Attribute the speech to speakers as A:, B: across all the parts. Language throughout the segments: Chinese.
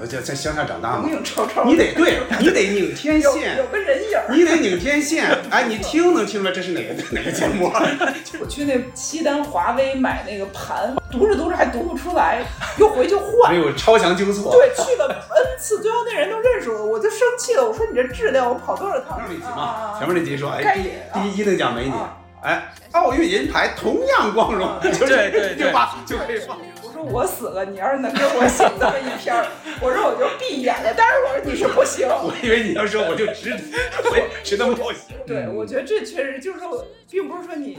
A: 而且在乡下长大
B: 有
A: 嘛
B: 没，有超超？
A: 你得对，你得拧天
B: 有
A: 线，
B: 有个人影儿。
A: 你得拧天线，哎，你听能听出来这是哪个哪个节目？啊
B: 我去那西单华威买那个盘，读着读着还读不出来，又回去 换
A: 没。有超强纠错，
B: 对，去了 N 次，最后那人都认识我，我就生气了。我说你这质量，我跑多少趟？
A: 前面那集
B: 啊
A: 嘛，
B: 啊
A: 前面那集说，
B: 该
A: 哎，
B: 你
A: 第
B: 啊
A: 第一等奖没你
B: 啊，
A: 哎，奥运银牌同样光荣，就是
C: 对对
A: 这
C: 对
A: 句话就可以放。
B: 我说我死了，你要是能给我写这么一篇儿，我说我就闭眼睛。当然 我说你是不行。
A: 我以为你要说我就值， 我也值得冒险。
B: 对，我觉得这确实就是说，并不是说你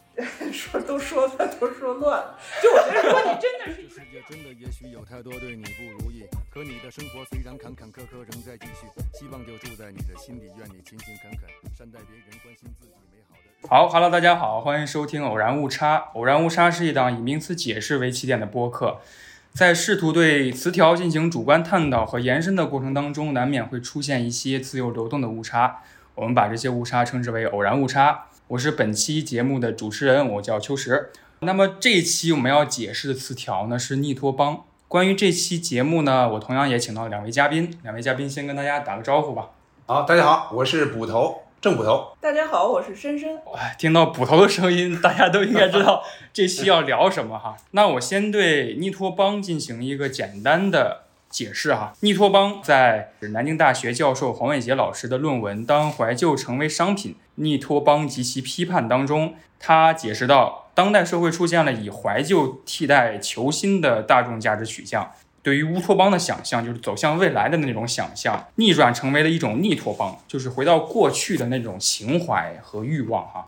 B: 说都说的都说乱了，就我觉得如果你真的
D: 这
B: 是
D: 世界真的也许有太多对你不如意，可你的生活虽然坎坎坷坷仍在继续，希望就住在你的心里，愿你勤勤恳恳，善待别人，关心自己美好的日子。
C: 好，Hello，大家好，欢迎收听《偶然误差》。《偶然误差》是一档以名词解释为起点的播客，在试图对词条进行主观探讨和延伸的过程当中，难免会出现一些自由流动的误差，我们把这些误差称之为偶然误差。我是本期节目的主持人，我叫秋实。那么这一期我们要解释的词条呢是逆托邦。关于这期节目呢，我同样也请到了两位嘉宾，两位嘉宾先跟大家打个招呼吧。
A: 好，大家好，我是捕头郑捕头，
B: 大家好，我是深深，
C: 哎，听到捕头的声音，大家都应该知道这期要聊什么哈。那我先对逆托邦进行一个简单的解释哈。逆托邦在南京大学教授黄伟杰老师的论文《当怀旧成为商品：逆托邦及其批判》当中，他解释到，当代社会出现了以怀旧替代求新的大众价值取向。对于乌托邦的想象，就是走向未来的那种想象，逆转成为了一种逆托邦，就是回到过去的那种情怀和欲望哈、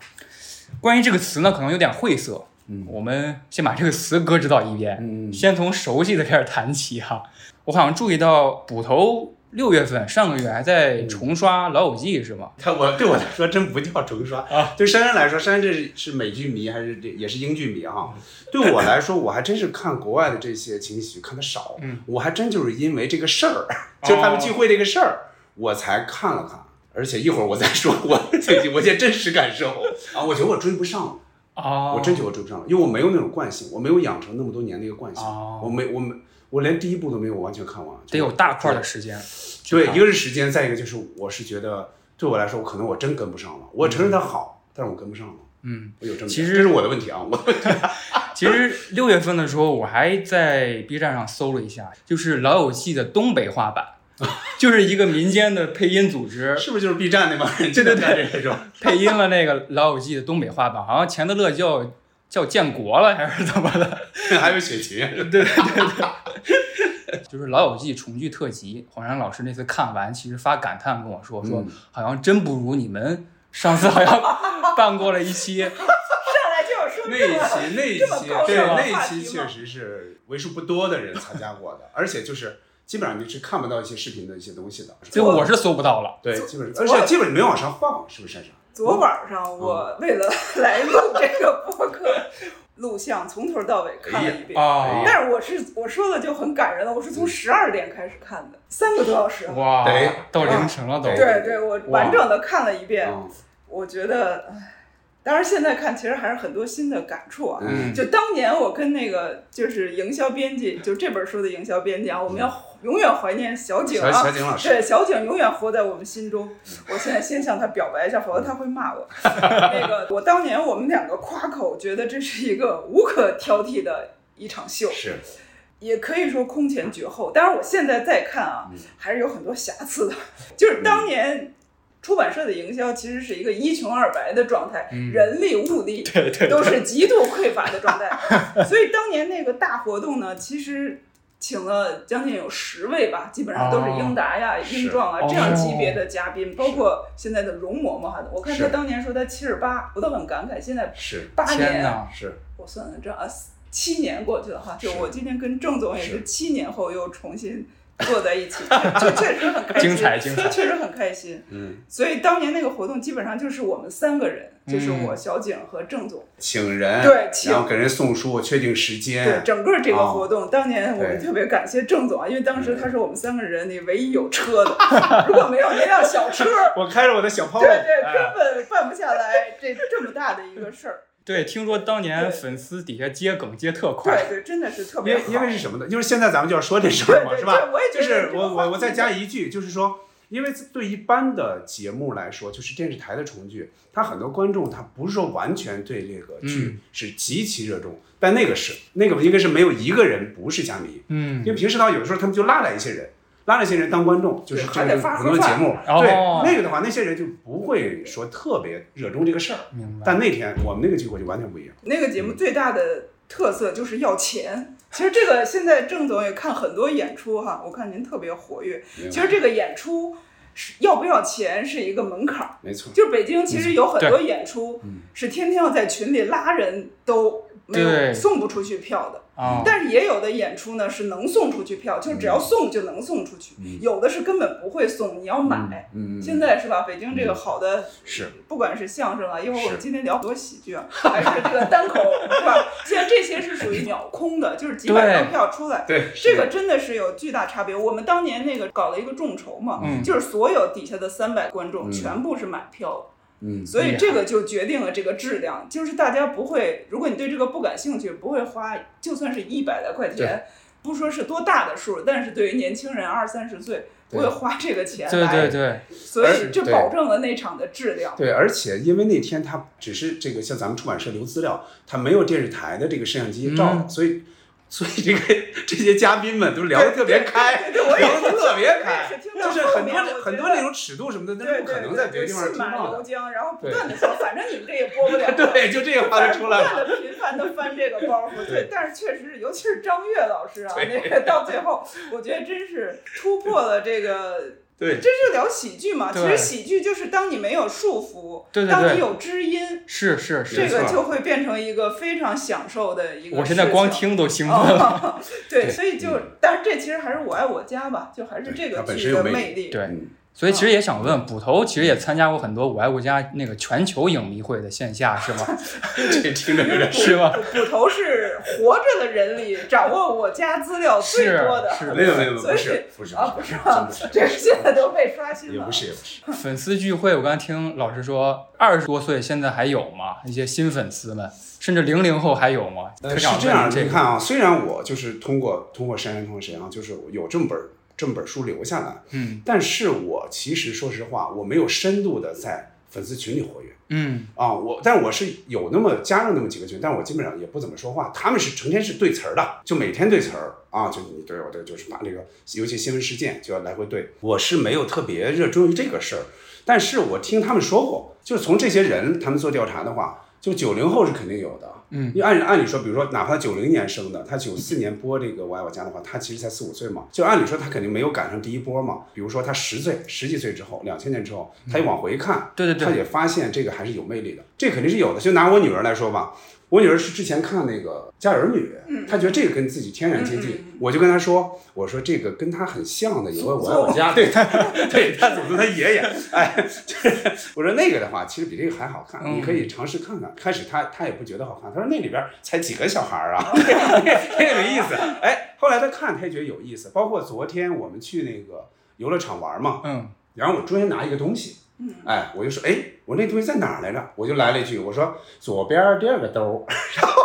C: 关于这个词呢，可能有点晦涩，
A: 嗯
C: 我们先把这个词搁置到一边，
A: 嗯
C: 先从熟悉的开始谈起哈、我好像注意到捕头六月份上个月还在重刷《老友记》是吗？
A: 他我对我来说真不叫重刷
C: 啊。
A: 对珊珊来说，珊珊这是是美剧迷还是这也是英剧迷啊？对我来说，我还真是看国外的这些情喜剧看的少，
C: 嗯
A: 我还真就是因为这个事儿，就是他们聚会这个事儿，我才看了看。而且一会儿我再说我最近我现在真实感受 啊，我觉得我追不上了，
C: 啊
A: 我真觉得我追不上了，因为我没有那种惯性，我没有养成那么多年那个惯性，
C: 哦
A: 我没我没我连第一部都没有完全看完，
C: 得有大块的时间。
A: 对，
C: 看
A: 一个是时间，再一个就是我是觉得对我来说，我可能我真跟不上了。我承认它好，但是我跟不上了。
C: 嗯，
A: 我有这么
C: 其实
A: 这是我的问题啊， 我
C: 其实六月份的时候，我还在 B 站上搜了一下，就是《老友记》的东北话版，就是一个民间的配音组织
A: 是不是就是 B 站那帮人？
C: 对对对
A: 干这种。
C: 配音了那个《老友记》的东北话版，好像钱德勒叫叫建国了还是怎么的？
A: 还有雪琴，
C: 对对对对，就是《老友记》重聚特辑，黄然老师那次看完，其实发感叹跟我说，说
A: 嗯
C: 好像真不如你们上次好像办过了一期，
B: 上来就要说
A: 那
B: 这
A: 一
B: 个
A: 期那一
B: 这么
A: 期
B: 高
A: 对
B: 尚的
A: 那一
B: 话
A: 期
B: 题吗
A: 确实是为数不多的人参加过的，而且就是基本上你是看不到一些视频的一些东西的。
C: 所以我是搜不到了。
A: 对，基本上，而且基本上没往上放，是不是珊珊？
B: 昨晚上我
A: 嗯
B: 为了 来录这个播客，录像从头到尾看了一
A: 哎
B: 遍。
A: 哦
C: 啊
B: 但是我是我说的就很感人了，我是
A: 嗯
B: 从十二点开始看的，三个多小时。
C: 哇哎
A: 得，
C: 到凌晨了都。
A: 得
B: 对对，我完整的看了一遍，
A: 嗯
B: 我觉得，唉当然现在看其实还是很多新的感触啊。
A: 嗯，
B: 就当年我跟那个就是营销编辑，就这本书的营销编辑啊，我们要永远怀念小景
A: 嗯小
B: 啊
A: 小，景老师，
B: 对，小景永远活在我们心中。我现在先向他表白一下，否则他会骂我。那个，我当年我们两个夸口，觉得这是一个无可挑剔的一场秀，
A: 是
B: 也可以说空前绝后。当然，我现在再看啊
A: 嗯，
B: 还是有很多瑕疵的。
C: 嗯
B: 就是当年出版社的营销其实是一个一穷二白的状态，
C: 嗯
B: 人力物力
C: 对对
B: 都是极度匮乏的状态。 所以当年那个大活动呢，其实请了将近有十位吧，基本上都是英达呀、
A: 是
B: 英壮啊
C: 哦
B: 这样级别的嘉宾，包括现在的容嬷嬷哈。我看
A: 是
B: 他当年说他七十八，我都很感慨，现在
A: 是
B: 八
C: 天
B: 年，
C: 哪！
A: 是，
B: 我算算这啊，七年过去了哈。就是我今天跟郑总也
A: 是
B: 是七年后又重新坐在一起，就确实很开心，
C: 精彩精彩
B: 确实很开心。
A: 嗯，
B: 所以当年那个活动基本上就是我们三个人，就是
C: 嗯
B: 我、小景和郑总。
A: 请人，
B: 对请
A: 然后给人送书，确定时
B: 对
A: 间，
B: 整个这个活动，当年我们
A: 哦对嗯
B: 特别感谢郑总啊，因为当时他是我们三个人里唯一有车的， 如果没有那辆小车，
A: 我开着我的小泡泡，
B: 对对，
A: 哦哎
B: 根本办不下来这这么大的一个事儿。
C: 对，听说当年
B: 对
C: 粉丝底下接梗接特快
B: 对，对，真的是特
A: 因
B: 别
A: 为
B: 好。
A: 因为是什么呢？因为现在咱们就要说这事儿嘛，
B: 对对
A: 是吧
B: 对我也？觉
A: 就
B: 得
A: 是
B: 这个
A: 我
B: 话
A: 我我
B: 题
A: 再
B: 是
A: 加一句，就是说，因为对一般的节目来说，就是电视台的重聚，他很多观众他不是说完全对这
C: 嗯
A: 个剧是极其热衷，但那个是那个应该是没有一个人不是虾迷，
C: 嗯
A: 因为平时呢，有的时候他们就拉来一些人。拉了一些人当观众，就是
B: 对
A: 就
B: 还得
A: 是
B: 发
A: 普通的
B: 盒
A: 节
B: 饭
A: 目，
C: 哦
A: 对那个的话，那些人就不会说特别热衷这个事儿。
C: 明白。
A: 但那天我们那个聚会就完全不一样。
B: 那个节目最大的特色就是要钱。其实这个现在郑总也看很多演出哈，我看您特别活跃。其实这个演出是要不要钱是一个门槛儿，
A: 没错，
B: 就北京其实有很多演出
A: 嗯
B: 是天天要在群里拉人都没
C: 对
B: 有送不出去票的，
C: 啊、
B: 但是也有的演出呢是能送出去票，就只要送就能送出去，有的是根本不会送，你要买。
A: 嗯，
B: 现在是吧？北京这个好的
A: 是
B: 不管是相声啊，因为我
A: 是
B: 们今天聊很多喜剧啊，还是这个单口，是吧？现在这些是属于秒空的，就是几百张票出来，
A: 对
B: 这个真的是有巨大差别。我们当年那个搞了一个众筹嘛，
C: 嗯
B: 就是所有底下的三百观众
A: 嗯
B: 全部是买票的，
A: 嗯
B: 所以这个就决定了这个质量，就是大家不会，如果你对这个不感兴趣，不会花，就算是一百来块钱。不说是多大的数，但是对于年轻人二三十岁，不会花这个钱
C: 对
B: 来，
C: 对对，
B: 所
A: 而
B: 以这
A: 对
B: 保证了那场的质 量。
A: 对，而且因为那天他只是这个像咱们出版社留资料，他没有电视台的这个摄像机照，
C: 嗯
A: 所以所以这个这些嘉宾们都聊得特别开，
B: 对，我也
A: 聊得特别
B: 我也
A: 开，
B: 是听到
A: 就是
B: 后
A: 很多
B: 面我
A: 很
B: 觉
A: 多
B: 得
A: 那种尺度什么的，那
B: 对
A: 是不可
B: 对
A: 能
B: 对，
A: 在别的地方
B: 就
A: 听
B: 信马
A: 到
B: 由
A: 的。。
B: 缰，然后不断的说，反正你们这也播不了
A: 对，就这个话就出来
B: 不
A: 了。
B: 断的频繁的翻这个 包袱，
A: 对
B: 对，但是确实是，尤其是张悦老师啊，那个到最后，我觉得真是突破了这个，
A: 对
B: 这，就聊喜剧嘛。其
C: 对
B: 实喜剧就是当你没有束缚，
C: 对对
B: 当
C: 对
B: 你有知音，
C: 是是
B: 这
C: 是，
B: 个
A: 没错
B: 就会变成一个非常享受的一个事情。
C: 我现在光听都兴奋
B: 哦，
C: 了。
B: 对，
A: 对嗯
B: 所以就，但是这其实还是我爱我家吧，就还是
A: 对
B: 这
A: 它
B: 个
A: 本
B: 剧
A: 身有
B: 的
A: 魅力
B: 魅力。
C: 对
A: 嗯
C: 所以其实也想
B: 嗯
C: 问，捕头其实也参加过很多《我爱国家》那个全球影迷会的线下，是吗？
A: 这听着有点
C: 是吗？
B: 捕头是活着的人里掌握我家资料最
C: 是
B: 多的。
A: 没
C: 是，
A: 有没有没有
B: 所
A: 不
B: 以
A: 是不是
B: 啊，
A: 不
B: 不
A: 是
B: 是
A: 真
B: 啊
A: 不是，
B: 这是现在都被刷新
A: 也
B: 了。
A: 不是也不是，
C: 粉丝聚会，我刚听老师说，二十多岁现在还有吗？一些新粉丝们，甚至零零后还有吗？
A: 呃，
C: 特
A: 是
C: 想
A: 这样
C: 问
A: 的，
C: 这
A: 你
C: 个。
A: 看啊，虽然我就是通过通过山山通过沈阳，就是有这么本儿这么本儿书留下来，
C: 嗯
A: 但是我其实说实话，我没有深度的在粉丝群里活跃
C: 嗯，
A: 啊、我但我是有那么加入那么几个群，但我基本上也不怎么说话。他们是成天是对词儿的，就每天对词儿啊，就你对我对，就是把这个，尤其新闻事件就要来回对。我是没有特别热衷于这个事儿，但是我听他们说过，就是从这些人他们做调查的话，就九零后是肯定有的。
C: 嗯，
A: 因为按按理说，比如说，哪怕九零年生的，他九四年播这个《我爱我家》的话，他其实才四五岁嘛，就按理说他肯定没有赶上第一波嘛。比如说他十岁、十几岁之后，两千年之后，他一往回看，
C: 对对
A: 他
C: 对，
A: 也发现这个还是有魅力的，这肯定是有的。就拿我女儿来说吧，我女儿是之前看那个《家有儿女》，她觉得这个跟自己天然接近，我就跟她说，我说这个跟她很像的，有个《我爱我 家》，对，她对她总是她爷 爷，哎，就是我说那个的话，其实比这个还好看，
C: 嗯
A: 你可以尝试看看。开始她她也不觉得好看，她说那里边才几个小孩儿啊， 这个没意思。哎，后来她看，她也觉得有意思。包括昨天我们去那个游乐场玩嘛，
C: 嗯，
A: 然后我中间拿一个东西，
B: 嗯
A: 哎，我就说，哎，我那东西在哪儿来着？我就来了一句，我说左边儿第二个兜儿， 然后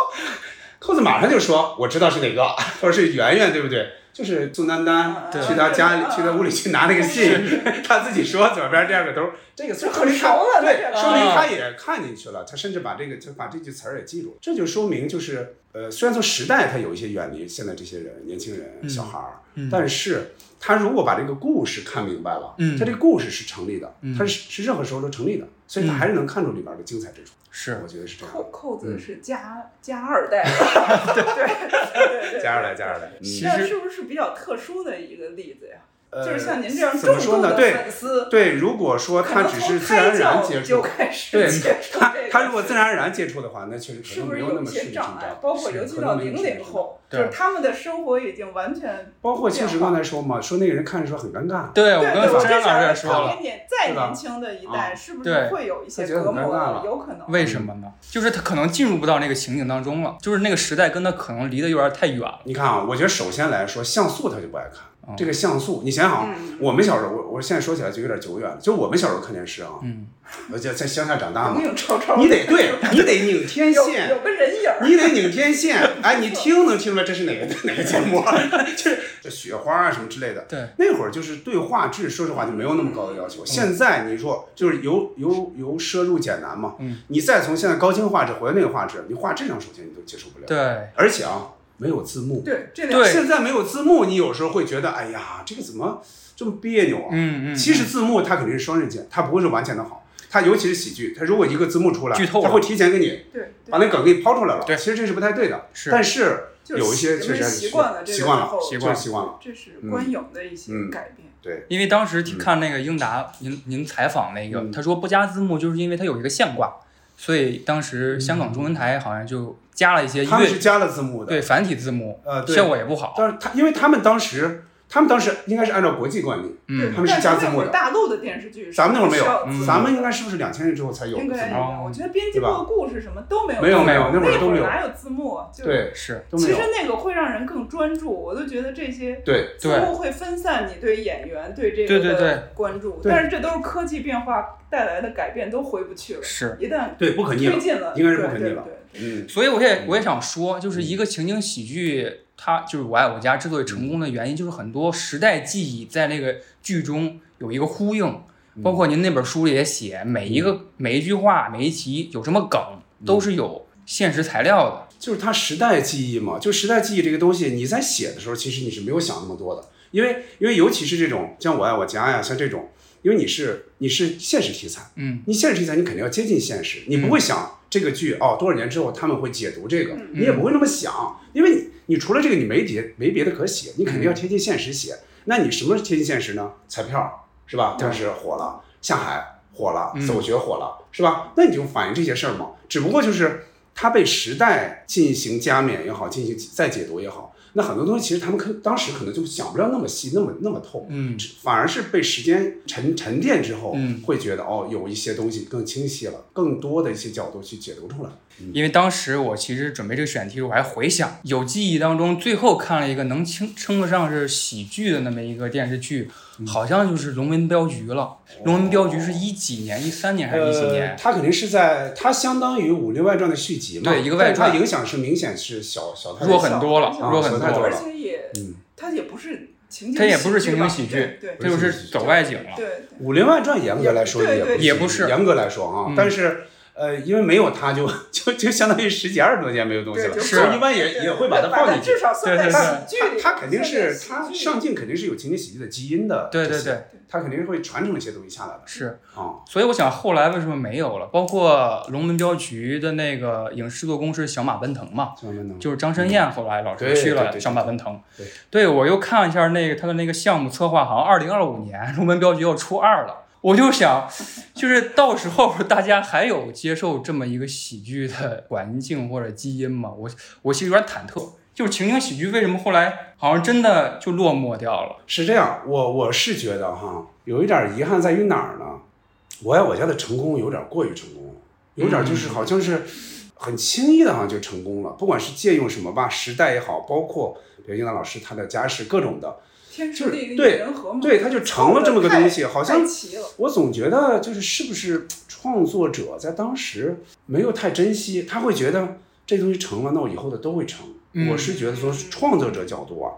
A: 扣子马上就说，我知道是哪个， 他说是圆圆，对不对？就是宋丹丹
C: 对
A: 去他家里
B: 啊
A: 去他屋里去拿那个信， 他自己说左边儿第二个兜儿，这个
B: 这
A: 说明他
B: 很熟了这
A: 对，
B: 个
A: 说明他也看进去了，他甚至把这个就把这句词儿也记住了，这就说明就是呃，虽然从时代他有一些远离现在这些人年轻人
C: 嗯
A: 小孩儿，
C: 嗯
A: 但是他如果把这个故事看明白了，
C: 嗯
A: 他这个故事是成立的，
C: 嗯
A: 他是是任何时候都成立的，所以他
C: 嗯
A: 还是能看出里边的精彩之处。
C: 是
A: 我觉得是这样
B: 扣
A: 的。
B: 扣
A: 嗯
B: 子是加加 二代，对对对，
A: 加上来，加上来，嗯
C: 其
B: 那
C: 实
B: 是不是比较特殊的一个例子呀？
A: 呃
B: 就是像您这样
A: 怎么
B: 重
A: 说
B: 度
A: 呢？
B: 的
A: 对
B: 粉丝，
A: 呃对，如果说
B: 可
A: 他
B: 能
A: 只是
B: 从
A: 自然而然
B: 胎教
A: 接
B: 就
A: 触，
B: 开始
A: 对
B: 接触
A: 他
B: 这个
A: 他如果自然而然接触的话，那确实
B: 是
A: 可
B: 不
A: 能
B: 是
A: 没那
B: 有
A: 么顺
B: 些
A: 理
B: 障
A: 成
B: 碍
A: 章？。
B: 包括
A: 是
B: 尤其
A: 可
B: 到
A: 能没那么
B: 零
A: 顺理
B: 零
A: 成章
B: 后，就
C: 对
B: 是他们的生活已经完全
A: 包括其实
B: 变化
A: 刚才说嘛，说那个人看着说很尴尬，
C: 对，我
B: 对
C: 跟
B: 对，我
C: 张
B: 这
C: 老师也
B: 想
C: 说
B: 考
C: 了，
B: 验点再
A: 是吧啊
B: 年轻的一代，是不
C: 对
B: 是会有一些
A: 他觉得
B: 隔
A: 很尴
B: 膜
A: 尬了
B: 呢？有可能。
C: 为什么呢？就是他可能进入不到那个情景当中了，就是那个时代跟他可能离得有点太远了。
A: 你看啊，我觉得首先来说，像素他就不爱看，这个像素，你想想啊，
B: 嗯
A: 我们小时候，我我现在说起来就有点久远了，就我们小时候看电视啊，
C: 嗯，
A: 而且在乡下长大
B: 有
A: 嘛
B: 没，啊有超超？
A: 你得对，你得拧天
B: 有
A: 线，
B: 有个人影儿，
A: 你得拧天线，哎，你听能听出来这是哪个哪个节目啊？ 这这雪花啊什么之类的。
C: 对，
A: 那会儿就是对画质，说实话就没有那么高的要
C: 嗯
A: 求。现在你说就是由由由奢入俭难嘛，
C: 嗯，
A: 你再从现在高清画质回到那个画质，你画质量首先你都接受不了，
C: 对，嗯
A: 而且啊没有字幕，
B: 对，这两
C: 对
A: 现在没有字幕，你有时候会觉得哎呀这个怎么这么别扭啊？
C: 嗯嗯，
A: 其实字幕它肯定是双刃剑，它不会是完全的好。它尤其是喜剧，它如果一个字幕出来，
C: 剧透了
A: 它会提前给你
B: 对
A: 把
B: 对，
A: 那梗给抛出来了。
C: 对
A: 其实这是不太对的。
C: 是
A: 但是
B: 就是
A: 有一些确实
B: 人们
A: 还是
B: 习惯了这
A: 习
B: 个
A: 惯
B: 之
A: 了，
B: 后，
C: 习
A: 就是习惯了。
B: 这是观影的一些
A: 嗯
B: 改变。
A: 对，
C: 因为当时看那个英达，您您采访那个，
A: 嗯
C: 他说不加字幕就是因为它有一个象挂，所以当时香港中文台好像就加了一些
A: 他们是
C: 粤
A: 加了字幕的。
C: 对，繁体字幕，
A: 呃，对。
C: 效果也不好。
A: 但是他因为他们当时，他们当时应该是按照国际惯例，
B: 对，
C: 嗯，
A: 他们是
B: 但
A: 加
B: 那
A: 字幕
B: 会儿
A: 的
B: 大陆的电视剧是
A: 咱们那会儿没有
B: 需要字幕
C: 嗯
B: 的
A: 咱们应该是不是两千年之后才有字嗯
B: 应该
A: 幕？哦
B: 有。我觉得编辑部的故事什么都没有，
A: 没有
C: 没
A: 没
C: 有
A: 有，那会儿都没有，
B: 哪有字幕啊？就是，
A: 对，
C: 是
A: 都
B: 其
A: 没
B: 实
A: 有。
B: 那个会让人更专注，我就觉得这些
A: 对，
B: 字幕会分散你对演员对这
C: 对
B: 个
C: 对对
B: 的关注，
A: 对
B: 但是这都是科技变化带来的改变，都回不去了。
C: 是。
B: 一旦
A: 对，不可逆
B: 推
A: 了，
B: 进了，
A: 应该是不可逆了
B: 对对对
A: 嗯，
C: 所以我也我也想说，就是一个情景喜剧，它就是《我爱我家》之所以成功的原因，就是很多时代记忆在那个剧中有一个呼应。
A: 嗯
C: 包括您那本书里也写，每一个每一句话、每一集有什么梗，
A: 嗯
C: 都是有现实材料的。
A: 就是它时代记忆嘛，就时代记忆这个东西，你在写的时候，其实你是没有想那么多的，因为因为尤其是这种像《我爱我家》呀，像这种，因为你是你是现实题材。
C: 嗯，
A: 你现实题材，你肯定要接近现实，你不会想这个剧哦，多少年之后他们会解读这个，
C: 嗯
A: 你也不会那么想，因为你你除了这个你没别没别的可写，你肯定要
C: 嗯
A: 贴近现实写。那你什么贴近现实呢？彩票是吧？当时火了，下海火了
C: 嗯，
A: 走学火了是吧？那你就反映这些事儿嘛，只不过就是它被时代进行加冕也好，进行再解读也好，那很多东西其实他们可当时可能就想不了那么细，那么那么透，
C: 嗯，
A: 反而是被时间沉沉淀之后，
C: 嗯
A: 会觉得哦，有一些东西更清晰了，更多的一些角度去解读出来。
C: 因为当时我其实准备这个选题，我还回想有记忆当中最后看了一个能称称得上是喜剧的那么一个电视剧，好像就是《龙门镖局》了。《龙门镖局》是一几年？一三年还是一几
A: 呃
C: 年？
A: 它肯定是在它相当于《武林外传》的续集嘛，
C: 对一个外传
A: 但它影响是明显是小小太
C: 弱
A: 多。
C: 很多了，
B: 小
C: 弱很
A: 小太
C: 多
A: 多
B: 而
A: 了
C: 了。
B: 且也
A: 嗯，
B: 它也不是情景喜剧吧，
C: 它也不是情景喜剧
B: 对
C: 这
B: 对
C: 就是走外景了。
B: 对
A: 《武林外传》严格来说
B: 也对对
C: 也不是
A: 严格来说啊，
C: 嗯
A: 但是呃，因为没有它就就就相当于十几二十多年没有东西
B: 对，
A: 了，
B: 就是做
A: 一般也
B: 对
A: 也会把它放进去
B: 至。少算在
C: 对对
B: 喜剧里。
A: 它肯定
B: 算在
A: 是
B: 喜
A: 它
B: 剧里
A: 上镜肯定是有情景喜剧的基因的，
C: 对对对，，
A: 它肯定会传承一些东西下来的
C: 是。
A: 啊。
C: 所以我想后来为什么没有了？包括《龙门镖局》的那个影视做工是小马奔腾嘛，
A: 这样能
C: 就是张申燕后来老师
A: 嗯对
C: 去
A: 对
C: 了
A: 对
C: 小马奔腾
A: 对。
C: 对，我又看了一下那个他的那个项目策划，好像二零二五年龙门镖局要出二了。我就想，就是到时候大家还有接受这么一个喜剧的环境或者基因吗？我我其实有点忐忑，就是情景喜剧为什么后来好像真的就落寞掉了？
A: 是这样，我我是觉得哈，有一点遗憾在于哪儿呢？我爱我家的成功有点过于成功了，有点就是好像是很轻易的，好像就成功了。不管是借用什么吧，时代也好，包括比如英达老师他的家世各种的，
B: 天
A: 就
B: 时
A: 是
B: 地利
A: 对
B: 人和嘛，
A: 对，他就成了这么个东西。好像
B: 太齐了。
A: 我总觉得就是是不是创作者在当时没有太珍惜，他会觉得这东西成了，那我以后的都会成。
C: 嗯
A: 我是觉得从创作者角度啊，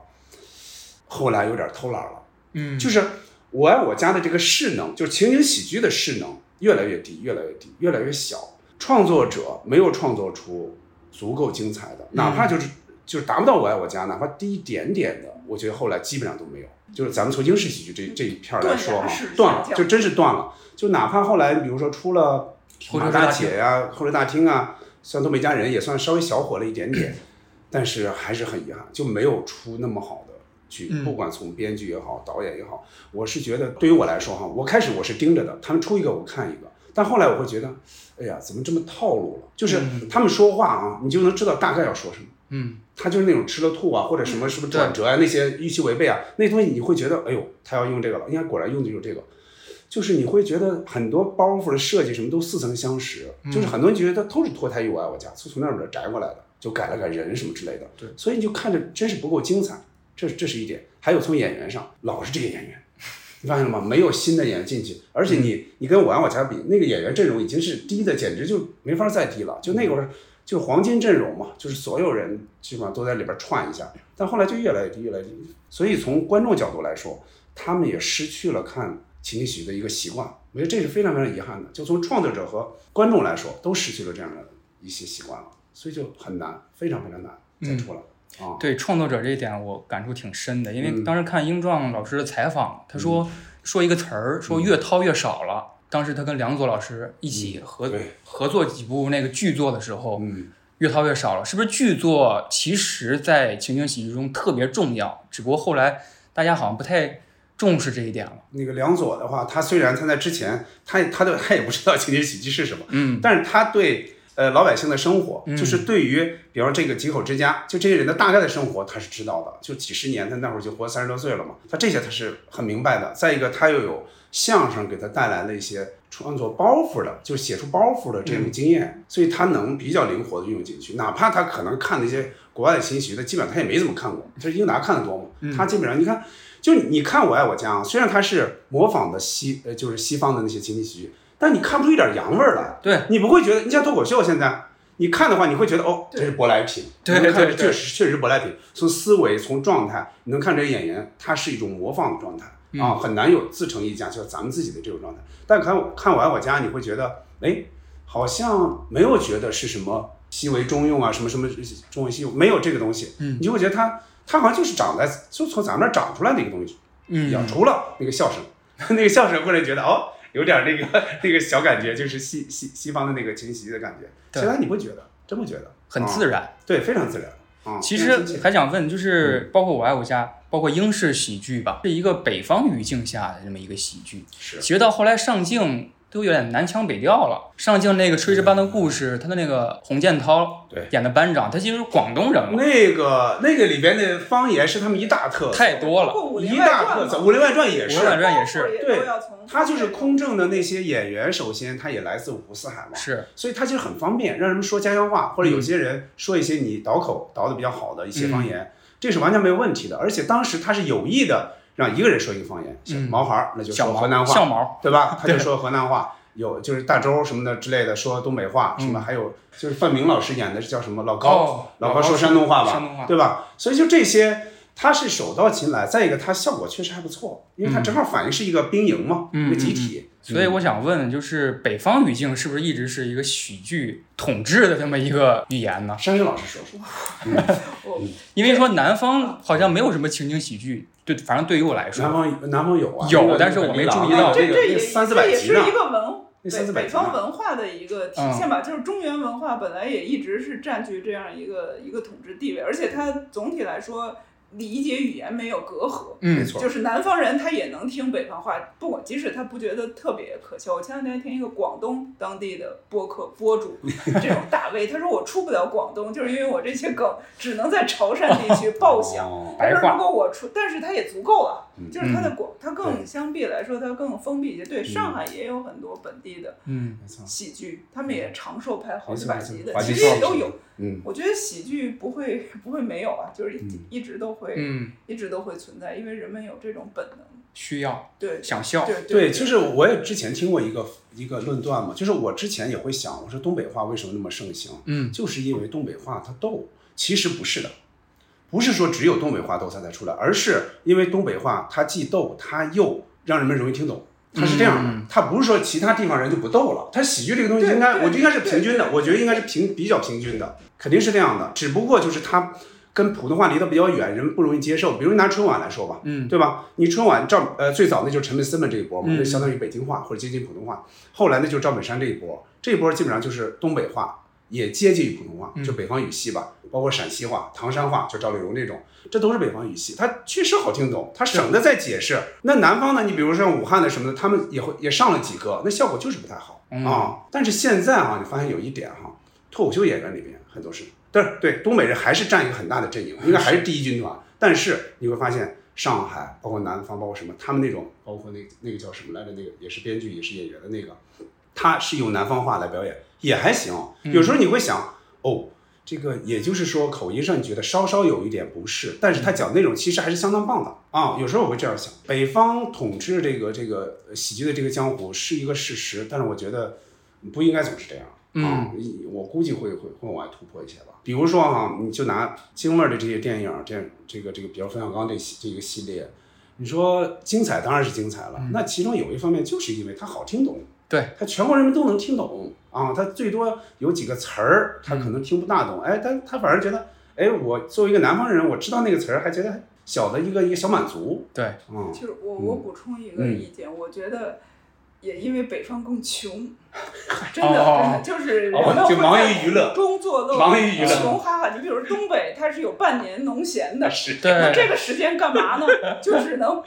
A: 后来有点偷懒了。
C: 嗯
A: 就是我爱我家的这个势能，就是情景喜剧的势能越来越低，越来越低，越来越小。创作者没有创作出足够精彩的，哪怕就是就是达不到我爱我家，哪怕低一点点的，我觉得后来基本上都没有。就是咱们从英式喜剧这这一片儿来说哈
B: 断崖式下，
A: 断了，
B: 降
A: 就真是断了。就哪怕后来，比如说出了
C: 后
A: 马
C: 车大
A: 大姐呀、后车大厅啊，像东北家人也算稍微小火了一点点，但是还是很遗憾，就没有出那么好的剧。
C: 嗯
A: 不管从编剧也好，导演也好，我是觉得对于我来说哈，我开始我是盯着的，他们出一个我看一个，但后来我会觉得，哎呀，怎么这么套路了？就是他们说话啊，你就能知道大概要说什么。
C: 嗯，
A: 他就是那种吃了吐啊，或者什么什么转折啊，那些预期违背啊，那东西你会觉得，哎呦，他要用这个了，应该果然用的就是这个，就是你会觉得很多包袱的设计什么都似曾相识，就是很多人觉得都是脱胎于我爱我家，是从那边摘过来的，就改了改人什么之类的，
C: 对
A: 所以你就看着真是不够精彩，这这是一点。还有从演员上，老是这个演员，你发现了吗？没有新的演员进去，而且你你跟我爱我家比，那个演员阵容已经是低的，简直就没法再低了。就那会儿就是黄金阵容嘛，就是所有人基本上都在里边串一下，但后来就越来越低，越来越低。所以从观众角度来说，他们也失去了看情景喜剧的一个习惯，我觉得这是非常非常遗憾的。就从创作者和观众来说，都失去了这样的一些习惯了，所以就很难，非常非常难再出来。啊、
C: 对创作者这一点，我感触挺深的，因为
A: 嗯
C: 当时看英壮老师的采访，他说、说一个词儿，
A: 嗯
C: 说越掏越少了。当时他跟梁左老师一起合、
A: 嗯对
C: 合作几部那个剧作的时候，
A: 嗯，
C: 越掏越少了。是不是剧作其实在情景喜剧中特别重要？只不过后来大家好像不太重视这一点了。
A: 那个梁左的话，他虽然他在之前，他他都他也不知道情景喜剧是什么，
C: 嗯，
A: 但是他对呃老百姓的生活，
C: 嗯
A: 就是对于比方说这个几口之家，就这些人的大概的生活，他是知道的。就几十年，他那会儿就活三十多岁了嘛，他这些他是很明白的。再一个，他又有相声给他带来了一些创作包袱的，就是写出包袱的这种经验，所以他能比较灵活的运用进去。
C: 嗯
A: 哪怕他可能看那些国外的新喜剧，他基本上他也没怎么看过，就是英达看的多嘛，
C: 嗯
A: 他基本上你看。就你看《我爱我家》啊，虽然他是模仿的西，呃，就是西方的那些情景喜剧，但你看不出一点洋味儿来。
C: 对，
A: 你不会觉得，你像脱口秀现在，你看的话，你会觉得哦，这是舶来品，
C: 对
A: 你能看
C: 对对
A: 确实确实是舶来品。从思维，从状态，你能看这个演员，他是一种模仿的状态
C: 嗯
A: 啊，很难有自成一家，就是咱们自己的这种状态。但看我看我爱我家，你会觉得，哎，好像没有觉得是什么西为中用啊，什么什么中为西用，没有这个东西，
C: 嗯
A: 你就会觉得他他好像就是长在就从咱们那儿长出来的一个东西，
C: 嗯
A: 养除了那个笑声， 那个笑声会让你觉得哦，有点那个那个小感觉，就是西西西方的那个情景喜剧的感觉。
C: 对
A: 其他你不觉得，真不觉得，
C: 很
A: 啊，
C: 自然。
A: 对，非常自然。啊，
C: 其
A: 非常亲
C: 实
A: 切
C: 还想
A: 嗯
C: 问，就是包括《我爱我家》，包括英式喜剧吧，是一个北方语境下的这么一个喜剧。
A: 是
C: 其实到后来上镜都有点南腔北调了。上镜那个《炊事班的故事》，他的那个洪建涛
A: 对
C: 演的班长，他其实是广东人嘛，
A: 那个那个里边的方言是他们一大特色，
C: 太多了。
B: 过武林
A: 一
B: 外
A: 大
B: 传
A: 特色，《
B: 嘛，
A: 武林外传》也
C: 武林外
A: 是
C: 传。也是
B: 包袱
A: 对
B: 都要从
A: 他就是空政的那些演员，首先他也来自五湖四海嘛，
C: 是，
A: 所以他其实很方便，让人们说家乡话，或者有些人说一些你倒口倒的比较好的一些方
C: 嗯
A: 言，这是完全没有问题的。而且当时他是有意的让一个人说一个方言，像
C: 嗯
A: 毛孩儿那就
C: 小
A: 说
C: 毛
A: 河南
C: 小
A: 话，
C: 毛，
A: 对吧？他就 说河南话。有就是大周什么的之类的，说东北话什么，还有就是范明老师演的是叫什么老高，
C: 嗯哦
A: 老高说山东话吧，
C: 山东话
A: 对吧？所以就这些，他是手到擒来。再一个，他效果确实还不错，因为他正好反映是一个兵营嘛，一
C: 嗯
A: 个集体。
C: 所以我想问，就是北方语境是不是一直是一个喜剧统治的这么一个语言呢？
A: 山山老师说说，
B: 我
C: 因为说南方好像没有什么情景喜剧，对，反正对于我来
A: 南
C: 说，
A: 方南方有啊，
C: 有
A: 那个啊
C: 但是我没注意
A: 那
C: 到
A: 个
B: 哎
A: 那个
B: 这这
A: 那
B: 也
A: 个三四百
B: 这也
A: 集
B: 是
A: 呢
B: 一，个文
A: 那三四
B: 北
A: 百
B: 北
A: 集呢嗯
B: 方文化的一个体现吧，就是中原文化本来也一直是占据这样一个一个统治地位，而且它总体来说理解语言没有隔阂。
A: 没
C: 嗯，
A: 错，
B: 就是南方人他也能听北方话，不管即使他不觉得特别可笑。我前两天听一个广东当地的播客播主这种 大 V，他说我出不了广东，就是因为我这些梗只能在潮汕地区爆响。
A: 哦
C: 白
B: 但是
C: 话
B: 如果我出，但是它也足够了，
A: 嗯
B: 就是它的
C: 嗯
B: 广，它更相比来说，它更封闭一些。对，上海也有很多本地的
C: 嗯，
A: 没错，
B: 喜剧，他们也长寿拍好
A: 嗯没
B: 几
A: 错
B: 百集的
A: 没，错
B: 其
A: 华
B: 实
A: 侨
B: 也都有。
A: 嗯，
B: 我觉得喜剧不会不会没有啊，就是
A: 嗯
B: 一直都会、
C: 嗯，
B: 一直都会存在，因为人们有这种本能。
C: 需要
B: 对，
C: 想笑，
B: 对
A: 对，就是我也之前听过一个一个论断嘛，就是我之前也会想，我说东北话为什么那么盛行？
C: 嗯
A: 就是因为东北话它逗，其实不是的，不是说只有东北话逗它才出来，而是因为东北话它既逗，它又让人们容易听懂。它是这样的
C: 嗯，
A: 它不是说其他地方人就不逗了。它喜剧这个东西
B: 对
A: 应该，
B: 对
A: 我觉得应该是平均的
B: 对，对
A: 我觉得应该是平比较平均的，肯定是这样的。只不过就是它跟普通话离得比较远，人们不容易接受。比如拿春晚来说吧，
C: 嗯，
A: 对吧？你春晚赵呃最早那就是陈佩斯们这一波嘛，
C: 嗯
A: 那相当于北京话或者接近普通话。后来那就是赵本山这一波，这一波基本上就是东北话，也接近于普通话，
C: 嗯
A: 就北方语系吧，包括陕西话、唐山话，就赵丽蓉这种，这都是北方语系，它确实好听懂，它省得再解释。那南方呢？你比如像武汉的什么的，他们也会也上了几个，那效果就是不太好啊、
C: 嗯
A: 但是现在啊，你发现有一点哈、脱口秀演员里边很多是，但是对东北人还是占一个很大的阵营，应该还是第一军团。但是你会发现，上海包括南方，包括什么，他们那种包括那那个叫什么来着，那个也是编剧也是演员的那个，他是用南方话来表演，也还行。有时候你会想，哦，这个也就是说，口音上你觉得稍稍有一点不适，但是他讲内容其实还是相当棒的啊。有时候我会这样想，北方统治这个这个呃喜剧的这个江湖是一个事实，但是我觉得不应该总是这样。
B: 嗯
A: 啊，我估计会会会往外突破一些吧。比如说哈、你就拿京味儿的这些电影，这这个这个，比如冯小刚这系这个系列，你说精彩当然是精彩了。
B: 嗯
A: 那其中有一方面就是因为它好听懂，
C: 对，
A: 它全国人民都能听懂啊。它最多有几个词儿，他
B: 嗯
A: 可能听不大懂，哎，但他反而觉得，哎，我作为一个南方人，我知道那个词儿，还觉得小的一个一个小满足，
C: 对，
A: 嗯，
B: 就是我我补充一个
A: 嗯
B: 意见，我觉得也因为北方更 穷，真的真
C: 哦
B: 的就是
A: 哦
B: 人们
A: 就
B: 会
A: 忙
B: 在
A: 于娱乐
B: 工作都
A: 忙于娱乐
B: 穷哈哈。你比如说东北，它是有半年农闲的。
A: 是
B: 那
C: 对，
B: 这个时间干嘛呢？就只能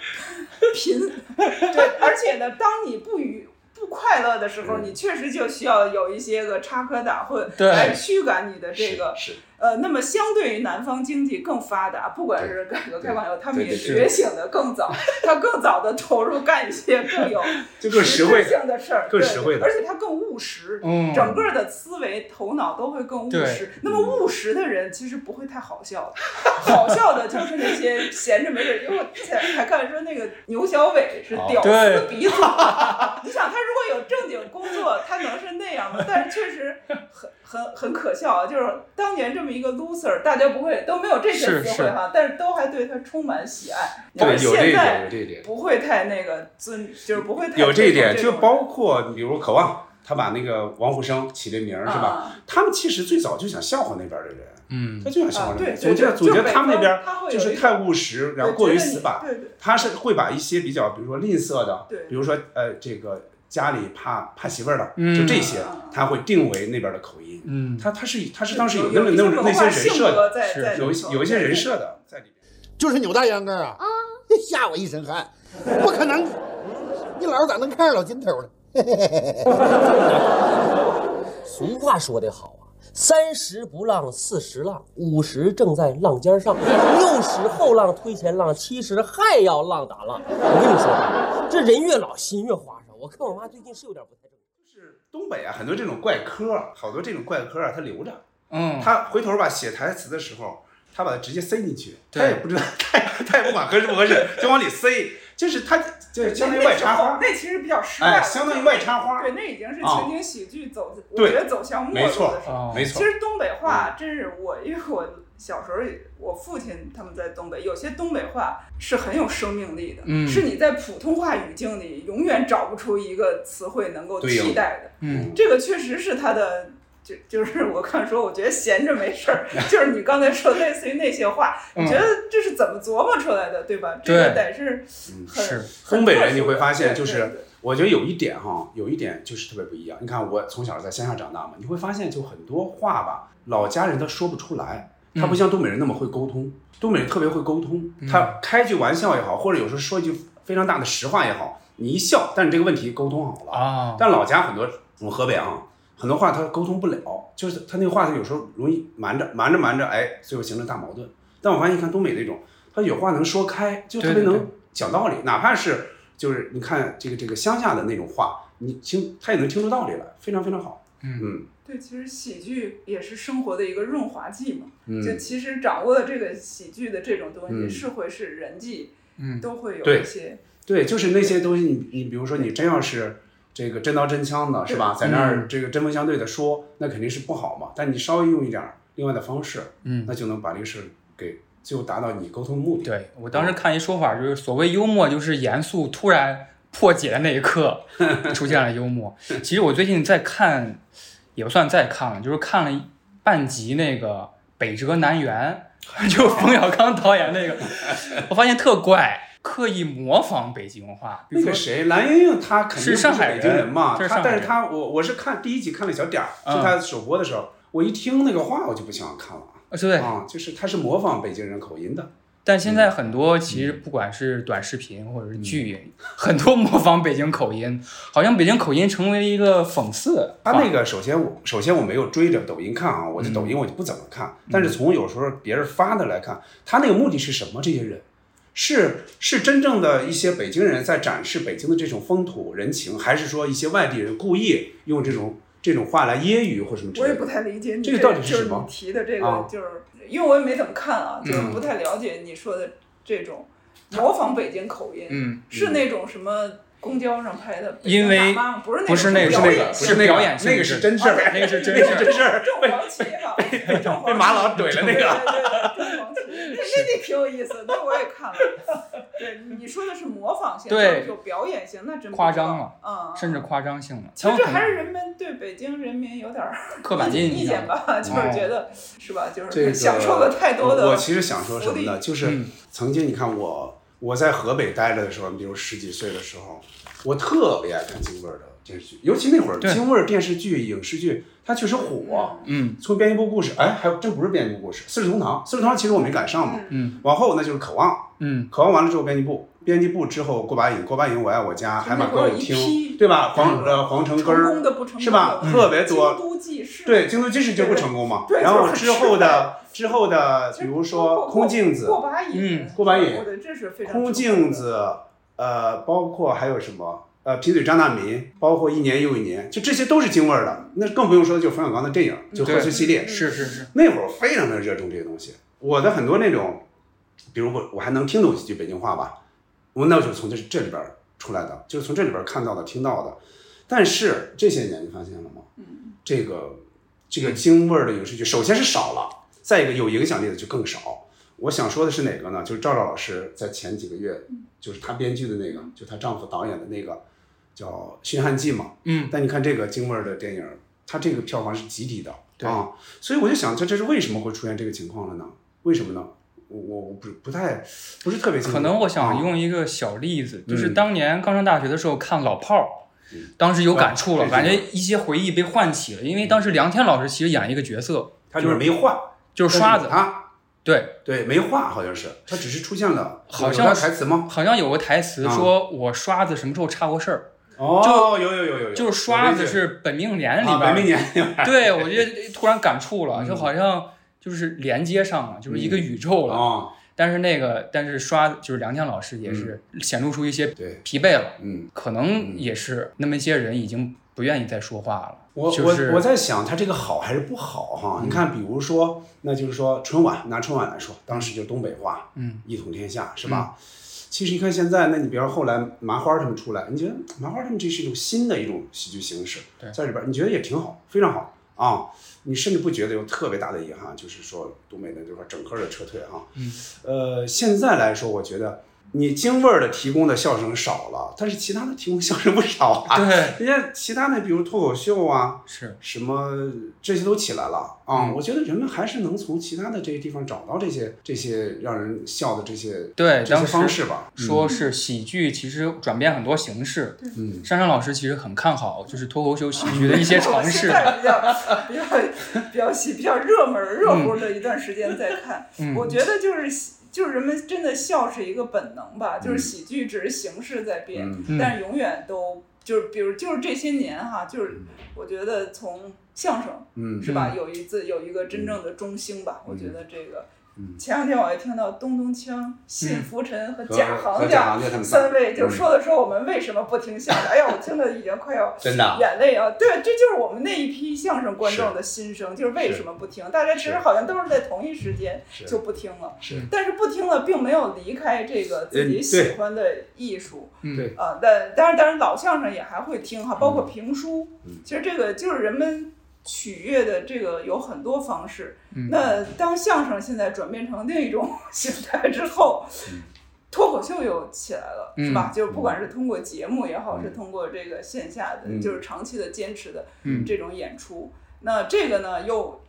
B: 贫。对，而且呢，当你不愉不快乐的时候，
A: 嗯
B: 你确实就需要有一些个插科打诨
C: 对
B: 来驱赶你的 这
A: 是
B: 个
A: 是，
B: 呃，那么相对于南方经济更发达，不管是改革开放以后，他们
A: 对
B: 也
A: 对
C: 是
B: 觉醒的更早，他更早的投入干一些更有
A: 就更实
B: 实
A: 惠
B: 质性的事儿，
A: 更
B: 对
A: 实惠的
B: 而且他更务实。
C: 嗯，
B: 整个的思维、头脑都会更务
C: 对
B: 实。那么务实的人其实不会太好笑的，好笑的就是那些闲着没事儿。因为我之前还看说那个牛小伟是
A: 哦
B: 屌丝
C: 对
B: 鼻祖，你想他如果有正经工作，他能是那样吗？但是确实很很很可笑啊！就是当年这么一个 loser，大家不会都没有这些
C: 是
B: 词汇哈，但是都还对他充满喜爱。
A: 对，有这一
B: 现
A: 点，
B: 在
A: 有这一点。
B: 不会太那个尊，就是不会太
A: 有这一点，
B: 种
A: 就包括比如渴望，他把那个王福生起的名儿是吧？？
B: 啊
A: 他们其实最早就想笑话那边的人，
C: 嗯
A: 他，就想笑
B: 啊
A: 话，那
B: 对，
A: 边。总觉得
B: 对
A: 总觉得他们那边，
B: 他会
A: 就
B: 有
A: 是
B: 一
A: 太务实，然后过于死板。
B: 对对对
A: 他是会把一些比较，比如说吝啬的，
B: 对
A: 比如说呃这个家里怕怕媳妇儿的，
C: 嗯
A: 就这些
B: 啊啊啊，
A: 他会定为那边的口音。
C: 嗯，
A: 他他是他是当时有
B: 有
A: 那么那
B: 有一
A: 么
B: 种
A: 那些
B: 文化
A: 人
B: 性
A: 设的，
B: 格在
C: 是
B: 在
A: 有
B: 里
A: 一
B: 头
A: 有一些
B: 对
A: 人
B: 对
A: 设的在里面。
E: 就是扭大秧歌啊！啊，吓我一身汗，不可能！你老咋能看上老金头呢？
F: 俗话说得好啊，三十不浪，四十浪，五十正在浪尖上，六十后浪推前浪，七十还要浪打浪。我跟你说，这人越老心越花哨。我看我妈最近是有点不太正常。
A: 就是东北啊，很多这种怪科儿，好多这种怪科儿啊，他留着。
C: 嗯，
A: 他回头吧写台词的时候，他把它直接塞进去，他
C: 对
A: 也不知道， 他也他也不管合适不合 适，就往里塞，就是他就是相当于外插花，
B: 那其实比较失败
A: 哎，
B: 了，
A: 相当于外插花，
B: 对，那已经是
A: 啊
B: 情景喜剧走，我
A: 对
B: 觉得走向没
A: 没
B: 落
A: 错啊
B: 的时候。
C: 哦
A: 没
B: 其
A: 错，嗯
B: 实东北话真是我，因为我小时候也我父亲他们在东北，有些东北话是很有生命力的，
C: 嗯
B: 是你在普通话语境里永远找不出一个词汇能够
A: 对应
B: 替代的。
C: 嗯，
B: 这个确实是他的，就就是我看说，我觉得闲着没事儿，就是你刚才说类似于那些话，
C: 嗯
B: 你觉得这是怎么琢磨出来的，对吧？这
C: 对
B: 个得是
A: 嗯
B: 很
C: 是
B: 很
A: 东北
B: 特
A: 人
B: 殊
A: 你会
B: 的
A: 发现
B: 对
A: 就是
B: 对对
A: 我觉得有一点哈，有一点就是特别不一样。你看我从小在乡下长大嘛，你会发现就很多话吧，老家人他说不出来，他
C: 嗯
A: 不像东北人那么会沟通。东北人特别会沟通，他开句玩笑也好，或者有时候说一句非常大的实话也好，你一笑，但是这个问题沟通好了
C: 啊，
A: 但老家很多，我们河北啊，很多话他沟通不了，就是他那个话他有时候容易瞒着瞒着瞒着，哎，最后形成大矛盾。但我发现，你看东北那种，他有话能说开，就特别
C: 对对对
A: 能讲道理，哪怕是就是你看这个这个乡下的那种话，你听他也能听出道理来，非常非常好。嗯
B: 对，其实喜剧也是生活的一个润滑剂嘛。
A: 嗯
B: 就其实掌握了这个喜剧的这种东西，
A: 嗯
B: 是会是人际
C: 嗯，
B: 都会有
A: 对
B: 一些
A: 对，就是那些东西你，你比如说你真要是这个真刀真枪的，是吧？在那
C: 嗯
A: 儿这个针锋相对的说，那肯定是不好嘛。但你稍微用一点儿另外的方式，
C: 嗯
A: 那就能把这个事儿给最后达到你沟通的目的。
C: 对我
A: 嗯
C: 当时看一说法，就是所谓幽默，就是严肃突然破解的那一刻出现了幽 默。其实我最近在看，也不算在看了，就是看了半集那个《北辙 南辕》， 就是冯小刚导演那个，我发现特怪，刻意模仿北京话，比
A: 那
C: 如
A: 个
C: 说
A: 谁，蓝盈莹她肯定
C: 是上
A: 不
C: 海
A: 北京人嘛，
C: 人这是
A: 她
C: 上海
A: 但
C: 人
A: 是她我我是看第一集看了小点儿，
C: 嗯
A: 就她首播的时候，我一听那个话我就不想看了
C: 呃对，
A: 啊，就是她是模仿北京人口音的，
C: 但现
A: 嗯
C: 在很多其实不管是短视频或者是剧，很多模仿北京口音，好像北京口音成为了一个讽刺。
A: 她那个首先我首先我没有追着抖音看啊，我这
C: 嗯
A: 抖音我就不怎么看，但是从有时候别人发的来看，她那个目的是什么？这些人。是是真正的一些北京人在展示北京的这种风土人情，还是说一些外地人故意用这种这种话来揶揄或什么之
B: 我
A: 类
B: 也
A: 的。
B: 不太理解你
A: 这个到底是
B: 就是
A: 什么
B: 你提的这个
A: 啊，
B: 就是因为我也没怎么看啊，就是
C: 嗯
B: 不太了解你说的这种
A: 嗯
B: 模仿北京口音，
C: 嗯，
B: 是那种什么公交上拍的北京
C: 因为
B: 大妈吗？不是那
C: 不是那
B: 那
C: 个，
A: 是那个，不
B: 表演性
C: 是
A: 那个，
C: 表演性
A: 那个
C: 质
A: 是真事儿，
C: 那个是真
A: 那
C: 事
A: 是
C: 儿，
A: 真事儿，
B: 正黄旗哈，正
A: 被马老怼了那个。
B: 个，对对对，正 黄旗那那那挺有意思，那我也看了。对，你说的是模仿性，
C: 对
B: 或者有表演性，那真不
C: 夸张了
B: 知道，嗯，
C: 甚至夸张性了。
B: 其实这还
C: 很
B: 是人们对北京人民有点儿
C: 刻板
B: 意
C: 印象
B: 见。吧， 就是觉得是吧，就
A: 哎这个
B: 是 享受了太多的
A: 我其实想说什么呢？就是
C: 嗯
A: 曾经你看我我在河北待着的时候，比如十几岁的时候，我特别爱看京味儿的电视剧，尤其那会儿
C: 对
A: 京味儿电视剧、影视剧，它确实火。
C: 嗯
A: 从编一部故事，哎，还有这不是编一部故事，《四世同堂》，《四世同堂》其实我没赶上嘛。
C: 嗯
A: 往后那就是《渴望》，
C: 嗯，
A: 渴望完了之后，编辑部，编辑部之后，过把瘾，过把瘾，我爱我家，海马歌舞
B: 就那会儿有一批
A: 厅，对吧？黄
B: 嗯
A: 呃黄城根
B: 成功
A: 儿
B: 的不成功的
A: 是吧？
B: 嗯
A: 特别多
B: 京，都记事，
A: 对，京都军事就不成功嘛。
B: 对对
A: 然
B: 就
A: 后
B: 是
A: 之后的之后的，比如说空镜子，
B: 过把瘾
C: 嗯，
A: 过把瘾
B: 我的这是非常
A: 空镜子，呃，包括还有什么？呃，贫嘴张大民，包括一年又一年，就这些都是京味儿的。那更不用说，就冯小刚的电影，就
C: 对
A: 贺岁系
B: 嗯
A: 列，
C: 是是是，
A: 那会儿非常的热衷这些东西。我的很多那种，比如我我还能听懂几句北京话吧，我那就是从这这里边儿出来的，就是从这里边儿看到的、听到的。但是这些年你发现了吗？
B: 嗯，
A: 这个这个京味儿的影视剧，首先是少了，再一个有影响力的就更少。我想说的是哪个呢？就是赵照老师在前几个月，就是她编剧的那个，就她丈夫导演的那个叫《寻汉记》嘛。
C: 嗯
A: 但你看这个京味儿的电影，它这个票房是极低的
C: 对
A: 啊，所以我就想，这这是为什么会出现这个情况了呢？为什么呢？我我我不不太不是特别清楚。
C: 可能我想
A: 啊
C: 用一个小例子，
A: 嗯
C: 就是当年刚上大学的时候看《老炮儿》
A: 嗯
C: 当时有感触了，
A: 啊
C: 感觉一些回忆被唤起了。因为当时梁天老师其实演一个角色，
A: 他就是没换，
C: 就是刷子，
A: 啊，
C: 对，
A: 对，没换好像是，他只是出现了，
C: 好
A: 有
C: 像
A: 他台词吗？
C: 好像有个台词
A: 啊
C: 说：“我刷子什么时候插过事儿
A: 哦，有有有有有，
C: 就是“刷子是《本命年》里
A: 啊，白
C: 边
A: 明
C: 儿，
A: 年
C: 对我觉得突然感触了，
A: 嗯
C: 就好像就是连接上了，就是一个宇宙了。
A: 哦，
C: 但是那个，但是刷就是梁天老师
A: 嗯
C: 也是显露出一些
A: 对，
C: 疲惫了，
A: 嗯，
C: 可能也是那么一些人已经不愿意再说话了。
A: 我
C: 就是
A: 我我在想他这个好还是不好哈？你看，比如说，那就是说春晚，拿春晚来说，当时就东北话，
C: 嗯，
A: 一统天下是吧？其实你看现在，那你比方后来麻花他们出来，你觉得麻花他们这是一种新的一种喜剧形式
C: 对，
A: 在里边你觉得也挺好，非常好啊。你甚至不觉得有特别大的遗憾，就是说东北的这块整个的撤退啊。
C: 嗯，
A: 呃，现在来说，我觉得你京味儿的提供的笑声少了，但是其他的提供笑声不少啊。
C: 对，
A: 人家其他的，比如脱口秀啊，
C: 是，
A: 什么这些都起来了啊、
C: 嗯
A: 我觉得人们还是能从其他的这些地方找到这些这些让人笑的这些
C: 对
A: 这些
C: 当时嗯
A: 方式吧。
C: 说是喜剧，其实转变很多形式。
A: 嗯，
C: 珊珊老师其实很看好，就是脱口秀 喜剧的一些尝
B: 我现。
C: 试
B: 在比较比较比较喜比较热门儿
A: 嗯
B: 热乎的一段时间在看，
C: 嗯
B: 我觉得就是喜就是人们真的笑是一个本能吧，就是喜剧只是形式在变，
A: 嗯
C: 嗯
B: 但是永远都就是比如就是这些年哈，就是我觉得从相声
A: 嗯
B: 是吧，有一次有一个真正的中兴吧，我觉得这个
A: 嗯。
B: 前两天我还听到东东锵、信福臣和
A: 和
B: 贾
A: 和贾
B: 行家
A: 行家他们
B: 三位就
A: 嗯
B: 说了说我们为什么不听相声，哎呀，我听的已经快要
A: 真的啊
B: 眼泪啊！对，这就是我们那一批相声观众的心声，就是为什么不听？大家其实
A: 是
B: 好像都是在同一时间
A: 是
B: 就不听了，
A: 是
B: 但是不听了并没有离开这个自己
A: 嗯
B: 喜欢的艺术。
C: 嗯
A: 对
B: 啊，但当然，当然老相声也还会听哈，包括评书。其实这个就是人们取悦的这个有很多方式。
C: 嗯
B: 那当相声现在转变成另一种形态之后，脱口秀又起来了，是吧？就是不管是通过节目也好，
A: 嗯
B: 是通过这个线下的，
A: 嗯
B: 就是长期的坚持的
C: 嗯
B: 这种演出，那这个呢又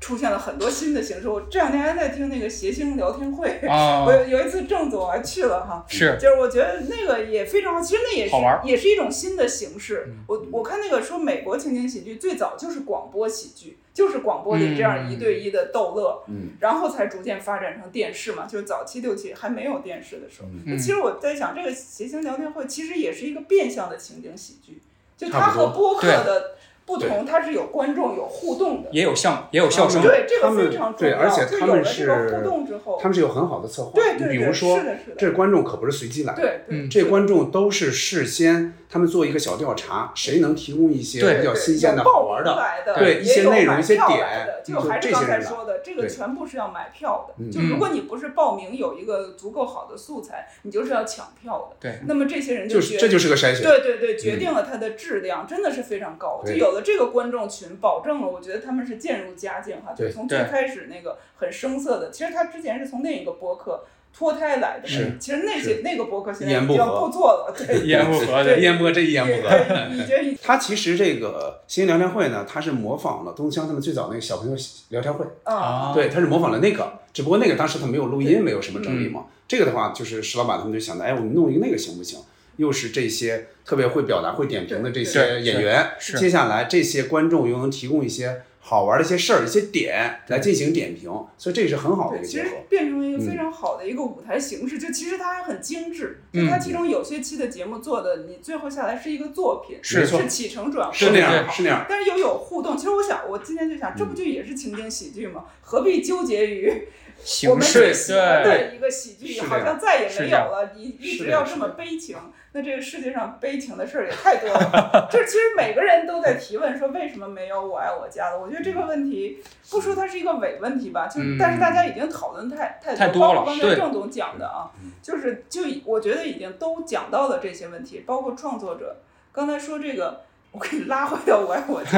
B: 出现了很多新的形式。我这两天还在听那个谐星聊天会，
C: 啊
B: 我，有有一次郑总还去了哈，
C: 是，
B: 就是我觉得那个也非常好，其实那也是
C: 好玩儿嗯
B: 也是一种新的形式。我我看那个说美国情景喜剧最早就是广播喜剧，就是广播里这
C: 嗯
B: 样一对一的逗乐，
A: 嗯
B: 然后才逐渐发展成电视嘛，就是早期六七还没有电视的时候。
A: 嗯
C: 嗯
B: 其实我在想，这个谐星聊天会其实也是一个变相的情景喜剧，就它
A: 差不多
B: 和播客的不同，它是有观众有互动的。
C: 也有相也有笑声，
B: 对，这
A: 他
B: 个
A: 们
B: 非常重
A: 对，
B: 要。
A: 而且
B: 就
A: 他
B: 有
A: 们
B: 了
A: 是
B: 这个互动之后，
A: 他们是有很好的策划。
B: 对对
A: 你比
B: 对
A: 如说
B: 是的是的
A: 这观众可不是随机来的，
B: 对对
C: 嗯
A: 这观众都是事先他们做一个小调查，谁能提供一些
C: 对
A: 比较新鲜的、
B: 有
A: 好
B: 报
A: 玩
B: 名
A: 的？
B: 来的，
A: 对
B: 也
A: 一些
B: 有
A: 内容
B: 买
A: 一些
B: 票
A: 点
B: 来的就
A: 就
B: 还是
A: 这
B: 刚
A: 些
B: 才
A: 人来
B: 说的，这个
A: 对
B: 全部是要买票的。
A: 嗯
B: 就如果你不是报名有一个足够好的素材，你就是要抢票的。
C: 对
B: 那么这些人
A: 就
B: 决
A: 是这就是个筛选。
B: 对对对，决定了它的质量，真的是非常高。就
A: 对
B: 有了这个观众群，保证了我觉得他们是渐入佳境哈，就
A: 对
B: 是从最
C: 对
B: 开始那个很生涩的，其实他之前是从另一个播客脱胎来的，
A: 是
B: 其实那些那个播客现在
A: 一言
B: 已
A: 不
B: 经
A: 合
B: 不做了，对，
C: 一言不合的
A: 一言不合，这一言不合。
B: 对已经 已
A: 他其实这个新聊天会呢，他是模仿了东乡他们最早那个小朋友聊天会，
B: 啊，
C: 啊，
A: 对，他是模仿了那个，只不过那个当时他没有录音，没有什么整理嘛。
C: 嗯
A: 这个的话，就是石老板他们就想的，哎，我们弄一个那个行不行？又是这些特别会表达、会点评的这些
C: 对
A: 演员，
C: 是
A: 接下来这些观众又能提供一些好玩的一些事儿、一些点来进行点评，所以这也是很好的一
B: 对，
A: 个
B: 其
A: 结嗯
B: 实
A: 合。
B: 变成一个非常好的一个舞台形式，就其实它还很精致，就
A: 嗯
B: 它其中有些期的节目做的，你最后下来是一个作品，
A: 是
B: 是起承转合，
A: 是那
C: 对
A: 样，嗯
C: 对
A: 是那样。
B: 但是又有互动。其实我想，我今天就想，这不就也是情景喜剧吗？何必纠结于我
C: 形
B: 们
C: 式
B: 最喜欢
C: 对
B: 的一个喜剧，
A: 是
B: 好
A: 这样
B: 像再也
C: 是
B: 没
C: 这
B: 有
C: 样
B: 了，一一
A: 是
B: 直
A: 这
B: 要
A: 样
B: 这
A: 是
B: 么
A: 这样
B: 悲情。那这个世界上悲情的事儿也太多了，就是其实每个人都在提问说为什么没有我爱我家的？我觉得这个问题不说它是一个伪问题吧，就是、
C: 嗯
B: 但是大家已经讨论太太
C: 太
B: 多，包
C: 多
B: 括
C: 了
B: 刚才
C: 对
B: 郑总讲的啊，就是就已我觉得已经都讲到了这些问题，包括创作者刚才说这个。我给你拉回到我爱我家，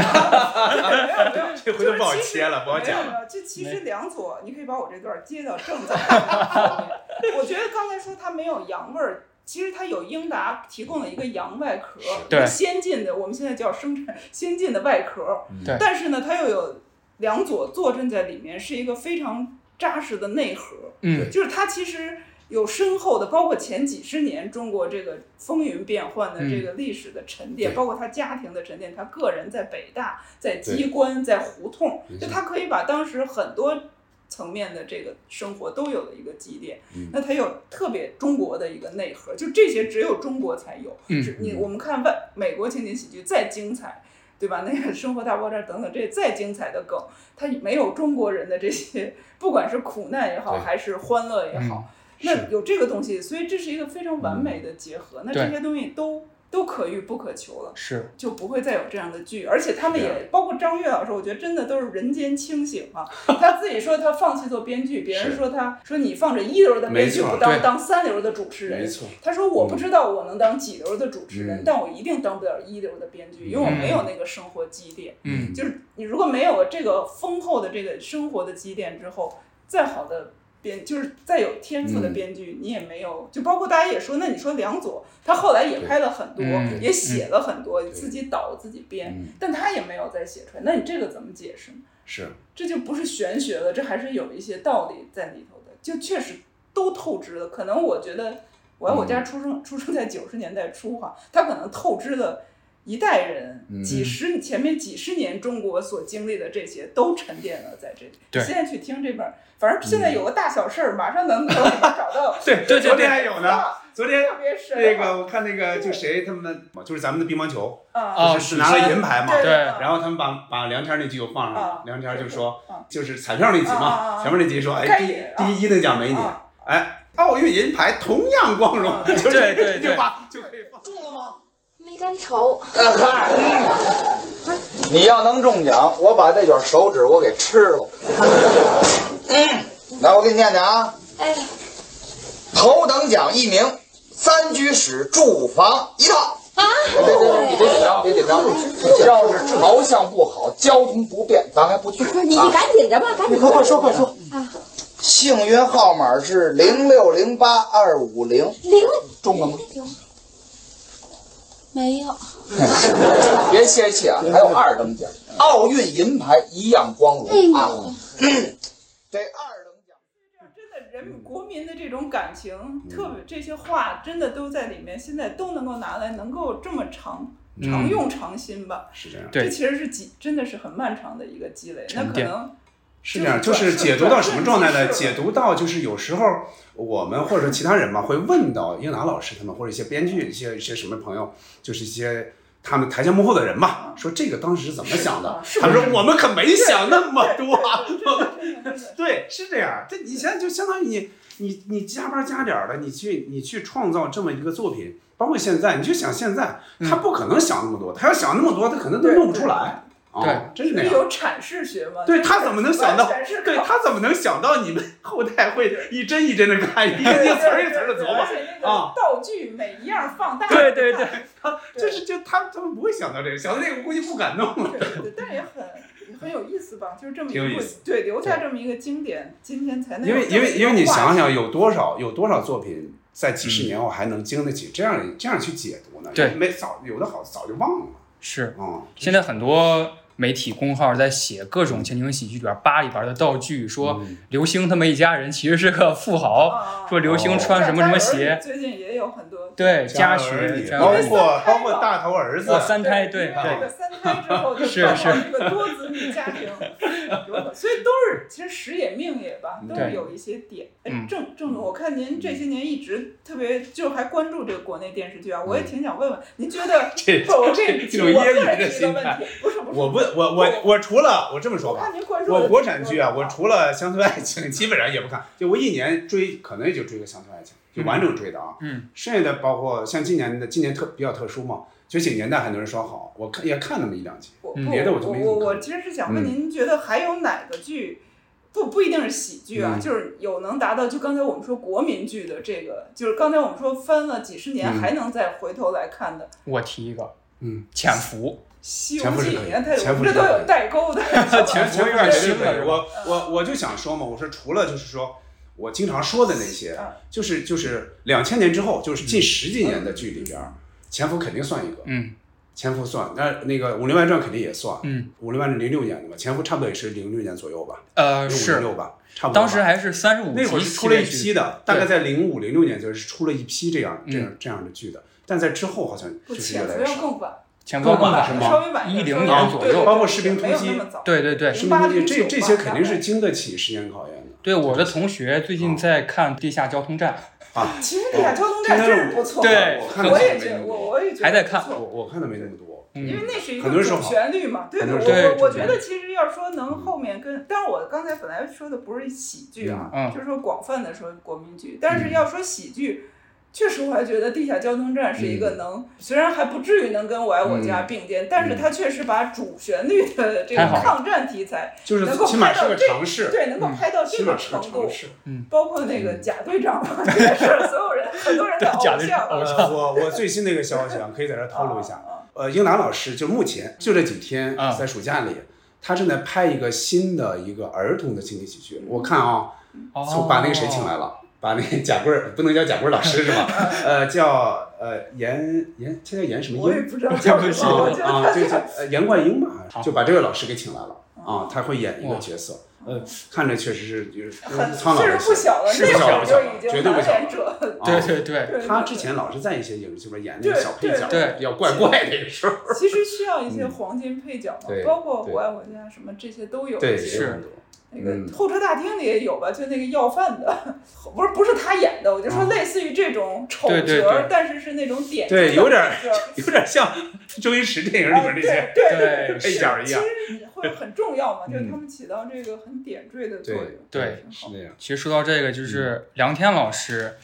B: 没有没 有，
A: 这回都不好切了不好讲了
B: 了。这其实梁左，你可以把我这段接到正在后面。我觉得刚才说他没有洋味儿，其实他有英达提供了一个洋外壳，
C: 对
B: 一个先进的，我们现在叫生产先进的外壳。
C: 对
B: 但是呢，它又有梁左坐镇在里面，是一个非常扎实的内核。
C: 嗯，
B: 就是它其实有深厚的，包括前几十年中国这个风云变幻的这个历史的沉淀，
A: 对
B: 包括他家庭的沉淀，他个人在北大、在机关、在胡同，就他可以把当时很多。层面的这个生活都有了一个积淀，
C: 嗯
B: 那它有特别中国的一个内核，就这些只有中国才有。
C: 嗯
B: 只你我们看外美国情景喜剧再精彩，对吧？那个《生活大爆炸》等等这再精彩的梗，它没有中国人的这些，不管是苦难也好，
A: 对嗯
B: 还是欢乐也好，
C: 嗯
B: 那有这个东西，所以这是一个非常完美
A: 嗯
B: 的结合。那这
C: 对
B: 些东西都都可遇不可求了，
C: 是
B: 就不会再有这样的剧。而且他们
A: 啊
B: 也包括张悦老师，我觉得真的都是人间清醒啊。他自己说他放弃做编剧，别人
A: 是
B: 说他说你放着一流的编
A: 没
B: 剧
A: 错
B: 不当，
C: 对
B: 当三流的主持人。
A: 没错
B: 他说我不知道我能当几流的主持人，
A: 嗯
B: 但我一定当不了一流的编剧，因为我没有那个生活积淀。
C: 嗯
B: 就是你如果没有这个丰厚的这个生活的积淀之后，再好的编就是再有天赋的编剧，你也没有。就包括大家也说，那你说梁左，他后来也拍了很多，
C: 嗯
B: 也写了很多，自己导自己编，
A: 嗯
B: 但他也没有再写出来。那你这个怎么解释呢？
A: 是，。
B: 这就不是玄学了，这还是有一些道理在里头的，就确实都透支了。可能我觉得我爱我家出生、出生在九十年代初哈、他可能透支了一代人、几十前面几十年中国所经历的这些都沉淀了在这里。
C: 对
B: 现在去听这本儿，反正现在有个大小事儿，马上能够找到
A: 对
C: 对对
A: 昨天还有呢，
B: 啊
A: 昨天
B: 特别深
A: 那个我看那个就谁他们就是咱们的乒乓球，
B: 啊
C: 啊
A: 就是拿了银牌嘛，
B: 对，嗯
C: 对
A: 然后他们把把梁天儿那集又放上
B: 啊
A: 了，梁天儿就说
B: 啊，
A: 就是彩票那集
B: 啊啊啊
A: 嘛，前面那集说，哎，
B: 看
A: 第
B: 一眼
A: 第一一等奖没你
B: 啊，
A: 哎，奥运银牌同样光荣，就是
C: 对对
A: 这句话就可以放。
G: 没敢瞅，
H: 你要能中奖，我把这卷手指我给吃了。来，我给你念念啊。
G: 哎，
H: 头等奖一名，三居室住房一套。啊！别别别，你别紧张，别紧张。你要是朝向不好，交通不便，咱还不去。
G: 你
H: 啊
G: 你赶紧的吧，啊赶紧
H: 快快说快说。幸运号码是零六零八二五零，
G: 零
H: 中了吗？
G: 没有，
H: 别泄气啊，还有二等奖，奥运银牌一样光
G: 哎
H: 荣啊！ 这二等奖。
B: 真的，人民国民的这种感情，
A: 嗯
B: 特别这些话，真的都在里面，现在都能够拿来，能够这么长常用常新吧。
A: 是这样，
C: 对
B: 这其实是积，真的是很漫长的一个积累。那
C: 沉
B: 可
C: 淀
B: 能
A: 是这样，
B: 就
A: 就是是解读到什么状态呢？
B: 转世
A: 解读到就是有时候我们或者说其他人嘛，会问到英达老师他们或者一些编剧、一些一些什么朋友，就是一些他们台前幕后的人嘛，说这个当时是怎么想的？
B: 是是
A: 他们说我们可没想那么多，啊我们
B: 真的真的
A: 对，哦是这样。这你现在就相当于你你你加班加点儿的，你去你去创造这么一个作品，包括现在，你就想现在他不可能想那么多，他要想那么多，他可能都
B: 对
A: 弄不出来。啊
C: 对，
A: 真是那
B: 你
A: 样。
B: 有阐释学吗？
A: 对他怎么能想到
B: 阐释？
A: 对
B: 考
A: 他怎么能想到你们 后代会一帧一帧的看，一个一个词儿一个词儿的琢磨？啊
B: 啊，道具每一样放大，
C: 对对对，
A: 他就是就他他们不会想到这个，想到这个估计不敢弄了。
B: 对对，但也很也很有意思吧，就是这么一
A: 挺有意
B: 部
A: 思
B: 对留下这么一个经典，今天才能
A: 因为因为因为你想
B: 想，
A: 想，有多少有多少作品在几十年后还能经得起这样这样去解读呢？
C: 对
A: 没早有的好早就忘了
C: 是
A: 啊。
C: 现在很多媒体公号在写各种情景喜剧里边扒里边的道具，
A: 嗯
C: 说刘星他们一家人其实是个富豪，
B: 啊
C: 说刘星穿什么什么鞋，，
B: 最近也有很多
C: 对，
A: 家
C: 家
A: 儿
C: 学
A: 女
C: 这
A: 包
C: 样。
A: 括包括大头儿子
C: 哦，三胎
B: 因
C: 对
B: 为这
C: 对
B: 个三胎之后就是造
C: 是
B: 成一个多子女家 庭，有可能所以都是其实时也命也吧，都是
C: 嗯对
B: 有一些点。哎
C: 嗯，
B: 郑郑总，我看您这些年一直特别就还关注这个国内电视剧啊，我
C: 嗯
B: 也挺想问问，您 觉得
A: 这
B: 不，我这
A: 这种
B: 我个
A: 揶揄
B: 人
A: 的
B: 提个
A: 心
B: 问
A: 态
B: 题，不是不是，
A: 我不我我我除了我这么说
B: 我
A: 吧，
B: 看您关注的
A: 我国产剧啊，
B: 挺多
A: 我
B: 的
A: 除了《乡村爱情》，基本上也不看。就我一年追，可能也就追个《乡村爱情》，就完整追的啊。
C: 嗯，
A: 剩下的包括像今年的，今年特比较特殊嘛，《觉醒年代》很多人说好，我看也看那么一两集。
B: 我
C: 嗯
B: 不
A: 别的我就没怎么
B: 我我
A: 看
B: 其实是想问
A: 嗯
B: 您，觉得还有哪个剧，不不一定是喜剧啊，
A: 嗯
B: 就是有能达到就刚才我们说国民剧的这个，就是刚才我们说翻了几十年
A: 嗯
B: 还能再回头来看的《
C: 我提一个
A: 嗯，
C: 潜伏，
B: 西游
A: 前夫是
B: 记》，
A: 可以
B: 你看它有
A: 前夫
B: 这
A: 是
B: 都
A: 可
B: 有
A: 以
B: 代沟 的，
A: 前
C: 前
A: 夫
C: 夫
A: 永远绝对
C: 是吧
A: 可以。我我我就想说嘛，我说除了就是说我经常说的那些
B: 啊，
A: 就是就是两千年之后，就是近十几年的剧里边儿，前夫肯定算一个，
C: 嗯
A: 前夫算，那那个《武林外传》肯定也算，
C: 嗯，
A: 《武林外传》零六年的吧，前夫差不多也是零六年左右吧。
C: 呃
A: 六
C: 是
A: 五六吧，差不多吧。
C: 当时还是三十五
A: 那会儿
C: 集
A: 是
C: 系
A: 出了
C: 列
A: 一批
C: 剧，
A: 的，
C: 对嗯
A: 大概在零五零六年就是出了一批这样这样这样的剧的，但在之后好像
B: 不
A: 就是越
B: 前
A: 来
B: 夫
A: 越
B: 要
A: 少。
B: 更晚，
C: 潜伏
A: 更
C: 更
A: 晚
C: 晚
A: 是
B: 稍
A: 吗
B: 微晚点，
C: 10
B: 稍微晚
C: 年左
B: 对对
C: 右
B: 对
A: 包括士兵
B: 没有
A: 突击
B: 那么早
C: 对对对，
A: 是不是
B: 08
A: 这这些肯定是
B: 08
A: 经得起十年考验的
C: 对，我的同学最
A: 哦
C: 近在看《地下交通站
A: 啊！
B: 其实《地下交通站》真是不错，
C: 对
A: 我看的
B: 我也
A: 没
B: 觉
A: 那
B: 得
A: 么
B: 我
A: 多，
B: 我也觉》，得
C: 还在
B: 不
C: 看。
B: 错
A: 我看的没那么多。
B: 因为
C: 嗯，
B: 那是一
A: 很
B: 个
A: 多人
B: 主
A: 说好
B: 旋律嘛，对
A: 很多人
C: 说
B: 我
C: 好
B: 我我觉得其实要说
A: 嗯
B: 能后面跟，但是我刚才本来说的不是喜剧啊，
C: 嗯嗯
B: 就是说广泛的说国民
A: 嗯
B: 剧，但是要说喜剧，确实我还觉得《地下交通站》是一
A: 嗯
B: 个能，虽然还不至于能跟《我爱我家》并肩，但是它确实把主旋律的这
C: 太
B: 个
C: 好了
B: 抗战题材，
A: 就是
B: 能够
A: 起码
B: 拍
A: 是
B: 到
A: 个
B: 这
A: 尝试，嗯
B: 对，能够拍到这
A: 起
B: 个
A: 码是
B: 程
A: 个
B: 度
A: 尝，试。嗯
B: 包括那个贾队长嘛，也是所有人很多人的
C: 贾
B: 偶
C: 队
B: 像
C: 长
B: 啊，
A: 呃，我我最新的一个消息啊，可以在这儿透露一下
B: 啊。啊
A: 呃，英达老师就目前就这几天
C: 啊
A: 在暑假里，他正在拍一个新的一个儿童的情景喜剧。我看啊，
B: 哦
A: 从把那个谁请来了，把那个贾贵儿不能叫贾贵儿老师是 吧？呃，叫呃严严，他叫严什么
B: 我也
A: 英？
B: 不知道叫
C: 不
B: 什
C: 行
B: 么，我觉得
A: 啊啊，
B: 他
A: 就
B: 这
A: 是
B: 个
A: 呃严冠英吧，
C: 好
A: 就把这个老师给请来了啊，
B: 哦
A: 他会演一个
C: 哇
A: 角色，呃，看着确实是就是
B: 很
A: 苍老
B: 岁
A: 而
B: 数不
A: 行。
B: 小了，
C: 是
B: 那
C: 不
B: 会
C: 小
B: 儿
C: 了
B: 就已
A: 绝对
B: 经
A: 不
B: 当
A: 小
B: 演者了。
A: 啊
C: 对对对，
B: 对
A: 他
B: 对
A: 之前老是在一些影视剧里边演那
B: 对
A: 个小配角，
B: 对
C: 对
A: 比较怪怪的有时候。
B: 对其实需要一些黄金配角嘛，
A: 嗯对
B: 包括
A: 对
B: 我爱我家什么这些都有。
A: 对，也
C: 是
A: 有很多
B: 那个
A: 嗯
B: 候车大厅里也有吧，就那个要饭的，不是不是他演的，我就说
A: 嗯
B: 类似于这种丑
C: 对对
B: 角
C: 对，
B: 但是是那种典型
A: 对
B: 的
A: 有点儿
B: 配角
A: 有点像周星驰电影 里边那
B: 哎
A: 些
B: 对对
C: 对
A: 配
C: 是，
A: 角一样。
B: 对，其实会很重要嘛，就是
A: 嗯
B: 他们起到这个很点缀的作用。
A: 哦对
C: 对
B: 挺
A: 是
B: 好
A: 那样。
C: 其实说到这个，就
A: 嗯
C: 是梁天老师，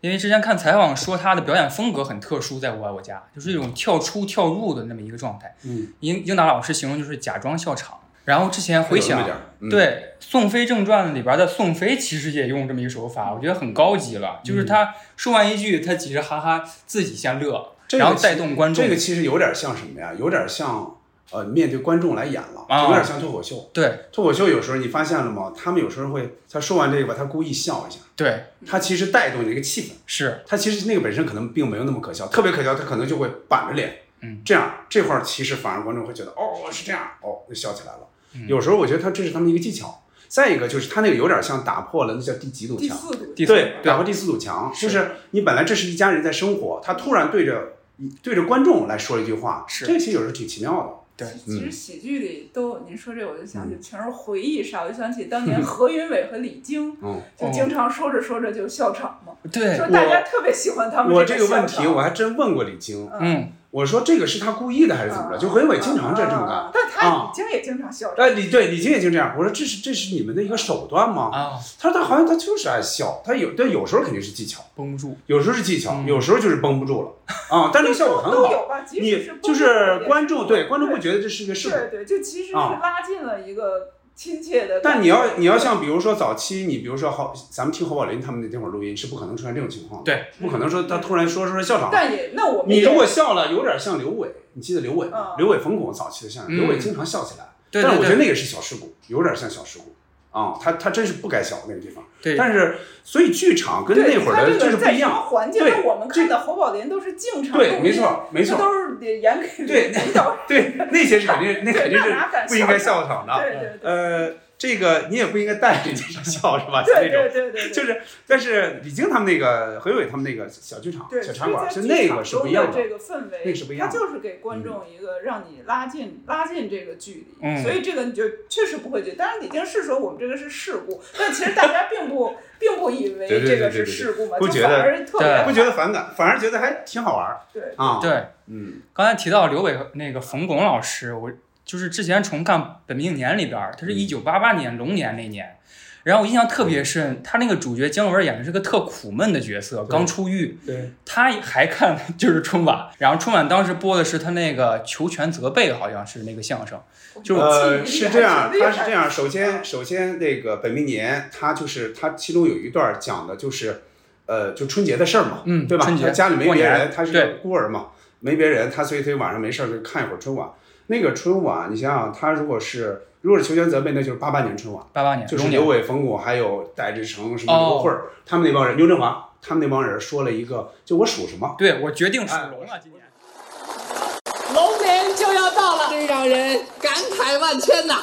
C: 因为之前看采访说他的表演风格很特殊，在《我爱我家》就是一种跳出跳入的那么一个状态。
A: 嗯，
C: 英英达老师形容就是假装笑场。然后之前回
A: 有那么
C: 想
A: 点，儿，嗯，
C: 对《宋飞正传》里边的宋飞其实也用这么一个手法，我觉得很高级
A: 嗯
C: 了。就是他说完一句，他其实哈哈自己先乐，
A: 这个
C: 然后
A: 其
C: 带动观众。
A: 这个其实有点像什么呀？有点像呃，面对观众来演了，
C: 啊
A: 就有点像脱口秀。
C: 对
A: 脱口秀有时候你发现了吗？他们有时候会，他说完这个吧，他故意笑一下，
C: 对
A: 他其实带动你那个气氛。
C: 是，
A: 他其实那个本身可能并没有那么可笑，特别可笑，他可能就会板着脸，
C: 嗯，
A: 这样这块儿其实反而观众会觉得哦是这样，哦就笑起来了。
C: 嗯
A: 有时候我觉得他这是他们一个技巧。再一个就是他那个有点像打破了那叫第几堵
B: 第
A: 墙，
B: 四组
C: 第四
A: 对，
C: 对
A: 打破第四堵墙，
C: 是
A: 就是你本来这是一家人在生活，他突然对着对着观众来说一句话，
C: 是
A: 这个其实有时候挺奇妙的。
C: 对
B: 其其实喜剧里都，您说这我就
A: 嗯
B: 想起全是回忆杀，我就想起当年何云伟和李菁，
A: 嗯，
B: 就经常说着说着就笑场嘛，
C: 对
B: 说大家特别喜欢他们
A: 我
B: 这
A: 这个问
B: 笑
A: 题
B: 场
A: 我还真问过李菁，
C: 嗯，
A: 我说这个是他故意的还是怎么着？就何云伟经常这这么
B: 啊
A: 干。
B: 但他
A: 啊
B: 已经也经常笑场。
A: 哎，李对李菁也经这样。我说这是这是你们的一个手段吗？
C: 啊，
A: 他说他好像他就是爱笑，他有对有时候肯定是技巧，
C: 绷不住，
A: 有时候是技巧，
C: 嗯
A: 有时候就是绷不住了啊。但这个效果很
B: 都有
A: 好，
B: 吧，即 使
A: 你
B: 是
A: 就
B: 不同
A: 是
B: 的
A: 观众对观众
B: 对
A: 会觉得这是一个事故。
B: 对对，就其实是
A: 啊
B: 拉近了一个亲切的感觉。
A: 但你要你要像比如说早期，你比如说好，咱们听侯宝林他们那会儿录音是不可能出现这种情况的，
C: 对，
A: 不可能说他突然说说说笑场了。
B: 但也那我们
A: 你
B: 也
A: 如果笑了，有点像刘伟，你记得刘伟吗
B: 嗯？
A: 刘伟冯巩早期的相声，
C: 嗯
A: 刘伟经常笑起来，
C: 对
A: 但是我觉得
C: 对
A: 那个是小事故，有点像小事故。啊、他他真是不该笑那个地方，
C: 对，
A: 但是所以剧场跟
B: 对
A: 那会儿的
B: 他
A: 就
B: 这个
A: 是不
B: 在
A: 一
B: 什么
A: 样，
B: 环境，
A: 对
B: 那我们看的侯宝林都是经常
A: 对，
B: 录
A: 没
B: 音，
A: 错没
B: 这
A: 错，
B: 都是演 给
A: 对
B: 领导。
A: 对，那些是肯定那肯定
B: 对
A: 是
B: 那哪敢
A: 不应该
B: 笑
A: 笑场的，
B: 对 对对
A: 呃，这个你也不应该带着人家笑是吧？ 就
B: 对
A: 那种
B: 对对对，
A: 就是，但是李菁他们那个何伟他们那个小剧场、
B: 对
A: 小茶馆，
B: 所
A: 就
B: 以在剧
A: 那
B: 场
A: 个是
B: 中
A: 不一样
B: 的
A: 的。
B: 这个氛围，
A: 那个是不一样的嗯
B: 它就是给观众一个让你拉近、拉近这个距离，
C: 嗯
B: 所以这个你就确实不会觉得。当然，李菁是说我们这个是事故，但其实大家并不并不以为
A: 对对对
B: 这个
A: 对对
B: 是
A: 对
B: 事故嘛，
A: 不
B: 就
A: 觉
B: 反
A: 得
B: 而特别
A: 不觉得反感，反而觉得还挺好玩儿
B: 对
A: 啊。，
C: 对，
A: 嗯，
C: 刚才提到刘伟和那个冯巩老师，我就是之前重看《本命年》里边儿，他是
A: 嗯
C: 一九八八年龙年那年，然后我印象特别深，他那个主角姜文演的是个特苦闷的角色，刚出狱，
A: 对，
C: 他还看就是春晚，然后春晚当时播的是他那个求全责备，好像是那个相声，就
A: 呃，是这样，
B: 他
A: 他是这 样。首先，
B: 嗯
A: 首先那个本命年，他就是他其中有一段讲的就是，呃，就春节的事儿嘛，
C: 嗯
A: 对吧？
C: 春节
A: 他家里没
C: 过
A: 别
C: 年
A: 人，他是
C: 对
A: 个孤儿嘛，没别人，他所以他晚上没事儿就看一会儿春晚。那个春晚，你想想，他如果是如果是求全责备，那就是八八年春晚。
C: 八八年
A: 就是
C: 哎龙
A: 刘
C: 年，哦
A: 伟、冯巩还有戴志成、什么刘慧儿，他们那帮人，刘振华他们那帮人说了一个，就我属什么？
C: 对我决定属
A: 哎
C: 龙了，今年
I: 龙年就要到了，真让人感慨万千呐！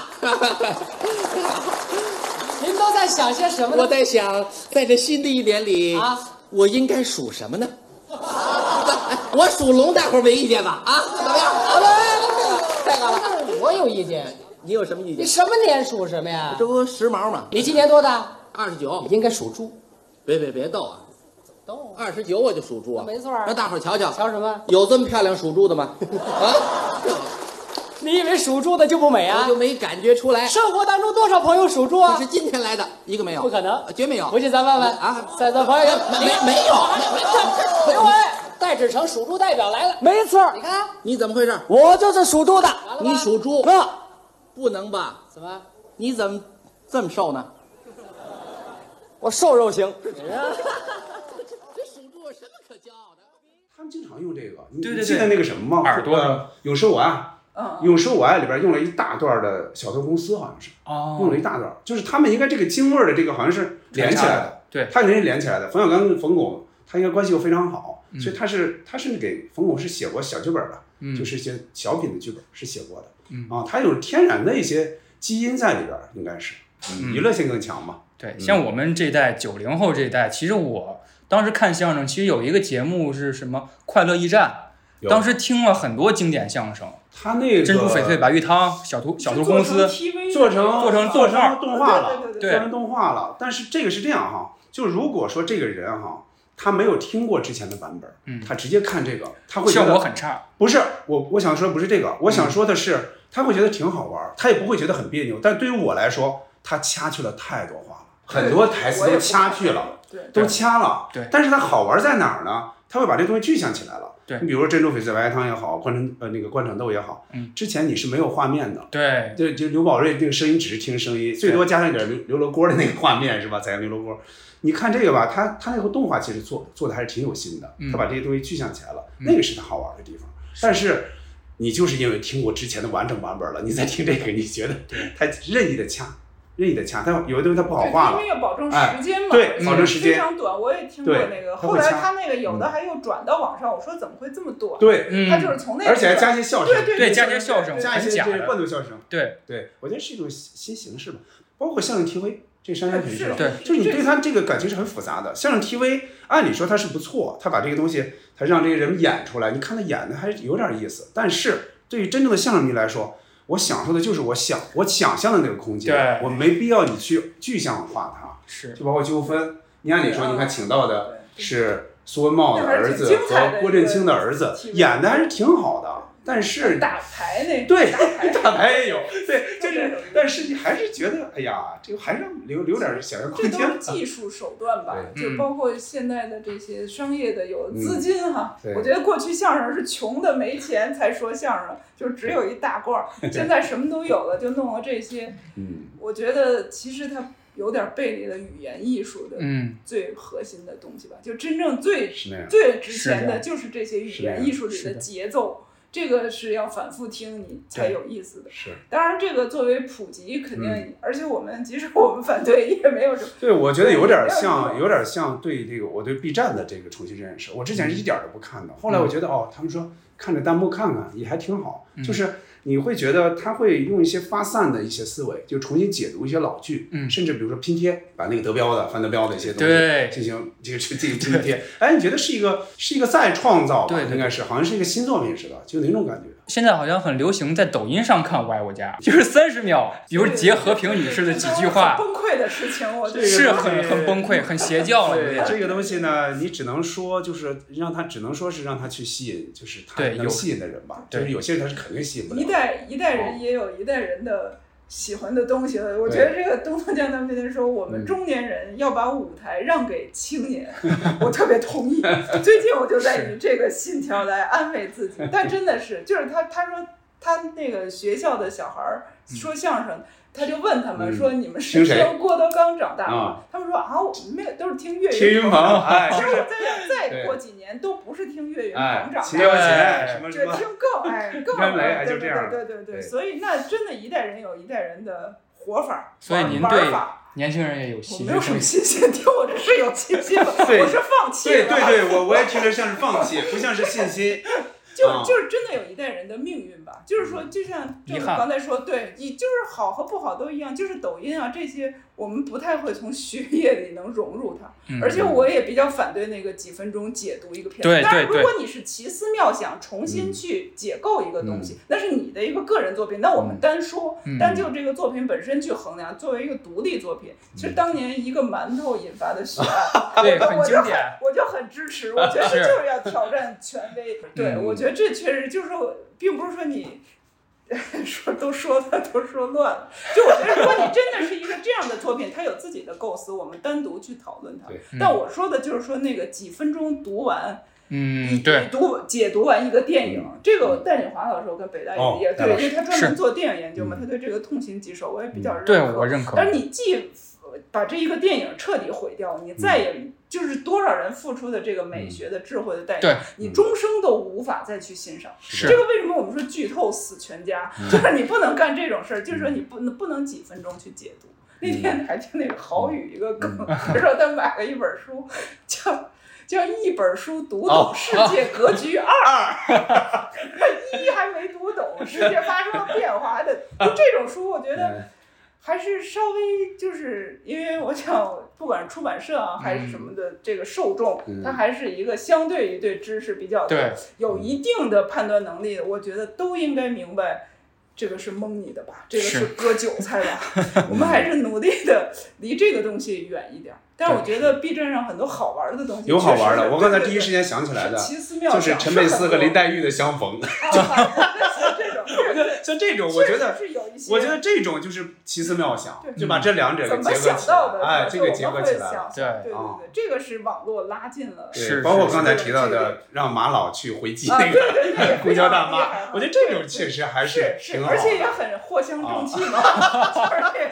I: 您都在想些什么呢？
J: 我在想，啊在这新的一年里
I: 啊，
J: 我应该属什么呢？我属龙，大伙儿没意见吧？啊，怎么样？
I: 太好了，我有意见。
J: 你有什么意
I: 你
J: 见？
I: 什么年属什么呀？
J: 这不时髦吗？
I: 你今年多大？
J: 二十九，
I: 应该属猪。
J: 别别别逗啊！
I: 逗
J: 二十九我就属猪啊，
I: 没错啊
J: 让大伙儿瞧瞧，
I: 瞧什么？
J: 有这么漂亮属猪 的吗？啊，
I: 你以为属猪的就不美
J: 我
I: 啊
J: 就？没感觉出来。
I: 生活当中多少朋友属猪啊
J: 你是？今天来的，一个没有？啊
I: 不可能
J: 绝没有。
I: 回去咱问问
J: 啊
I: 在咱朋友
J: 没没没有没没没
I: 刘伟，戴志成属猪代表来了。没错，你看啊
J: 你怎么回事？
I: 我就是属猪的。
J: 你属猪？
I: 啊？
J: 不能吧？
I: 怎么？
J: 你怎么这么瘦呢？
I: 我瘦肉型。
J: 这属猪有什么可骄傲的？
A: 他们经常用这个，你
C: 对对
A: 你记得那个什么吗？
C: 耳朵
A: 呃有时候我爱，
B: 嗯，嗯
A: 有时候我爱里边用了一大段的小偷公司，好像是用
C: 哦
A: 了，一大段，就是他们应该这个京味儿的这个好像是连起来的，
C: 对
A: 他肯定是连起来的。冯小刚跟冯巩，他应该关系又非常好，所以他是他甚至给冯巩是写过小剧本的，
C: 嗯
A: 就是一些小品的剧本是写过的，
C: 嗯
A: 啊，他有天然的一些基因在里边儿，应该是，
C: 嗯
A: 娱乐性更强嘛。
C: 对，像我们这一代九零后这一代，其实我当时看相声，其实有一个节目是什么《快乐驿站》，
A: 有
C: 当时听了很多经典相声，
A: 他那个
C: 珍珠翡翠白玉汤、小图小图公司，
A: 做成
C: 做成
A: 做
C: 动画
A: 成动画了，
B: 对对对
C: 对
A: 做成动画了。但是这个是这样哈，就如果说这个人哈，他没有听过之前的版本，
C: 嗯
A: 他直接看这个，他会觉
C: 效
A: 得
C: 果很差。
A: 不是我我想说的不是这个，我想说的是、
C: 嗯
A: 他会觉得挺好玩儿，他也不会觉得很别扭。但对于我来说，他掐去了太多话了，很多台词都掐去了。。
B: 对我也不看
A: 都掐了，
C: 对
A: 但是它好玩在哪儿呢？它会把这东西具象起来了。
C: 对
A: 你比如说珍珠翡翠白汤也好，灌成呃那个灌肠豆也好，
C: 嗯，
A: 之前你是没有画面的，
C: 对，
A: 对，就刘宝瑞那个声音只是听声音，最多加上一点刘刘罗锅的那个画面是吧？宰牛罗锅，你看这个吧，他他那个动画其实做做的还是挺有心的
C: 嗯，
A: 他把这些东西具象起来了，那个是他好玩的地方。但是你就是因为听过之前的完整版本了，你再听这个，你觉得他任意的掐，任意的掐，但有的东西他不好画
B: 对，
A: 了
B: 因为。要保证
A: 哎
B: 时间嘛，
A: 对
B: 而且
A: 保证时间
B: 非常短。我也听过
A: 对
B: 那个，
A: 它会
B: 后来
A: 掐嗯
B: 他那个有的还又转到网上，我说怎么会这么短？
A: 对，
C: 嗯
B: 他，就是从那个
A: 而且还加些笑声，
B: 对对
C: 对加些笑声
A: 加一些
C: 很假
A: 这
C: 的
A: 个罐头笑声。
C: 对，
A: 对，我觉得是一种新形式吧，包括相声 TV，这山山肯定知道，
C: 对
A: 就是你对他这个感情是很复杂的。相声 TV 按理说它是不错，他把这个东西，他让这个人演出来，你看他演的还是有点意思，但是对于真正的相声迷来说，我享受的就是我想我想象的那个空间，
C: 对
A: 我没必要你去具象化它。
C: 是，
A: 就包括纠纷。你按理说，你看请到的是苏文茂的
B: 啊那还是
A: 儿
B: 挺
A: 子
B: 精彩的
A: 和
B: 一
A: 郭振
B: 个
A: 清的儿子，
B: 戏
A: 演的还是挺好的。但是
B: 打牌那
A: 对
B: 打 牌
A: 大牌也有， 对，就是，但是你还是觉得，哎呀，这个还是留留点想象
B: 这
A: 空
B: 都
A: 间
B: 是
A: 吧。
B: 技术手段吧，
A: 对
B: 就包括现在的这些商业的有资金哈、
A: 嗯对。
B: 我觉得过去相声是穷的没钱才说相声，就只有一大罐儿
A: 对
B: 现在什么都有了，就弄了这些。
A: 嗯，
B: 我觉得其实它有点背离了语言艺术的
A: 嗯
B: 最核心的东西吧。就真正最
A: 是那样
B: 最值钱
A: 是的
B: 的就是这些语
A: 是那样
B: 言艺术里
A: 是的
B: 的节奏，这个是要反复听你才有意思的。
A: 是。
B: 当然，这个作为普及肯定，
A: 嗯
B: 而且我们即使我们反对也没有什么。
A: 对，我觉得有点像，
B: 对
A: 有点像对这个我对 B 站的这个重新认识。我之前是一点儿都不看的，后
C: 嗯
A: 来我觉得哦，他们说看着弹幕看看也还挺好，就是你会觉得他会用一些发散的一些思维，就重新解读一些老剧，甚至比如说拼贴，把那个德彪的、范德彪的一些东西
C: 嗯对
A: 进行进行进行拼贴，哎，你觉得是一个是一个再创造吧？
C: 对对对
A: 应该是好像是一个新作品似的，就那种感觉。
C: 现在好像很流行在抖音上看《我爱我家》， 就是三十秒，比如结和平女士的几句 话，
B: 崩溃的事情，我觉得
C: 是很很崩溃，很邪教了。有
A: 对
C: 点
A: 这个东西呢，你只能说就是让他，只能说是让他去吸引，就是他
C: 对
A: 能
C: 有
A: 吸引的人吧。就
C: 对
A: 是有些人他是肯定吸引不了
B: 一
A: 的。
B: 代一代人也有一代人的喜欢的东西了。我觉得这个东方江南飞天说，我
A: 嗯
B: 们中年人要把舞台让给青年， 我特别同意。最近我就在以这个信条来安慰自己，但真的是，就是他他说他那个学校的小孩儿说相声。他就问他
A: 嗯
B: 们说：“你们
A: 听
B: 是
A: 谁
B: 听郭德纲长大
A: 啊
B: 吗？”他们说：“啊，我们没有，都是听岳
A: 听
B: 云
A: 云 鹏哎
B: 其实
A: 就是
B: 我再再
A: 对
B: 过几年都不是听岳云鹏
A: 哎
B: 长大，
A: 秦霄贤什么
B: 只
A: 什么
B: 听够 哎够
A: 袁枚
B: 了，
A: 哎就
B: 对
A: 这
B: 对
A: 样
B: 对对对对，所以那真的一代人有一代人的活法，
C: 所以您
B: 玩
C: 对
B: 玩法。
C: 年轻人也有
B: 我
C: 戏
B: 没
C: 剧
B: 有什么
C: 性。
B: 信心， 听我这是有信心了，
A: 对
B: 我是放弃
A: 对
B: 了。
A: 对对，我我也听着像是放弃，不像是信心。
B: 就
C: 嗯
A: 啊
B: 就是真的有一代人的命运吧，就是说，就像
A: 遗
B: 正如
A: 憾
B: 刚才说，对，你就是好和不好都一样，就是抖音啊这些，我们不太会从学业里能融入它，
C: 嗯
B: 而且我也比较反对那个几分钟解读一个片
C: 对
B: 子。当然，
C: 对嗯对
B: 如果你是奇思妙想，重新去解构一个东西，那是你的一个个人作品，那我们单说
C: 嗯，
B: 单就这个作品本身去衡量，作为一个独立作品，其
C: 嗯
B: 实当年一个馒头引发的血案，
C: 对
B: 我
C: 很
B: 我就
C: 经
B: 很
C: 典
B: 我就很支持，我觉得
C: 是
B: 就是要挑战权威。对，
C: 嗯
B: 我觉得这确实就是说，并不是说你 说都说的都说乱了，就我觉得如果你真的是一个这样的作品，它有自己的构思，我们单独去讨论它
C: 对。
B: 但
C: 嗯
B: 我说的就是说那个几分钟读完。
C: 嗯，对，
B: 读解读完一个电影，这个戴锦华老师，我跟北大
C: 哦
B: 也、也
C: 戴
B: 对，
C: 老
B: 因
C: 师嗯
B: 为他专门
C: 嗯是嗯
B: 做电影研究嘛，他对这个痛心疾首，我也比较认可。
C: 对我认可
B: 但是你既呃把这一个电影彻底毁掉，
C: 嗯
B: 你再也就是多少人付出的这个美学的智慧的代
C: 对
B: 价，你终生都无法再去欣赏。
C: 是嗯
B: 这个为什么我们说剧透死全家，就是你不能干这种事儿，就是说你不能不能几分钟去解读。
C: 嗯
B: 那天还听那个郝宇一个梗，他说他买了一本书，叫叫一本书读
C: 哦
B: 懂世界格局二， 一还没读懂，世界发生了变化的，就这种书，我觉得还是稍微就是，因为我想，不管是出版社啊还是什
A: 嗯
B: 么的，这个受众，
C: 嗯
B: 他还是一个相对于对知识比较
C: 对
B: 有一定的判断能力的，我觉得都应该明白。这个是蒙你的吧？这个
C: 是
B: 是割韭菜 吧？我们还是努力的离这个东西远一点儿。但我觉得 B 站上很多好玩的东西
A: 有好玩
B: 确实
A: 的，
B: 是
A: 我刚才
B: 对对
A: 第一时间想起来的，
B: 是奇思妙
A: 就
B: 想
A: 是陈佩斯和林黛玉的相逢。
B: 啊
A: 像这 种，我觉得
B: 确实是有一些
A: 我觉得这种就是奇思妙想，
B: 对
A: 就把这两者给
B: 怎么
A: 结合
B: 想
A: 起来，
B: 到的？
A: 嗯哎，这个
B: 我
A: 结合
B: 们
A: 起
B: 会
A: 来
B: 想
A: 了，
B: 对对对
A: 啊，
B: 对，这个是网络拉近了，
A: 对，包括刚才提到的让马老去回击
B: 啊
A: 那
B: 对对
A: 个公交大妈，我觉得这种确实还是
B: 是，
A: 挺好
B: 而且也
A: 的。啊
B: 很藿香正气 嘛，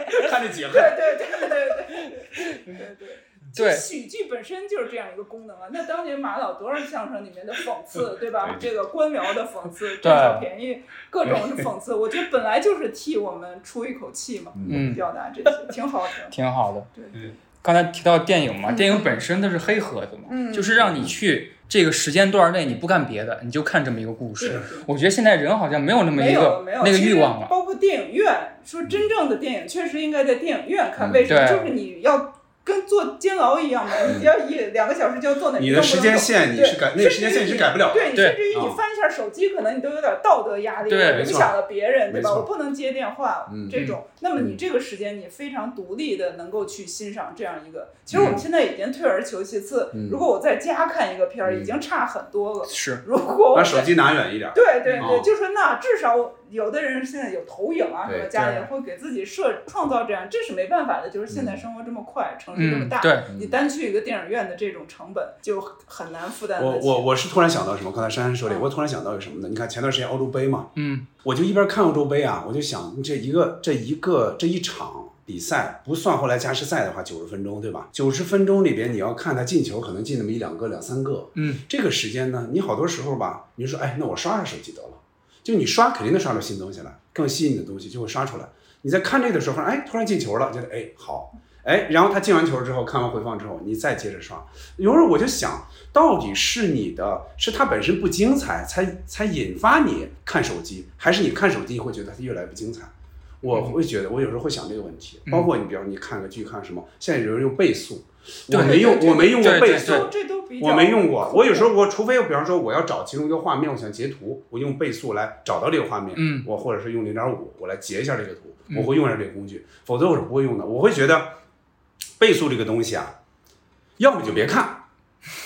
B: 就是
A: 看这结合
B: 对对对对对对 对对。
C: 对
B: 喜剧本身就是这样一个功能啊。那当年马老多少相声里面 的讽刺，对吧？
C: 对
B: 这个官僚的讽刺，
C: 对
B: 占小便宜，各种讽刺，我觉得本来就是替我们出一口气嘛，
C: 嗯
B: 表达这些挺好的。
C: 挺好的。
B: 对，
C: 刚才提到电影嘛，
B: 嗯
C: 电影本身它是黑盒子嘛，
B: 嗯
C: 就是让你去这个时间段内你不干别的，你就看这么一个故
B: 对
C: 事
B: 对。
C: 我觉得现在人好像没有那么
B: 没
C: 一
B: 有
C: 个
B: 了没有
C: 那个欲望
B: 其实
C: 了。
B: 包括电影院，说真正的电影确实应该在电影院看，
C: 嗯
B: 为什么？
C: 对嗯
B: 就是你要。跟坐监牢一样嘛，你要一两个小时就要坐那。
A: 你的时间线
B: 你
A: 你是改那个时间线你是改不了的
B: 对，你
A: 对
B: 甚至于
A: 嗯
B: 你翻事儿，手机可能你都有点道德压力，
C: 对
B: 我
C: 没
B: 影
C: 错
B: 响了别人，对吧？
C: 没错
B: 我不能接电话
C: 嗯
B: 这种
C: 嗯。
B: 那么你
C: 嗯
B: 这个时间，你非常独立的能够去欣赏这样一个。其实我们
C: 嗯
B: 现在已经退而求其次
A: 嗯，
B: 如果我在家看一个片儿，
A: 嗯
B: 已经差很多了。
C: 是
B: 如果我
A: 把
B: 在
A: 手机拿远一点
B: 对对
A: 哦
B: 对，就说那至少有的人现在有投影啊什么，
A: 对
B: 家里
A: 对
B: 会给自己设创造这样，这是没办法的，就是
A: 嗯
B: 现在生活这么快，城市这么大，
A: 嗯对
B: 你单去一个电影院的这种成本就很难负担
A: 我
B: 得起。
A: 我我是突然想到什么？刚才珊珊说的，
B: 嗯
A: 我突然想到一个什么呢？你看前段时间欧洲杯嘛，
C: 嗯，
A: 我就一边看欧洲杯啊，我就想这一个这一个这一场比赛，不算后来加时赛的话，九十分钟对吧？九十分钟里边你要看他进球，可能进那么一两个、两三个。
C: 嗯，
A: 这个时间呢，你好多时候吧，你就说哎，那我刷刷手机得了。就你刷肯定能刷出新东西来，更吸引你的东西就会刷出来。你在看这个的时候，发现哎，突然进球了，觉得哎好，哎，然后他进完球之后，看完回放之后，你再接着刷。有时候我就想，到底是你的是它本身不精彩，才才引发你看手机，还是你看手机会觉得它越来越不精彩？我会觉得，我有时候会想这个问题，
C: 嗯
A: 包括你，比如你看个剧，看什么，现在有人用倍速，我
C: 对
A: 没用，
C: 对对
A: 我没用过
C: 对
A: 倍
C: 对
A: 速
C: 对，
B: 这都比较
A: 我没用过。我有时候我除非我比方说我要找其中一个画面，我想截图，我用倍速来找到这个画面，
C: 嗯
A: 我或者是用零点五，我来截一下这个图，
C: 嗯
A: 我会用上这个工具，否则我是不会用的。我会觉得倍速这个东西啊，要么就别看。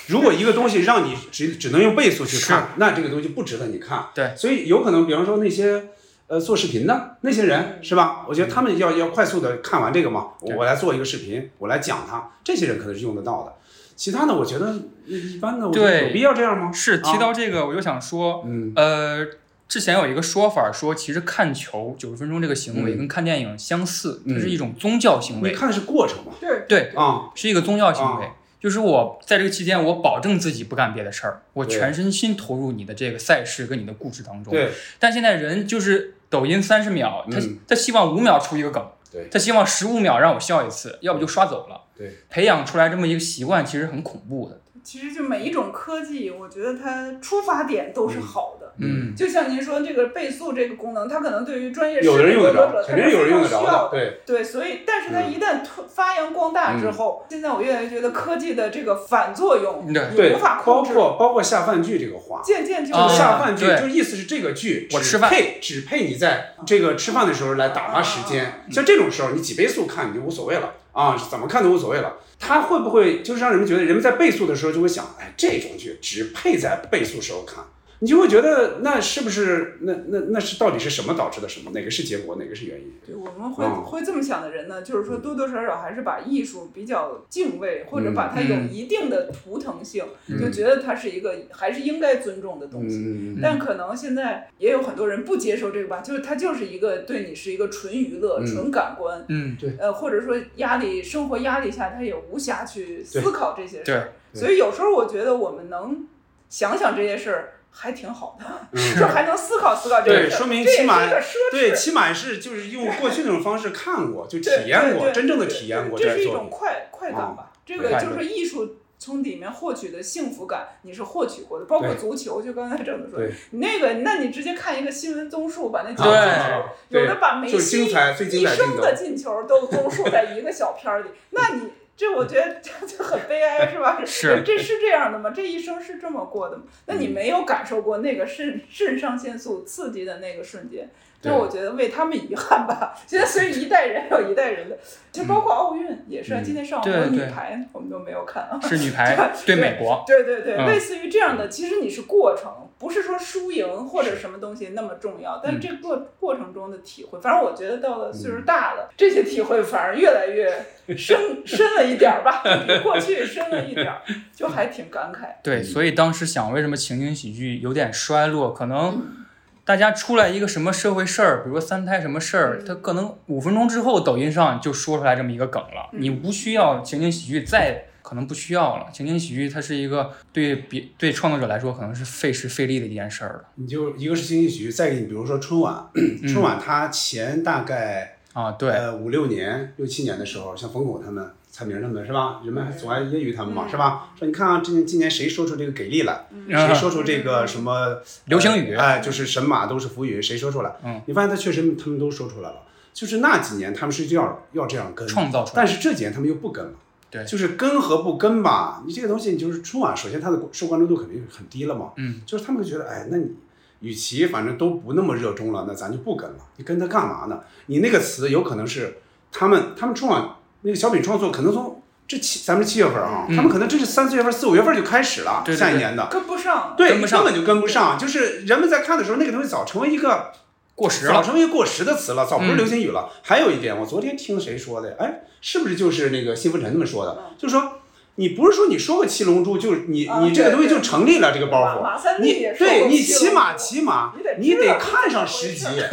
A: 如果一个东西让你只只能用倍速去看，那这个东西不值得你看。
C: 对，
A: 哎所以有可能，比方说那些呃做视频的那些
B: 嗯
A: 人是吧？
C: 嗯
A: 我觉得他们要要快速的看完这个嘛，我我来做一个视频，我来讲它，这些人可能是用得到的。其他的，我觉
B: 嗯
A: 得一般的，我觉得
C: 对，
A: 有必要这样吗？
C: 是
A: 啊
C: 提到这个，我就想说，
A: 嗯，
C: 呃，之前有一个说法说，其实看球九十分钟这个行为
A: 嗯
C: 跟看电影相似，
A: 嗯
C: 它是一种宗教行为。
A: 你看的是过程嘛？
B: 对
C: 对
A: 啊，
C: 是一个宗教行为。就是我在这个期间，我保证自己不干别的事儿，我全身心投入你的这个赛事跟你的故事当中。
A: 对，
C: 但现在人就是抖音三十秒，他、
A: 嗯
C: 他希望五秒出一个梗，
A: 对
C: 他希望十五秒让我笑一次，要不就刷走了。
A: 对，
C: 培养出来这么一个习惯，其实很恐怖的。
B: 其实就每一种科技，我觉得它出发点都是好的。
C: 嗯
B: 就像您说这个倍速这个功能，它可能对于专业
A: 有的人用得着
B: 视
A: 肯
B: 频工作者
A: 定有人用得着的
B: 它是非常需要
A: 对
B: 对，所以但是
A: 嗯
B: 它一旦突发扬光大之后，现在我越来越觉得科技的这个反作用
A: 嗯对
B: 无法，
A: 包
B: 控制，
A: 括啊包括下饭剧这个话，
B: 渐渐就
A: 就下饭剧，
C: 对
A: 就意思是这个剧
C: 我
A: 只
C: 吃饭
A: 配只配你在这个吃饭的时候来打发时
B: 哦
A: 间。像这种时候，你几倍速看你就无所谓了啊，怎么看都无所谓了。它会不会就是让人们觉得人们在倍速的时候就会想，哎，这种剧只配在倍速时候看。你就会觉得，那是不是那那那是到底是什么导致的什么？哪个是结果，哪个是原因？
B: 对，我们会、
A: 嗯
B: 会这么想的人呢，就是说多多少少还是把艺术比较敬畏，或者把它有
C: 嗯
B: 一定的图腾性，
C: 嗯
B: 就觉得它是一个还是应该尊重的东西。
A: 嗯
B: 但可能现在也有很多人不接受这个吧，就是它就是一个对你是一个纯娱乐、
A: 嗯
B: 纯感官，
C: 嗯，
A: 对，
B: 呃，或者说压力生活压力下，他也无暇去思考这些事儿。
A: 对对
B: 所以有时候我觉得我们能想想这些事儿。还挺 好的，
A: 嗯
B: 就还能思考思考这
A: 对，
B: 个事儿，
A: 说明
B: 这也是
A: 起
B: 一
A: 码
B: 个奢侈，
A: 对，起码是就是用过去那种方式看过，就体
B: 对
A: 验
B: 对
A: 过，
B: 对
A: 真正的
B: 对
A: 体验过
B: 这
A: 样
B: 是一
A: 作
B: 种
A: 品。
B: 快快感吧。这个
A: 嗯快
B: 就
A: 乐
B: 是艺术从里面获取的幸福感，你是获取过的。包括
A: 对
B: 足球，就刚才郑总说
A: 对，
B: 你那个，那你直接看一个新闻综述，把那几个
A: 对
B: 进球，有的
A: 对
B: 把梅
A: 就是
B: 西
A: 精彩最精
B: 一
A: 彩的
B: 生
A: 镜
B: 的
A: 头
B: 进球都综述在一个小片儿里，那你。这我觉得这很悲哀，是吧？
C: 是嗯
B: 这是这样的吗？这一生是这么过的吗？那你没有感受过那个肾肾上腺素刺激的那个瞬间，
A: 对
B: 那我觉得为他们遗憾吧。 现在随一代人有一代人的，其实包括奥运也是啊，
A: 嗯
B: 今天上午
C: 嗯对
B: 有女
C: 对
B: 排，我们都没有看啊。
C: 是女排对美国。
B: 对对对，
C: 嗯
B: 类似于这样的，其实你是过程，不是说输赢或者什么东西那么重要，但
C: 嗯
B: 这个过过程中的体会，反正我觉得到了岁数大了，这些体会反而越来越 深深了一点儿吧，比过去深了一点儿，就还挺感慨。
C: 对，所以当时想，为什么情景喜剧有点衰落？可能大家出来一个什么社会事儿，比如说三胎什么事儿，它可能五分钟之后抖音上就说出来这么一个梗了，你不需要情景喜剧再。可能不需要了。情景喜剧它是一个对别对创作者来说可能是费时费力的一件事儿了。
A: 你就一个是情景喜剧，再给你比如说春晚，春晚它前大概
C: 啊嗯对
A: 呃五六年、六七年的时候，像冯巩他们、蔡明他们是吧？人们还总爱揶揄他们嘛，是吧？说你看啊，今年今年谁说出这个给力来，谁说出这个什么
C: 嗯
A: 呃
C: 流星雨
A: 哎、就是神马都是浮云，谁说出来？
C: 嗯，
A: 你发现他确实他们都说出来了，就是那几年他们是要要这样跟
C: 创造出来
A: 但是这几年他们又不跟了。
C: 对
A: 就是跟和不跟吧，你这个东西你就是春晚，首先它的受关注度肯定很低了嘛，
C: 嗯，
A: 就是他们就觉得，哎，那你与其反正都不那么热衷了，那咱就不跟了，你跟他干嘛呢？你那个词有可能是他们他们春晚那个小品创作，可能从这七咱们七月份啊，
B: 嗯
A: 他们可能这是三四月份、四五月份就开始了，
C: 对对对
A: 下一年的，
B: 跟不上，
A: 对，根本就跟不上。就是人们在看的时候，那个东西早成为一个
C: 过时
B: 啊
A: 早
C: 了
A: 成为一个过时的词了，早不是
C: 嗯
A: 流行语了。还有一点，我昨天听谁说的？哎，是不是就是那个辛福臣他们说的？就说。你不是说你说个七龙珠，就是你
B: 嗯啊
A: 你这个
B: 对
A: 东西就成立了这个包
B: 马马
A: 袱，
B: 三立
A: 你
B: 也说过
A: 对你
B: 七龙
A: 起
B: 珠
A: 码起码你
B: 知道
A: 得看上十集，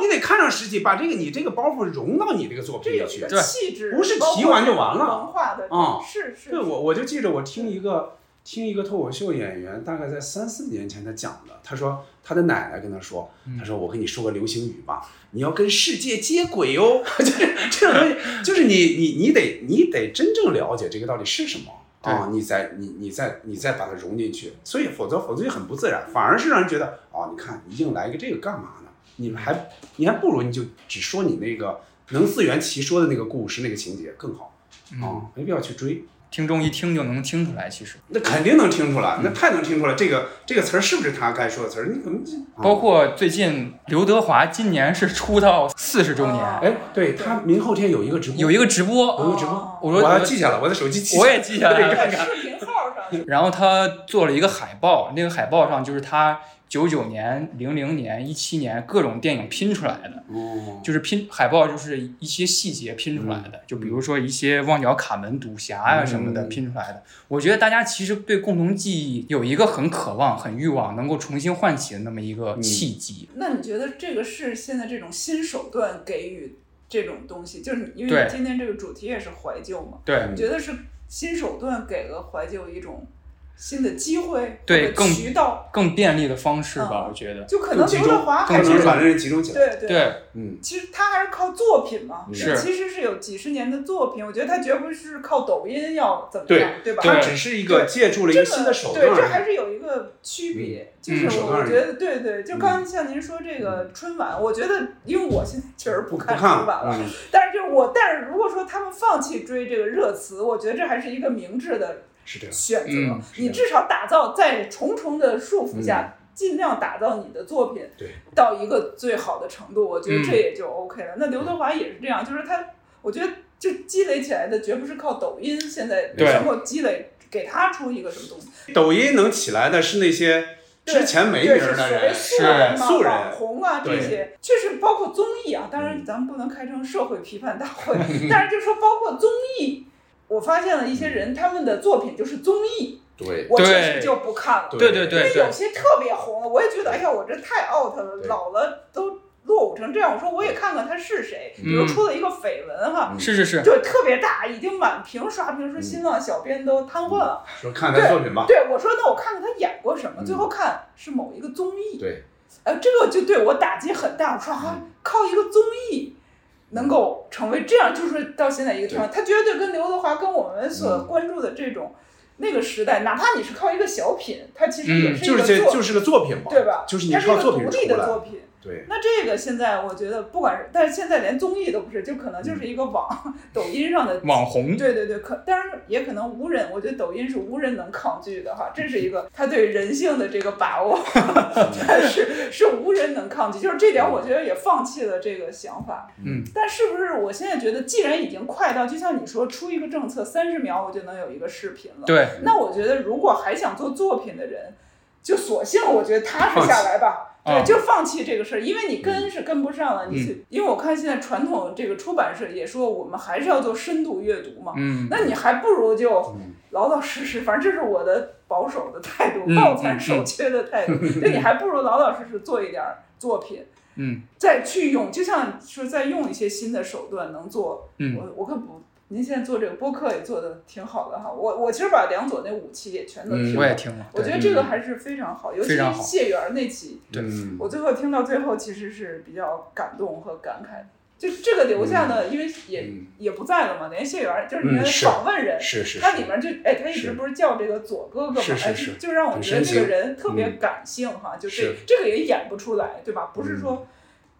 A: 你得看上十集，把这个你这个包袱融到你这个作品里去，
B: 这气质
A: 不是提完就完了。
B: 文化的
A: 啊、
B: 是是
A: 对我我就记着我听一个听一个脱口秀演员，大概在三四年前他讲的，他说他的奶奶跟他说，他说我跟你说个流行语吧，你要跟世界接轨哦， 就是这种东西，就是你你你得你得真正了解这个到底是什么。啊、你再你你再你再把它融进去，所以否则否则就很不自然，反而是让人觉得哦，你看你硬来一个这个干嘛呢？你们还你还不如你就只说你那个能自圆其说的那个故事那个情节更好啊、没必要去追。
C: 听众一听就能听出来，其实
A: 那肯定能听出来，那太能听出来，这个这个词儿是不是他该说的词儿？你怎么这
C: 包括最近刘德华今年是出道四十周年，
A: 哎，对他明后天有一个直播，
C: 有一个直播，
A: 有一个直播，
C: 我说
A: 我要记下来，我的手机记下来，
C: 我也记下来
A: 得看
C: 了
A: 看。
B: 视频号上
C: 然后他做了一个海报，那个海报上就是他九九年、零零年、一七年各种电影拼出来的，
A: 哦
C: 就是拼海报就是一些细节拼出来的，
B: 嗯
C: 就比如说一些旺角卡门赌侠呀、
A: 嗯
C: 什么的拼出来的。我觉得大家其实对共同记忆有一个很渴望、很欲望，能够重新唤起的那么一个契机。
B: 那你觉得这个是现在这种新手段给予这种东西，就是你因为
C: 对
B: 你今天这个主题也是怀旧嘛？
C: 对
B: 你觉得是新手段给了怀旧一种新的机会，
C: 对，
B: 或者
C: 更
B: 渠道，
C: 更便利的方式
B: 哦
C: 吧，我觉得
B: 就可能刘德华
A: 更
B: 还
A: 集
B: 是
A: 中更能把人集中起来。
B: 对对
C: 对，
A: 嗯，
B: 其实他还是靠作品嘛，
A: 嗯是
B: 是其实是有几十年的作品，我觉得他绝不是靠抖音要怎么
A: 对
B: 样，对吧？
A: 他只是一个借助了一个新的手段
B: 对，这
A: 而
B: 还
A: 已
B: 是有一个区
A: 嗯
B: 别。就是
A: 嗯手
B: 我
A: 段嗯
B: 我
A: 而已
B: 觉得，对对，就刚才像您说这个春晚，我觉得，因为我现在确实不看
A: 不
B: 春
A: 看
B: 晚了，
A: 嗯
B: 但是就是我，但是如果说他们放弃追这个热词，我觉得这还是一个明智的
A: 是这样
B: 选择。
A: 嗯
B: 你至少打造在重重的束缚下，尽量打造你的作品
A: 对
B: 到一个最好的程度，我觉得
A: 嗯
B: 这也就 OK 了。那刘德华也是这样，就是他，我觉得就积累起来的绝不是靠抖音现在
A: 对
B: 能够积累给他出一个什么东西。
A: 抖音能起来的是那些之前没名儿的人，
B: 对是所谓人嘛
A: 素
B: 网
A: 人，
B: 红啊这
A: 对
B: 些，确实包括综艺啊。当
A: 嗯
B: 然，咱们不能开成社会批判 大会，但是就说包括综艺，我发现了一些人他们的作品就是综艺，
A: 嗯对
B: 我确实就不看了。
C: 对对对对
B: 因为有些特别红，我也觉得哎呀，我这太 out 了，老了都落伍成这样。我说我也看看他是谁，比如
C: 嗯
B: 出了一个绯闻哈，
C: 是是
A: 嗯
C: 是
B: 就特别大，已经满屏刷屏，说新浪小编都瘫痪了。
A: 说看他作品吧。
B: 对，对我说那我看看他演过什么，
A: 嗯
B: 最后看是某一个综艺。
A: 对，嗯
B: 呃，这个就对我打击很大。我说啊，靠一个综艺能够成为这样，就是到现在一个地方，他绝对跟刘德华跟我们
A: 嗯
B: 所关注的这种、那个时代，哪怕你是靠一个小品，它其实也
A: 嗯，
B: 是
A: 就
B: 一
A: 是
B: 个
A: 这
B: 作
A: 就是个作品嘛，
B: 对吧？
A: 就是你
B: 它是一
A: 靠
B: 个
A: 作品
B: 独
A: 出
B: 立的
A: 来
B: 作，品。
A: 对，
B: 那这个现在我觉得，不管是，但是现在连综艺都不是，就可能
A: 嗯
B: 就是一个网、抖音上的
C: 网红
B: 对对对，可当然也可能无人，我觉得抖音是无人能抗拒的哈，这是一个他对人性的这个把 握， 但是是无人能抗拒，就是这点我觉得也放弃了这个想法。
C: 嗯，
B: 但是不是我现在觉得，既然已经快到，就像你说出一个政策三十秒我就能有一个视频了，
C: 对
B: 那我觉得如果还想做作品的人，就索性我觉得踏实
C: 放弃
B: 下来吧。对，
C: 啊
B: 就放弃这个事儿，因为你跟是跟不上了。你去
C: 嗯，
B: 因为我看现在传统这个出版社也说，我们还是要做深度阅读嘛。
C: 嗯
B: 那你还不如就老老实实，反正这是我的保守的态度，
C: 嗯
B: 抱残守缺的态度。
C: 嗯嗯
B: 就你还不如老老实实做一点儿作品，
C: 嗯，
B: 再去用，就像说再用一些新的手段能做。
C: 嗯
B: 我我可不，您现在做这个播客也做的挺好的哈。我我其实把两左那五期也全都听了，
C: 嗯我也听了
B: 我觉得
C: 对
B: 这个
C: 嗯
B: 还是非常好，尤其
C: 非
B: 是
C: 常好
B: 谢元那期，
C: 对，
A: 嗯
B: 我最后听到最后其实是比较感动和感慨。就这个留下
C: 嗯
B: 呢，因为也、也不在了嘛，连谢元就是
A: 嗯
B: 原来
A: 是
B: 访问人，
A: 嗯是是
B: 他
A: 是
B: 里面就哎，他一直
A: 是
B: 不是叫这个左哥哥嘛，
A: 是是
B: 哎，
A: 是
B: 就就让我
A: 很
B: 觉得
A: 深
B: 这个
A: 情
B: 人特别
A: 嗯
B: 感性哈，就这
A: 是嗯
B: 这个也演不出来，对吧？不是说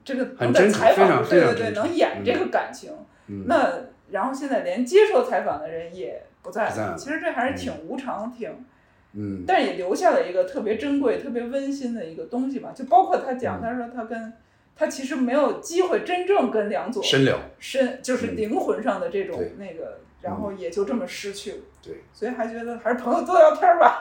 B: 这个
A: 很
B: 能在
A: 真诚
B: 采
A: 非
B: 访
A: 常
B: 对
A: 非
B: 对
A: 常
B: 对
A: 真诚嗯
B: 能演这个感情，那然后现在连接受采访的人也不在
A: 不在了
B: 了。其实这还是挺无常，挺，
A: 嗯，
B: 但也留下了一个特别珍贵、特别温馨的一个东西吧。就包括他
A: 嗯
B: 讲，他说他跟他其实没有机会真正跟梁左
A: 深聊
B: 深就是灵魂上的这种
A: 嗯对嗯
B: 那个，然后也就这么失去了。
A: 对，
B: 所以还觉得还是朋友多聊天儿吧，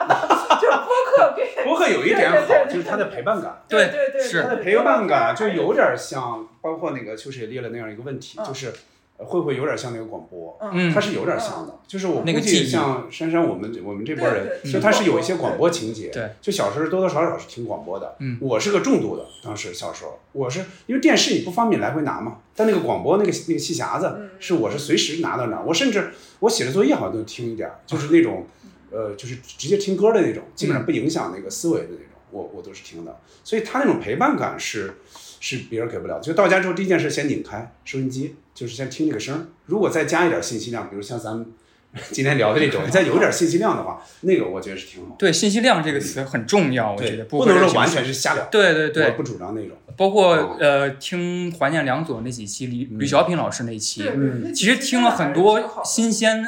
B: 就是播客 给
A: 博客有一点
B: 对对对
A: 好，就是它的陪伴感。
B: 对对对
A: 它的陪伴感啊就有点像，包括那个秋水也列了那样一个问题，
B: 嗯
A: 就是呃会不会有点像那个广播？
C: 嗯
A: 它是有点像的。就是我
C: 那个
A: 估
C: 记
A: 计
C: 忆
A: 像珊珊，我们我们这波人
C: 对，对
A: 就
C: 嗯
A: 它是有一些广播情节。
C: 对，
A: 就小时候多多少少是听广播的。
C: 嗯
A: 我是个重度的，当时小时候，我是因为电视你不方便来回拿嘛，但那个广播那个那个戏匣子是我是随时拿到那儿，我甚至我写的作业好像都听一点儿，就是那种。呃，就是直接听歌的那种，基
C: 嗯
A: 本上不影响那个思维的那种，我我都是听的。所以他那种陪伴感是是别人给不了。就到家之后，第一件事先拧开收音机，就是先听这个声儿。如果再加一点信息量，比如像咱们 今天聊的这 种，再有点信息量的话，那个我觉得是挺好。
C: 对，信息量这个词很重要，我觉
A: 嗯对
C: 得
A: 不
C: 管
A: 能说
C: 什么
A: 完全是瞎聊
C: 对对对，
A: 我嗯不主张那种。
C: 包括呃，听怀念梁左那几期，吕
A: 嗯
C: 吕小品老师那期
A: 对嗯，
C: 其实听了很多新鲜、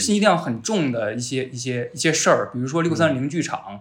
C: 信息量很重的一些一些一些事儿，比如说六
A: 嗯
C: 三零剧场，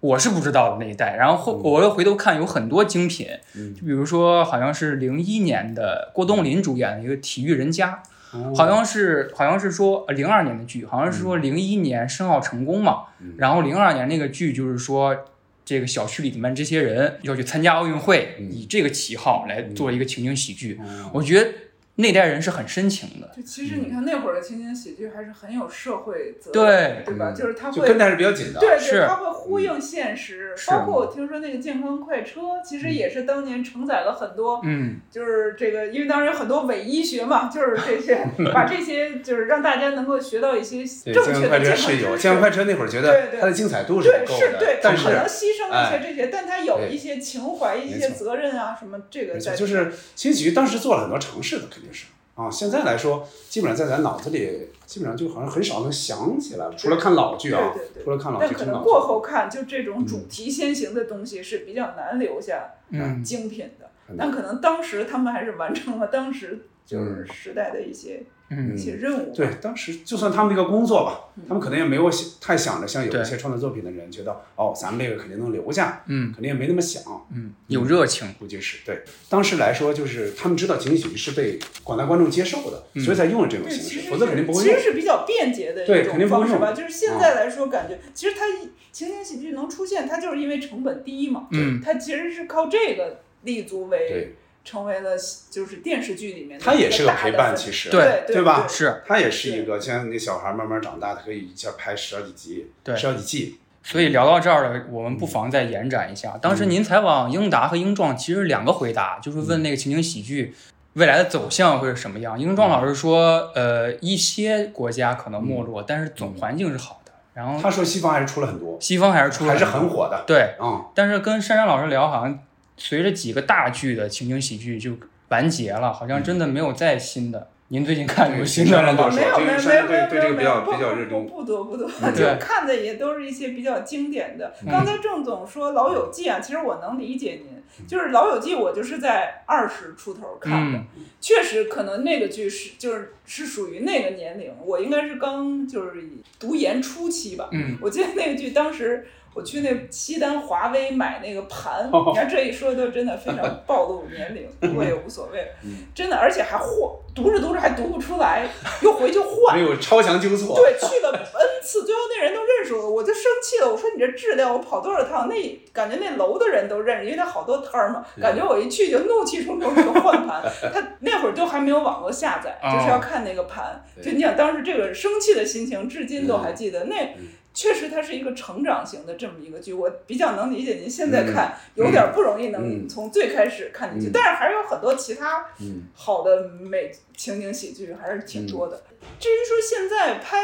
C: 我是不知道的那一代。然后后我又回头看，有很多精品，
A: 嗯
C: 就比如说好像是零一年的郭冬临主演的一个《体育人家》。
A: 嗯
C: 好像是好像是说零二年的剧，好像是说零一年申奥成功嘛，然后零二年那个剧就是说这个小区里面这些人要去参加奥运会，以这个旗号来做一个情景喜剧，
A: 嗯
C: 我觉得那代人是很深情的。
B: 就其实你看那会儿的情景喜剧还是很有社会责
C: 对
B: 任，对吧？
C: 嗯
B: 就是它
A: 就
B: 会
A: 跟得嗯还是比较紧的
B: 对
C: 是
B: 对，它会呼应现实。
C: 是
B: 包括
A: 嗯
B: 我听说那个健康快车，其实也是当年承载了很多，
C: 嗯，
B: 就是这个，因为当时有很多伪医学嘛，就是 这些把这些就是让大家能够学到一些
A: 对，
B: 正
A: 健
B: 确
A: 康
B: 的
A: 快
B: 健
A: 车
B: 康
A: 是
B: 知
A: 有，
B: 识
A: 健康快车那会儿觉
B: 对
A: 得
B: 对
A: 它的精彩度是
B: 对，
A: 不够的，
B: 对，
A: 但
B: 可能牺牲一些
A: 哎
B: 这些，但他有
A: 对
B: 一些情怀、一些责任啊，什么这个
A: 而
B: 在
A: 且就是新喜剧当时做了很多尝试的，肯定是啊。现在来说，基本上在咱脑子里，基本上就好像很少能想起来了，除了看老剧啊
B: 对对，对
A: 除了看老
B: 但
A: 剧，
B: 可
A: 真老
B: 能
A: 剧。
B: 过后看，就这种主题先行的东西是比较难留下
A: 嗯
B: 精品的。
A: 很难
B: 但可能当时他们还是完成了当时就是
A: 嗯
B: 时代的一些、
A: 嗯
B: 一些任务吧。
A: 对，当时就算他们这个工作吧，
C: 嗯
A: 他们可能也没有想太想着像有一些创作作品的人觉得，哦，咱们这个肯定能留下，
C: 嗯
A: 肯定也没那么想，
C: 嗯，有热情，
A: 估计是对。当时来说，就是他们知道情景喜剧是被广大观众接受的，
C: 嗯
A: 所以才用了这种
B: 对，
A: 形
B: 其
A: 式，
B: 实
A: 否则肯定不会
B: 其
A: 用
B: 实。是比较便捷的
A: 对
B: 一
A: 肯定
B: 种
A: 不会
B: 方式吧。
A: 用啊
B: 就是现在来说，感觉、其实它情景喜剧能出现，它就是因为成本低嘛。
A: 嗯
B: 它其实是靠这个立足为
A: 对
B: 成为了就是电视剧里面的
A: 它也
B: 一
A: 是个
B: 大
A: 陪
B: 的
A: 伴，
B: 分
A: 其实
B: 对
A: 对吧？
C: 是，
A: 它也是一个，像那小孩慢慢长大，他可以一下拍十好几集，
C: 对
A: 十好几季。
C: 所
B: 嗯
C: 以聊到这儿了，我们不妨再延展一下。当时您采访英达和英壮，其实两个回答，就是
B: 嗯
C: 问那个情景喜剧未来的走向会是什么样。英壮
B: 嗯
C: 老师说，呃，一些国家可能没落，但是总
B: 嗯
C: 环境是好的。然后
A: 他说西方还是出了很多，
C: 西方还是出了
A: 还是很火的。
C: 对，
A: 嗯，
C: 但是跟珊珊老师聊，好像随着几个大剧的情景喜剧就完结了，好像
B: 嗯
C: 真的没有再新的。您最近看有新的了
A: 啊
C: 吗？
B: 没有没有没有没有没有没有，不
A: 较热衷
B: 不 多不多，
C: 嗯
B: 就
C: 对
B: 看的也都是一些比较经典的。
C: 嗯
B: 刚才郑总说《老友记》啊，其实我能理解
A: 嗯
B: 您，就是《老友记》，我就是在二十出头看的，
C: 嗯
B: 确实可能那个剧是就是是属于那个年龄，我应该是刚就是读研初期吧。
C: 嗯
B: 我记得那个剧当时。我去那西单华威买那个盘，
C: 哦
B: 你看这一说都真的非常暴露年 龄，我也无所谓了，
C: 嗯
B: 真的，而且还换，读着读着还读不出来，又回去换，
A: 没有超强纠错。
B: 对，去了 n 次，最后那人都认识我，我就生气了。我说你这质量，我跑多少趟，那感觉那楼的人都认识，因为他好多摊儿嘛。感
A: 嗯
B: 觉我一去就怒气冲冲这个 换盘，他那会儿都还没有网络下载，
C: 哦
B: 就是要看那个盘。就你想当时这个生气的心情，至今
A: 嗯
B: 都还记得。那确实它是一个成长型的这么一个剧，我比较能理解您现在看
A: 嗯
B: 有点不容易
A: 嗯
B: 能从最开始看进去，
A: 嗯
B: 但是还是有很多其他
A: 嗯
B: 好的美情景喜剧还是挺多的。至于说现在拍，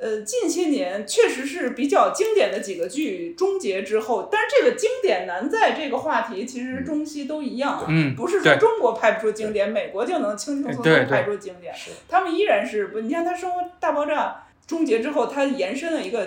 B: 呃，近些年确实是比较经典的几个剧终结之后，但是这个经典难在这个话题其实中西都一样啊，
C: 嗯
B: 不是说
C: 对
B: 中国拍不出经典，美国就能轻轻松
C: 对对
B: 松拍出经典，他们依然是不，你看他《生活大爆炸》终结之后，他延伸了一个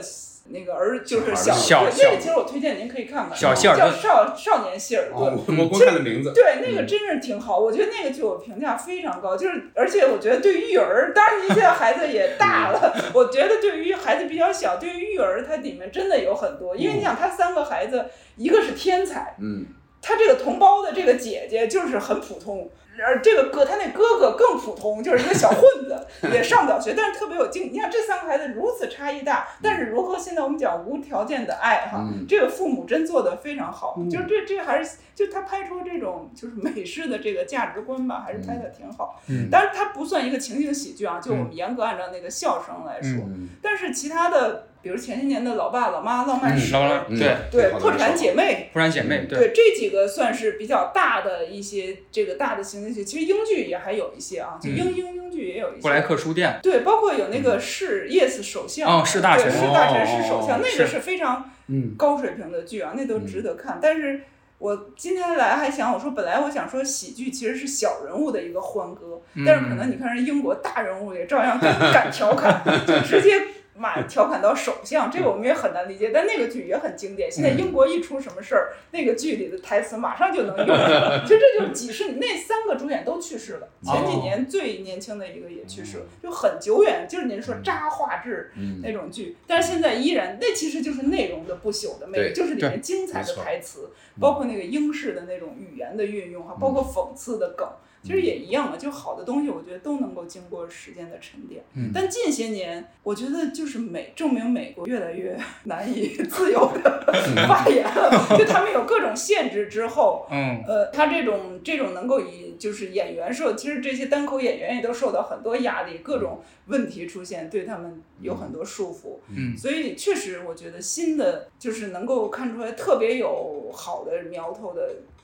B: 那个儿就是
A: 小
B: 小
A: 孩儿的
B: 对
A: 小
B: 那个其实我推荐您可以看看，
A: 小希尔
B: 叫
A: 顿
B: 少少年希尔顿
A: 哦，我我光看了名字
B: 其实对，那个
A: 嗯
B: 真是挺好，我觉得那个剧我评价非常高，就是而且我觉得对于育儿，当然您现在孩子也大了，我觉得对于孩子比较小，对于育儿它里面真的有很多，因为你想他三个孩子，一个是天才，
A: 嗯，
B: 他这个同胞的这个姐姐就是很普通，而这个哥他那哥哥更普通，就是一个小混子，也上不了学，但是特别有劲。你看这三个孩子如此差异大，但是如何现在我们讲无条件的爱哈，
A: 嗯
B: 这个父母真做的非常好，
A: 嗯
B: 就是这这还是就他拍出这种就是美式的这个价值观吧，还是拍的挺好。
A: 嗯
B: 但是它不算一个情景喜剧啊，就我
A: 嗯
B: 们严格按照那个笑声来说，
A: 嗯
B: 但是其他的。比如前些年的老爸老妈浪漫史，
C: 老了，对
A: 嗯
B: 对破产姐妹，
C: 破产姐妹，
B: 嗯对，这几个算是比较大的一些这个大的情景剧，其实英剧也还有一些啊，就英
C: 嗯
B: 英英剧也有一些。
C: 布莱克书店，
B: 对，包括有那个是 Yes 首相啊
C: 哦是大
B: 对
C: 臣
B: 是大臣
C: 哦
B: 是首相，那
C: 是
B: 个是非常
C: 嗯
B: 高水平的剧啊，那都值得看。但是我今天来还想，我说本来我想说喜剧其实是小人物的一个欢歌，
C: 嗯
B: 但是可能你看人英国大人物也照样敢敢调侃，就直接。马调侃到首相，这个我们也很难理解，但那个剧也很经典。现在英国一出什么事儿，那个剧里的台词马上就能用。其实这就是几十年，那三个主演都去世了，前几
C: 哦
B: 年最年轻的一个也去世了，就很久远，就是您说渣画质
C: 嗯
B: 那种剧，但是现在依然，那其实就是内容的不朽的
C: 对
B: 美，就是里
C: 对
B: 面精彩
C: 没嗯
B: 的
A: 错
B: 台词，包括那个英式的那种语言的运用哈，包括讽刺的梗，
C: 嗯
B: 其实也一样啊嘛，就好的东西，我觉得都能够经过时间的沉淀
C: 嗯。
B: 但近些年，我觉得就是美证明美国越来越难以自由 的发言了，就他们有各种限制之后，
C: 嗯
B: 呃，他这种这种能够以就是演员受，其实这些单口演员也都受到很多压力，各种问题出现，对他们有很多束缚。
C: 嗯
B: 所以确实，我觉得新的就是能够看出来特别有好的苗头的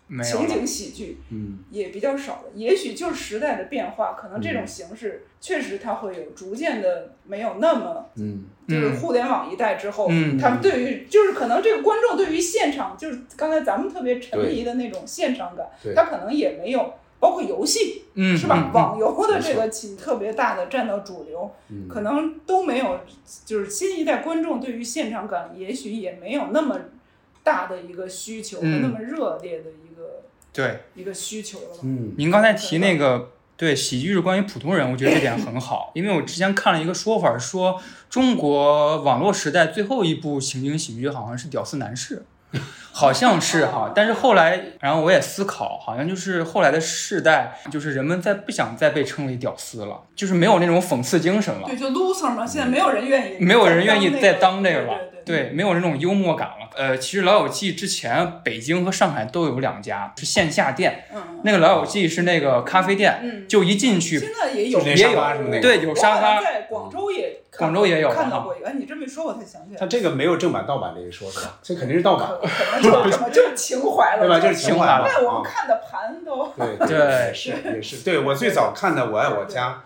C: 没有
B: 情
C: 了
B: 景喜剧，
A: 嗯，
B: 也比较少了。也许就是时代的变化，可能这种
A: 嗯
B: 形式确实它会有逐渐的没有那么。
A: 嗯，
B: 就是互联网一代之后，
A: 嗯
B: 他们对于就是可能这个观众对于现场，就是刚才咱们特别沉迷的那种现场感
A: 对，
B: 他可能也没有，包括游戏，
C: 嗯
B: 是吧
C: 嗯？嗯
B: 网游的这
C: 没
B: 个起特别大的占到主流，
A: 嗯
B: 可能都没有，就是新一代观众对于现场感，也许也没有那么大的一个需求和
C: 嗯
B: 那么热烈的一个、
C: 对，嗯
B: 一个需求了吧。
A: 嗯，
C: 您刚才提那个对喜剧是关于普通人，我觉得这点很 好，因为我之前看了一个说法，说中国网络时代最后一部情景喜剧好像是《屌丝男士》。好像是 哈，但是后来，然后我也思考，好像就是后来的世代，就是人们再不想再被称为屌丝了，就是没有那种讽刺精神了
B: 对，。就 loser 嘛，现在没有人愿意，
C: 没有人愿意再
B: 当
C: 当这个了，对，没有那种幽默感了。呃，其实老友记之前北京和上海都有两家是线下店，
B: 嗯
C: 那个老友记是那个咖啡店，
B: 嗯
C: 就一进去，
B: 现在也有
C: 也
A: 就是那沙发什么那个
C: 对，有沙
B: 我好像
C: 发，
B: 在广州也看
C: 广州也有
B: 看
C: 啊
B: 到过一个。哎你这么一说，我才想起来，
A: 他这个没有正版盗版这一说是吧？这肯定是盗版，
B: 可能就是什么就是情怀了，
A: 对吧
B: 就
A: 就是是情怀了
B: 那我
A: 啊
B: 们看的盘都
A: 对
C: 对
A: 也是也是，对我最早看的《我爱我家》，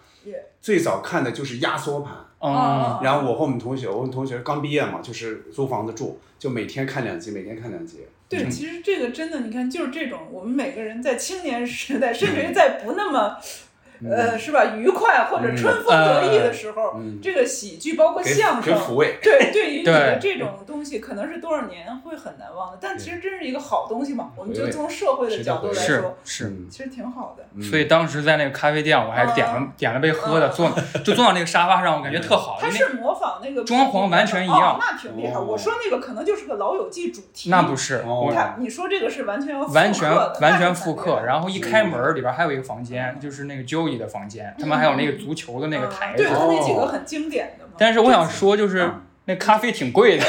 A: 最早看的就是压缩盘。
C: 嗯
B: 哦
A: 嗯然后我和我们同学，我们同学刚毕业嘛，就是租房子住，就每天看两集，每天看两集。
B: 对，其实这个真的，你看，就是这种，我们每个人在青年时代，甚至于在不那么。
A: 嗯
B: 呃，是吧？愉快或者春风得意的时候，
A: 哦
B: 这个喜剧包括
A: 呃嗯给
B: 相声
A: 给抚慰，
B: 对，对于你的
A: 对
B: 这种东西，可能是多少年会很难忘的。但其实真是一个好东西嘛，我们
C: 回
B: 就
C: 味
B: 从社会的角度来
C: 是
B: 嗯说，
C: 是。
A: 嗯
B: 其实挺好的。
C: 所以当时在那个咖啡店，我还点了点了杯喝的，坐就坐到那个沙发上，我感
A: 嗯
C: 觉特好。
B: 嗯它
C: 因为
B: 是模仿那个
C: 装潢完全一样
B: 哦那挺厉害。
C: 哦
B: 我说那个可能就是个《老友记》主题，
C: 那不是
A: 哦
C: 我
B: 你看你说这个是完全要复刻的
C: 完全完全复。
B: 那
C: 刻，然
A: 嗯
C: 后一开门儿里边还有一个房间，就是那个 Joey 的房间，他们还有那个足球的那个台
B: 很
C: 子。
B: 嗯对，
C: 哦
B: 它那几个很经典的嘛，
C: 但是我
A: 嗯
C: 想说，就是那咖啡挺贵的。，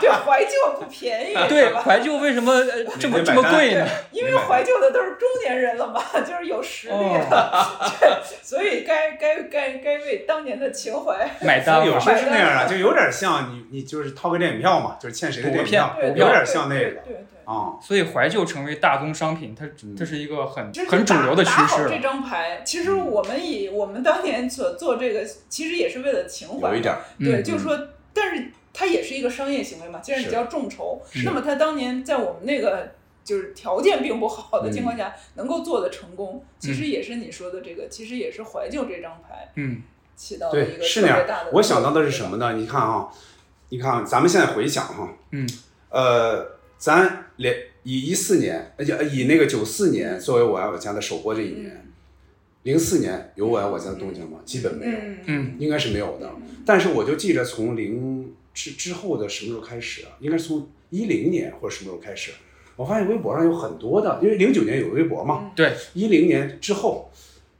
B: 对，怀旧不便宜
C: 对
B: 是，吧
C: 怀旧为什么呃这么
A: 没买
C: 这么贵呢
B: 对？因为怀旧的都是中年人了嘛，就是有实力了，
C: 哦
B: 对，所以该该该该为当年的情怀
A: 有时候是那样
B: 买
A: 的，
B: 单
A: 就有点像你你就是掏个电影票嘛，就是欠谁的电影票，
B: 对
A: 有
B: 对
A: 点像那
B: 对
A: 个
B: 对对
A: 啊。
C: 所以怀旧成为大宗商品，它
A: 嗯
C: 它是一个很
B: 就是
C: 很主
B: 打
C: 流的趋
B: 打
C: 势
B: 好
C: 了嗯
B: 这。张牌，其实我们以我们当年所做这个，其实也是为了情怀嘛，
A: 有一点儿
B: 对，
A: 嗯
B: 就是说，但是它也是一个商业行为嘛。既然你叫众筹
A: 是，
B: 那么它当年在我们那个就是条件并不好的
A: 嗯
B: 情况下，能够做的成功，其实也是你说的这个，其实也是怀旧这张牌
C: 嗯，
B: 起到了一
A: 对，
B: 个
A: 是
B: 特
A: 那
B: 别
A: 样
B: 大的。。
A: 我想到的是什么呢？你看啊，你看，咱们现在回想哈，
C: 嗯，
A: 呃，咱连以一四年，呃，以那个九四年作为《我爱我家》的首播这一年，
B: 嗯
A: 零四、年有《我爱我家》的动静吗？基本没有，
C: 嗯，
A: 应该是没有的。
B: 嗯
A: 但是我就记着从零之之后的什么时候开始啊？应该是从一零年或者什么时候开始，我发现微博上有很多的，因为零九年有微博嘛，
C: 嗯对，
A: 一零年之后，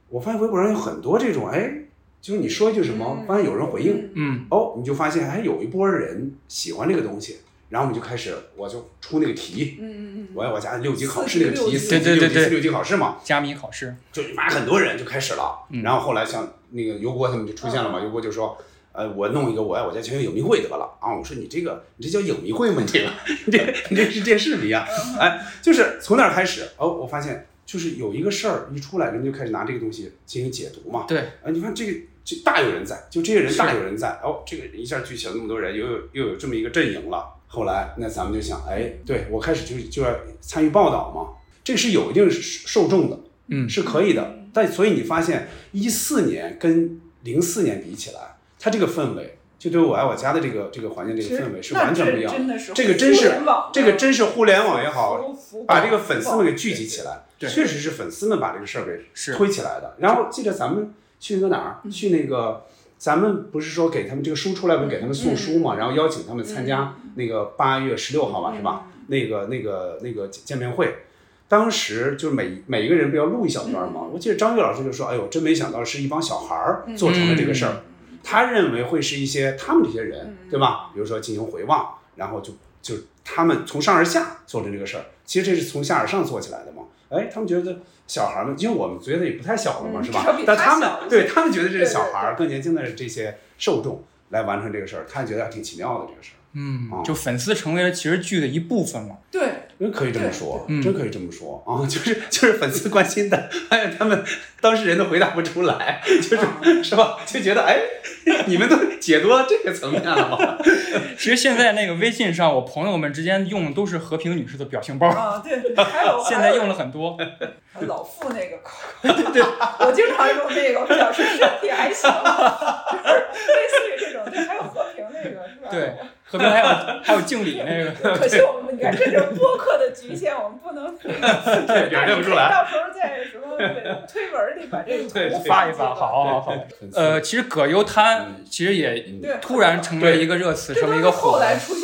A: 我发现微博上有很多这种，哎，就是你说一句什么，发现有人回应，
C: 嗯，
A: 哦，你就发现哎，有一波人喜欢这个东西，然后我们就开始，我就出那个题，
B: 嗯嗯
A: 我要我家六级考试那个题，四
C: 对
A: 级
C: 对
A: 六
C: 对
A: 级
C: 对，
A: 六级考试嘛，
C: 加密考试，
A: 就你妈很多人就开始了，然后后来像那个油锅他们就出现了嘛，油锅就说。呃，我弄一个我爱我家全球影迷会得了啊！我说你这个，你这叫影迷会吗？你这个，你这你这是电视迷啊！哎，就是从那儿开始，哦，我发现就是有一个事儿一出来，人们就开始拿这个东西进行解读嘛。
C: 对，
A: 哎，你看这个这大有人在，就这些人
C: 是
A: 大有人在。哦，这个人一下聚起了那么多人，又有又有这么一个阵营了。后来那咱们就想，哎，对我开始就就要参与报道嘛，这是有一定受众的，
C: 嗯
A: 是可以的。但所以你发现一四年跟零四年比起来，它这个氛围。就对我爱我家的这个这个环境这
B: 其
A: 个
B: 实
A: 氛围是
B: 那
A: 完全
B: 真
A: 不一样
B: 真的是
A: 这个
B: 互
A: 真是
B: 联网
A: 这个真是互联网也
B: 福
A: 好
B: 福，
A: 把
B: 报
A: 这个粉丝
B: 福
A: 们
B: 报
A: 给聚集起来，
C: 对
A: 确实是粉丝们把这个事儿给
C: 是嗯
A: 推起来的。然后记得咱们去那个哪儿，去那个咱们不是说给他们这个书出来，不是给他们
C: 嗯
A: 送书嘛，然后邀请他们参加那个八月十六
C: 嗯
A: 号吧，是吧？那个那个那个见面会。当时就是每每一个人不要录一小段嘛，
C: 嗯
A: 我记得张悦老师就说：“哎呦，真没想到是一帮小孩儿做成了这个事儿。他认为会是一些他们这些人，
B: 嗯
A: 对吧？比如说进行回望，然后就就他们从上而下做成这个事儿，其实这是从下而上做起来的嘛。哎，他们觉得小孩儿们，因为我们觉得也不太小了嘛，
B: 嗯
A: 是
B: 至少
A: 吧
B: 比？
A: 但
B: 他
A: 他们
B: 小一些
A: 对他们觉得这是小孩儿，更年轻的这些受众来完成这个事儿，他觉得挺奇妙的这个事儿。
C: 嗯，就粉丝成为了其实剧的一部分了。
B: 对，
A: 真可以这么说，
C: 对对
A: 真可以这么说啊！就是就是粉丝关心的，哎呀，他们当事人都回答不出来，
B: 啊
A: 就是是吧？就觉得哎，你们都解读到这个层面了吗？
C: 其实现在那个微信上，我朋友们之间用的都是和平女士的表情包，
B: 啊，对，还有
C: 现在用了很多。
B: 老傅那个口， 对，我经常用那个表示身体还 行，就是类似于这种。对，还有和平那个是吧？
C: 对，和平还有还有敬礼那 个，
B: 可惜我们，你看，这就是播客的局限，我们不 能
A: 对表现不出来
B: 到时候在什么推文里把这个
A: 对
B: 图
C: 发一发，好好好。呃，其实葛优瘫其实也突然成为一个热词，成为一个火，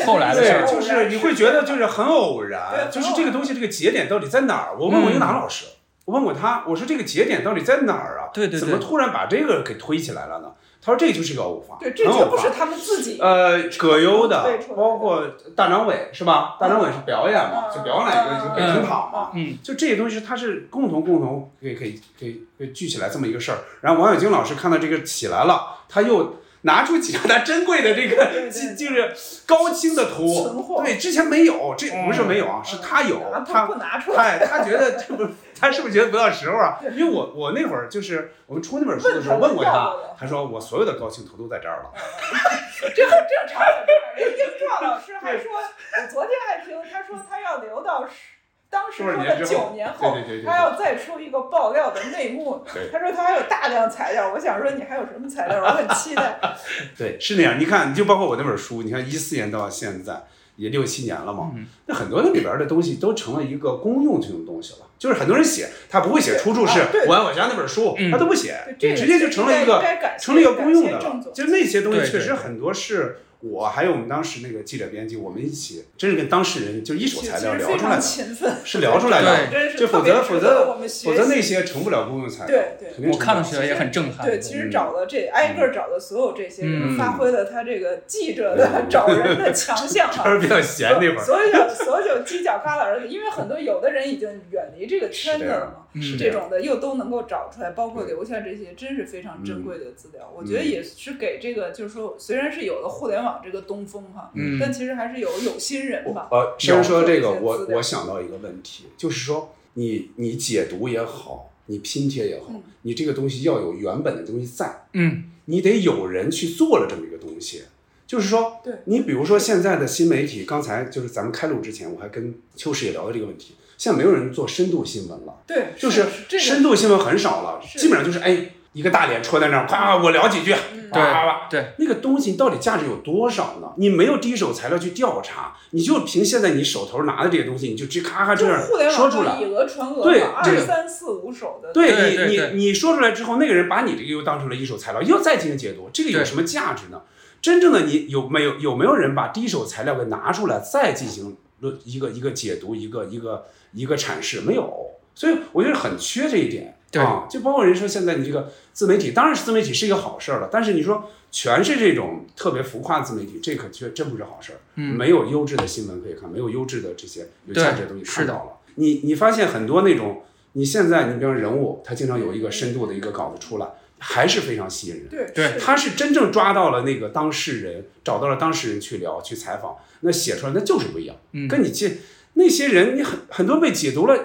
C: 后来的
A: 对，
C: 事儿。
A: 就是你会觉得就是很偶然，就是这个东西这个节点到底在哪儿？我问过英达老师，我问过他，我说这个节点到底在哪儿啊？
C: 嗯对对对
A: 怎么突然把这个给推起来了呢？他说这就是个偶发，
B: 对，这
A: 很
B: 绝
A: 偶
B: 不
A: 发
B: 是。他们自己。
A: 呃，葛优的
B: 对出，来
A: 包括大张伟是吧？大张伟是表演
B: 嗯
A: 嘛，就表演了一个就北京躺嘛，
C: 嗯，
A: 就这些东西它是共同共同可以可以可以可以聚起来这么一个事儿。然后王小晶老师看到这个起来了，他又拿出几张他珍贵的这个就就是高清的
B: 存
A: 图，
B: 货嗯
A: 对，之前没有，这
C: 嗯
A: 不是没有啊，是他有，
B: 他
A: 他
B: 不拿出
A: 他
B: 来，
A: 他觉得这不，他是不是觉得不到时候啊？因为我我那会儿就是我们出那本书的时候
B: 问他
A: 问过
B: 要
A: 他
B: 不要，
A: 他说我所有的高清图都在这儿了。
B: 这很正常的事儿。人英壮老师还说，我昨天还听他说他要留到十，当时说
A: 多少年
B: 的
A: 之后
B: 九年后
A: 对对对对，对
B: 他要再出一个爆料的内幕
A: 对。
B: 他说他还有大量材料，我想说你还有什么材料？我很 期待。
A: 对，是那样。你看，你就包括我那本书，你看一四年到现在也六七年了嘛，那很多那里边的东西都成了一个公用这种东西了。就是很多人写，他不会写出处是
B: 啊对
A: 我爱我家那本书，
C: 嗯
A: 他都不写，
B: 对这
A: 直
B: 个
A: 接就成了一
B: 应
A: 个
B: 该应该感谢
A: 成了一个公用的
B: 感谢郑
A: 了。
B: 总
A: 就那些东西
C: 对
A: 确实
C: 对
A: 很多是。我还有我们当时那个记者编辑，我们一起，真是跟当事人就一手
B: 其
A: 材
B: 实
A: 料聊
B: 非
A: 出来
B: 常
A: 的，
B: 勤奋，
A: 是聊出来
B: 对
A: 的，
B: 真
A: 就是否
B: 特别
A: 则
B: 值
A: 否
B: 得
A: 则
B: 我们学习
A: 否则那嗯些成不了公用材料，
B: 对对
A: 肯定
C: 我看
A: 成
C: 的
A: 不了
C: 时候也很震撼。
B: 对，其实找了这挨
A: 嗯
B: 个找的所有这些人，
C: 嗯
B: 发挥了他这个记者的
A: 嗯
B: 找人的强项
A: 当时
B: 啊。
A: 比较闲那会儿，
B: 所有所有犄角旮旯的，因为很多有的人已经远离这个圈
A: 是这
B: 子
A: 样的
B: 了嘛，
A: 是
B: 这
A: 这样
B: 种的又都能够找出来，包括留下这些，真是非常
A: 嗯
B: 珍贵的资料。我觉得也是给这个，就是说，虽然是有了互联网这个东风哈，
C: 嗯
B: 但其实还是有有心人吧。
A: 呃，先说这个，
B: 有
A: 我
B: 这些
A: 我想到一个问题，就是说你你解读也好，你拼贴也好，
B: 嗯
A: 你这个东西要有原本的东西在，
C: 嗯，
A: 你得有人去做了这么一个东西。就是说
B: 对，
A: 你比如说现在的新媒体，刚才就是咱们开录之前，我还跟秋实也聊到这个问题，现在没有人做深度新闻了。
B: 对，
A: 就是
B: 这个
A: 深度新闻很少了，
B: 是
A: 基本上就是哎，一个大脸戳在那儿，夸我聊几句，
B: 嗯
C: 对
A: 叭叭叭，
C: 对，
A: 那个东西到底价值有多少呢？你没有第一手材料去调查，你就凭现在你手头拿的这些东西，你就直接咔咔这样
B: 互联
A: 说
B: 网
A: 出来
B: 上以，讹传讹
A: 对
B: 嘛，
A: 这
B: 二
A: 个
B: 三四五手的，
A: 对
C: 对对
A: 你
C: 对
A: 你你说出来之后，那个人把你这个又当成了一手材料，又再进行解读，这个有
C: 对
A: 什么价值呢？真正的你有没有有没有人把第一手材料给拿出来再进行论一个一个解读，一个一个一个阐释？没有，所以我觉得很缺这一点。
C: 对
A: 啊，就包括人说现在你这个自媒体，当然是自媒体是一个好事儿了，但是你说全是这种特别浮夸的自媒体，这可确真不是好事儿。
C: 嗯
A: 没有优质的新闻可以看，没有优质的这些有价值的东西
C: 对
A: 看
C: 是的
A: 到了。你你发现很多那种，你现在你比方人物，他经常有一个深度的一个稿子出来，还是非常吸引人。
B: 对
C: 对
B: 是
A: 他是真正抓到了那个当事人，找到了当事人去聊、去采访，那写出来那就是不一样。
C: 嗯
A: 跟你这那些人，你很很多被解读了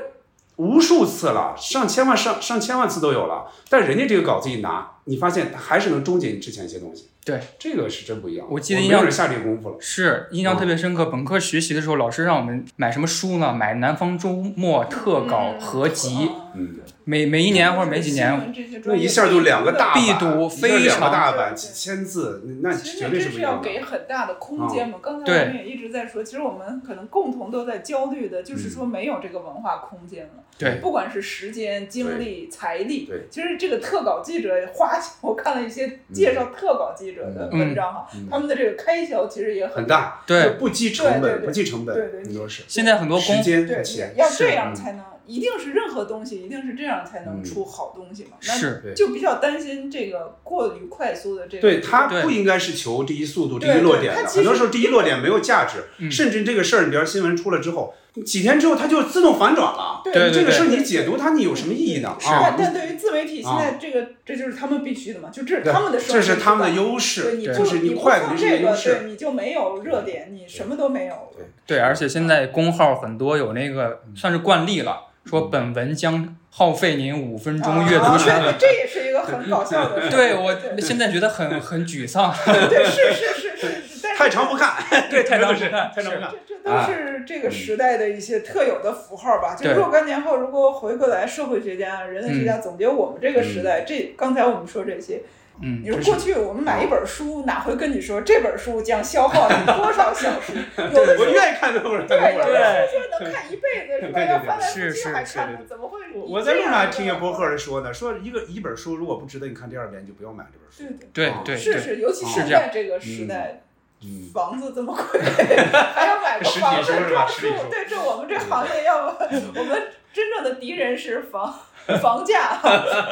A: 无数次了，上千万、上上千万次都有了，但人家这个稿子一拿，你发现还是能终结你之前一些东西。
C: 对，
A: 这个是真不一样。
C: 我记得
A: 没
C: 印象
A: 有人下这个功夫了。
C: 是印象特别深刻。本科学习的时候，老师让我们买什么书呢？买《南方周末特稿合集》，
A: 嗯，
C: 每每一年或者每几
B: 啊新
C: 年，
B: 闻这些
A: 那
B: 专业
A: 一下就两个大版，
C: 必读非常
A: 一下两个大版，几千字，那那
B: 其实
A: 绝
B: 这
A: 对
B: 真
A: 是不
B: 是
A: 一
B: 要
A: 样的。嗯
B: 给很大的空间嘛。刚才
C: 对
B: 我们也一直在说，其实我们可能共同都在焦虑的，就是说
A: 嗯
B: 没有这个文化空间了。
C: 对
B: 不管是时间、精力、财力，
A: 对嗯
B: 其实这个特稿记者花，我看了一些介绍特稿记者的文章哈，他们的这个开销其实也
A: 很嗯
B: 很。
A: 大，
C: 对
A: 就不计成
B: 对对
A: 本，
B: 对
A: 不计成
B: 对
A: 本，
B: 对
A: 很多是
C: 现在很多公
A: 时间
B: 对
A: 和钱，，
B: 要
C: 是
B: 这样才能，一定是任何东西一定是这样才
A: 嗯
B: 能出好东西嘛。那
C: 是
A: 对
B: 就比较担心这个过于快速的这个。
A: 对它
C: 对
A: 不应该是求第一速度、第
B: 对
A: 一落点
B: 对
A: 的，
B: 它其
A: 很
B: 实
A: 多时候第一落点没有价值，
C: 嗯
A: 甚至这个事儿，你比如新闻出了之后，几天之后它就自动反转了。
B: 对
C: 对对
A: 这个事儿
B: 对
A: 你解读它，你有什么意义呢？
B: 但
A: 啊，
B: 但对于自媒体，现在这个这就是他们必须的嘛，就这是他们的生活，
A: 这是他们的优势，
B: 势，对，你
A: 就
B: 不
A: 是
B: 你
A: 你
B: 不
A: 快
B: 放
A: 肯定是
B: 这
A: 你的
B: 个，
A: 优势
B: 对，，你就没有热点，你什么都没有。
A: 对
C: 对，而且现在公号很多有那个算是惯例了，说本文将耗费您五分钟阅读
B: 啊
C: 全文。
B: 这这也是一个很搞笑的事儿。
C: 对
B: 对
C: 我现在觉得很很沮丧，
B: 对是是是是，但是
A: 太哎长不看，
C: 对太
A: 不
C: 长不看
A: 太长不看
B: 这。这都是这个
A: 嗯
B: 时代的一些特有的符号吧。就
C: 对
B: 若干年后，如果回过来，社会学家、人类学
A: 嗯
B: 家总结我们这个时代，这刚才我们说这些，
C: 嗯
B: 你，说过去我们买一本书，哪会跟你说这本书将消耗你多少 小时？有的时
A: 我
B: 候
A: 愿意看这会儿，
B: 对，有
A: 对。
B: 的书说能看一辈子，
A: 对对
B: 是吧？
A: 对
B: 要翻来覆
C: 是
B: 去
C: 是
B: 还看
C: 是
B: 呢
C: 对，
B: 怎么会是一这样的？
A: 我在路上还听见博客人说呢，说一个一本书如果不值得你看第二遍，你就不要买这本书。
B: 对对。
C: 对对
B: 是
C: 对，
B: 是，尤其
A: 哦
B: 现
C: 是这样
B: 在这个时代，
A: 嗯，
B: 房子这么贵，还要买个
A: 实体
B: 房子
A: 书是吧
B: 装
A: 实
B: 书
A: 体书，
B: 对，这我们这行业，要不我们真正的敌人是房房价，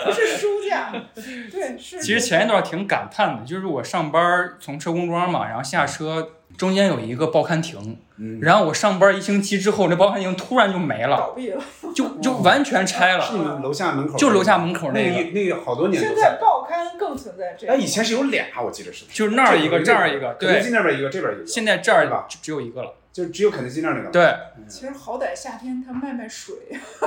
B: 不是书 价。对，是。
C: 其实前一段挺感叹的，就是我上班儿从车公庄嘛，然后下车中间有一个报刊亭，
A: 嗯
C: 然后我上班一星期之后，那报刊亭突然就没了，
B: 倒闭了，
C: 就就完全拆
A: 是你
C: 了，
A: 们楼下门口，嗯
C: 就楼下门口那
A: 那
C: 个，
A: 个那个好多年
B: 现
A: 都
B: 在报刊更存在这
A: 哎，
B: 样。
A: 以前是有俩，我记得是。
C: 就是那儿一个这儿一个，
A: 肯德基
C: 对，
A: 那边一个，这边一个。
C: 现在这
A: 对吧
C: 儿就只有一个了，
A: 就只有肯德基那儿那个。
C: 对
B: 其实好歹夏天他卖卖水，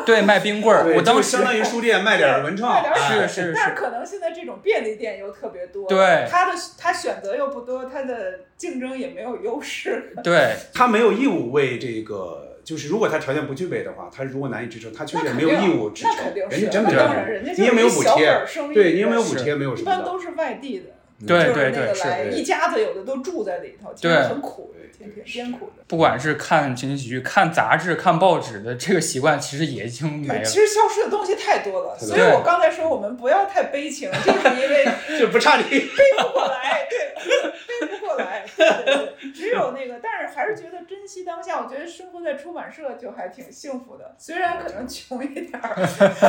C: 对，卖冰棍
A: 对
C: 儿，我
A: 就
C: 当时
A: 相当于书店卖点儿文创
B: 卖，点水
C: 啊是是
B: 但是
C: 是，
B: 可能现在这种便利店又特别多，
C: 对
B: 它的它选择又不多，它的竞争也没有优势，
C: 对
A: 他没有义务为这个，就是如果他条件不具备的话，他如果难以支撑，他确
B: 那
A: 实也
B: 肯
A: 没
B: 定
A: 有义务支
B: 那
A: 撑
B: 肯，定
A: 人
B: 是，
A: 家真没
B: 那
A: 有
B: 当然，
A: 义
B: 人家
A: 务，
B: 就
A: 你也
B: 是
A: 没有
B: 一
A: 补
B: 小
A: 贴
B: 本，生意，
A: 对你也没有
B: 是
A: 补贴，没有什
B: 一
A: 么
B: 般
A: 的。
B: 都是外地的，
A: 嗯
C: 对
B: 就是
C: 对
B: 那个
C: 对
B: 来
C: 是，
B: 一家子有的都住在里头，其实
C: 对
B: 很苦的，挺挺艰苦的。
C: 不管是看情景喜剧、看杂志、看报纸的这个习惯，其实也已经没
B: 对，
C: 了
B: 其。实消失的东西太多了，
A: 太
B: 所
A: 多
B: 以
C: 了
B: 我刚才说我们不要太悲情，就是因为
A: 就不差你，
B: 背不过来，对，背不过来，对对对，只有那个，但是还是觉得珍惜当下。我觉得生活在出版社就还挺幸福的，虽然可能穷一点儿，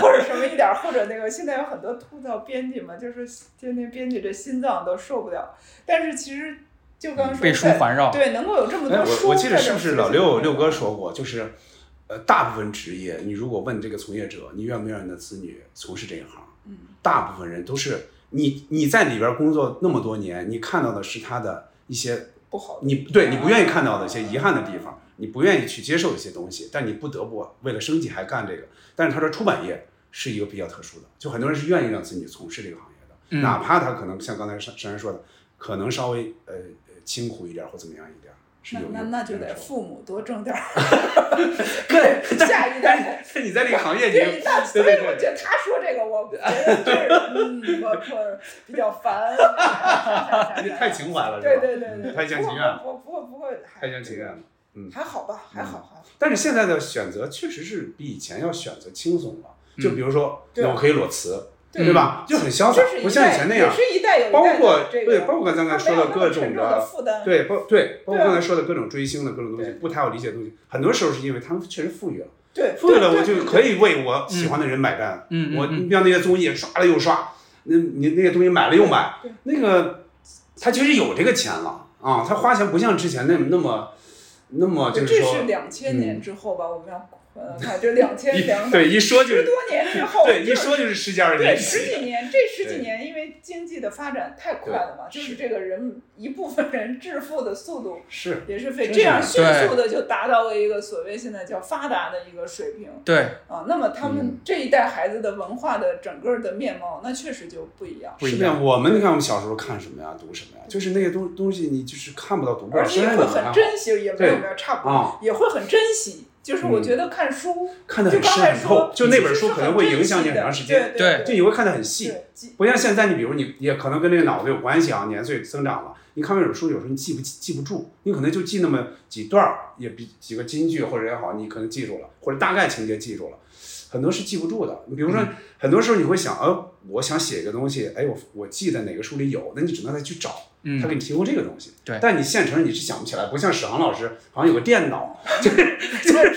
B: 或者什么一点儿，或者那个现在有很多吐槽编辑嘛，就是天天编辑这心脏都受不了，但是其实就刚刚说
C: 被书
B: 在
C: 环绕
B: 对，能够有这么
A: 哎，
B: 多
A: 我
B: 书，
A: 我记得是不是老
B: 啊
A: 六六哥？说过，就是，呃，大部分职业，你如果问这个从业者，你愿不愿意你的子女从事这一行，
B: 嗯，
A: 大部分人都是你你在里边工作那么多年，你看到的是他的一些
B: 不好的，
A: 你对你不愿意
B: 哦
A: 看到的一些遗憾的地方，你不愿意去接受一些东西，但你不得不为了生计还干这个。但是他说出版业是一个比较特殊的，就很多人是愿意让自己从事这个行业的，
C: 嗯
A: 哪怕他可能像刚才珊珊说的，可能稍微呃呃清苦一点或怎么样一点，是
B: 那
A: 有
B: 那
A: 有
B: 那就
A: 有
B: 得
A: 人说
B: 父母多挣 点儿， 给下一代。
A: 你在这个行业，
B: 对，
A: 你
B: 那
A: 对
B: 所以
A: 对
B: 我
A: 对
B: 觉得他说这个，我我觉得这儿，嗯，我我比较烦。
A: 你太情怀了，是吧
B: 对对对对，
A: 太像情愿了，
B: 不过不过不过还
A: 太像情愿了，嗯，
B: 还好吧，还好还好。
A: 但是现在的选择确实是比以前要选择轻松了，就比如说，
B: 嗯对
A: 那我可以裸辞，
B: 对
A: 对吧？就很潇洒
B: 这是一，代
A: 不像以前那样
B: 也。哎是一代有一代
A: 包
B: 的
A: 括
B: 这个
A: 对，包括刚才说
B: 它没有那么
A: 各
B: 沉
A: 种
B: 重的负担
A: 对，包对，包括
B: 对啊
A: 刚才说的各种追星的各种东西，不太好理解的东西，很多时候是因为他们确实富裕了。
B: 对，
A: 富裕了，
B: 对
A: 我
B: 对
A: 就
B: 对嗯
A: 可以为我喜欢的人买单。
C: 嗯嗯嗯
A: 我你像那些综艺刷了又刷，那你那些东西买了又买，那个他其实有这个钱了啊，他花钱不像之前那么那么那么就
B: 这
A: 是说，
B: 是两千年之后吧，我们要呃，看这两千两
A: 一对一说就是
B: 十多年之后，
A: 对
B: 就
A: 一说就是十几二十
B: 对
A: 年，
B: 十几年，这十
A: 对
B: 几年因为经济的发展太快了嘛，就是这个人一部分人致富的速度
A: 是
B: 也是非
A: 真
B: 这
A: 是
B: 样迅
C: 对
B: 速的就达到了一个所谓现在叫发达的一个水平。
C: 对
B: 啊，那么他们
A: 嗯
B: 这一代孩子的文化的整个的面貌，那确实就不一样。
A: 是这样。我们你看我们小时候看什么呀，读什么呀，就是那些东东西你就是看不到读本
B: 而
A: 儿，
B: 且
A: 虽
B: 也
A: 然你
B: 会
A: 还
B: 很
A: 好
B: 珍惜，也没有
A: 对
B: 没有差不
A: 啊
B: 多，也会很珍惜。就是我
A: 嗯
B: 觉得看书，
A: 看得
B: 就
A: 很
B: 刚
A: 深
B: 才
A: 很
B: 说
A: 透，，就那本
B: 其实
A: 书
B: 是
A: 可能
B: 很
A: 会
B: 珍
A: 影
B: 惜
A: 响你很
B: 的
A: 长时间，
B: 对
A: 就你会看得很细，不像现在，你比如你也可能跟这个脑子有关系啊，年岁增长了，你看完一本书，有时候你记不记记不住，你可能就记那么几段儿，也比几个金句或者也好，你可能记住了，或者大概情节记住了，很多是记不住的。你比
B: 嗯
A: 如说，很多时候你会想，呃，我想写一个东西，哎，我我记得哪个书里有，那你只能再去找。
C: 嗯
A: 他给你提供这个东西，
C: 对
A: 但你现成你是想不起来，不像史航老师，好像有个电脑，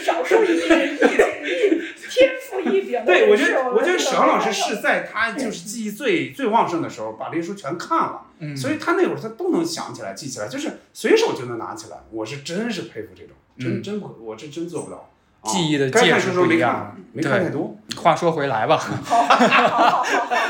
B: 少数一人一一天赋异禀。
A: 对，我觉
B: 是
A: 得我觉得
B: 知道
A: 史航老
B: 这
A: 师
B: 个
A: 是在他就是记忆最最旺盛的时候把这些书全看了，
C: 嗯
A: 所以他那会儿他都能想起来、记起来，就是随手就能拿起来。我是真是佩服这种，真、
C: 嗯
A: 真不，我这真做不到。啊
C: 记忆的
A: 该
C: 介
A: 看
C: 质
A: 书时候
C: 不一
A: 没
C: 样
A: 看，，没看
C: 对
A: 太多。。
C: 话说回来吧，
B: 嗯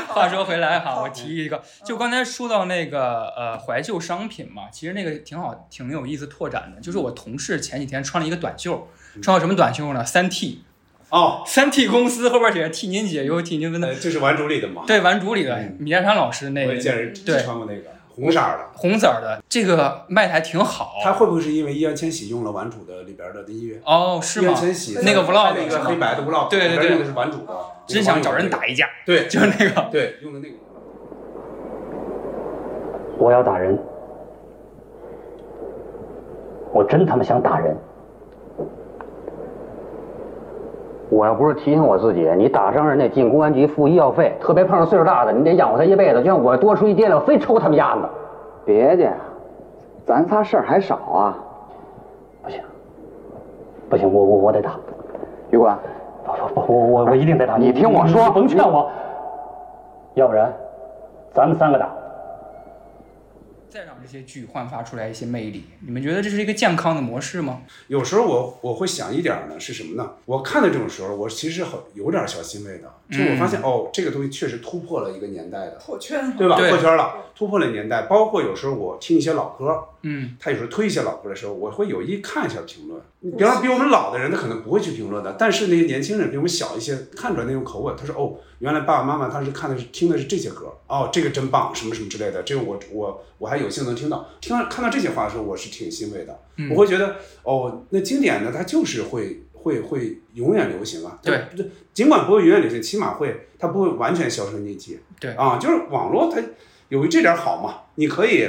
C: 话说回来哈，我提
B: 嗯
C: 一个，就刚才说到那个呃怀旧商品嘛，其实那个挺好，挺有意思拓展的。就是我同事前几天穿了一个短袖，
A: 嗯
C: 穿到什么短袖呢？三 T。
A: 哦，呃
C: 三 T 公司后边写着替您解忧，替您分担，
A: 这是玩主里的嘛？
C: 对，玩主里的米家山老师那
A: 哎嗯我
C: 个，
A: 也见人
C: 对
A: 穿过那个红色儿的。
C: 红色儿的，这个卖的还挺好。
A: 他会不会是因为易烊千玺用了《顽主》的里边的音乐？
C: 哦，是吗
A: 易烊千玺？
C: 那个 vlog
A: 那
C: 是
A: 个
C: 吗
A: 黑白的 vlog，
C: 对对
A: 里边
C: 对，
A: 用的是《顽主》啊的。
C: 真想找人打一架。
A: 对，
C: 就是那个。
A: 对，用的那个。
K: 我要打人，我真他妈想打人。我要不是提醒我自己，你打伤人得进公安局付医药费，特别碰上岁数大的，你得养活他一辈子。就像我多出一爹来，我非抽他们丫子。别介，咱仨事儿还少啊。不行，不行，我我我得打。余管，不不不，我我我一定得打。
J: 你听我说
K: 你甭劝我，要不然咱们三个打。
C: 再让这些剧焕发出来一些魅力，你们觉得这是一个健康的模式吗？
A: 有时候我我会想一点儿呢，是什么呢？我看到这种时候，我其实很有点儿小欣慰的，就我发现、哦，这个东西确实突破了一个年代的，
B: 破圈了
A: 对吧？
C: 嗯对
A: 破圈了，突破了年代。包括有时候我听一些老歌，
C: 嗯，
A: 他有时候推一些老歌的时候，我会有意看一下评论。你比方比我们老的人，他可能不会去评论的，但是那些年轻人比我们小一些，看出来那种口吻，他说哦，原来爸爸妈妈当时看的是听的是这些歌，哦，这个真棒，什么什么之类的，这个我我我还有幸能听到，听到看到这些话的时候，我是挺欣慰的，
C: 嗯
A: 我会觉得哦，那经典呢，它就是会。会会永远流行啊！
C: 对
A: 它，它尽管不会永远流行，起码会它不会完全销声匿迹。
C: 对
A: 啊，就是网络它由于这点好嘛，你可以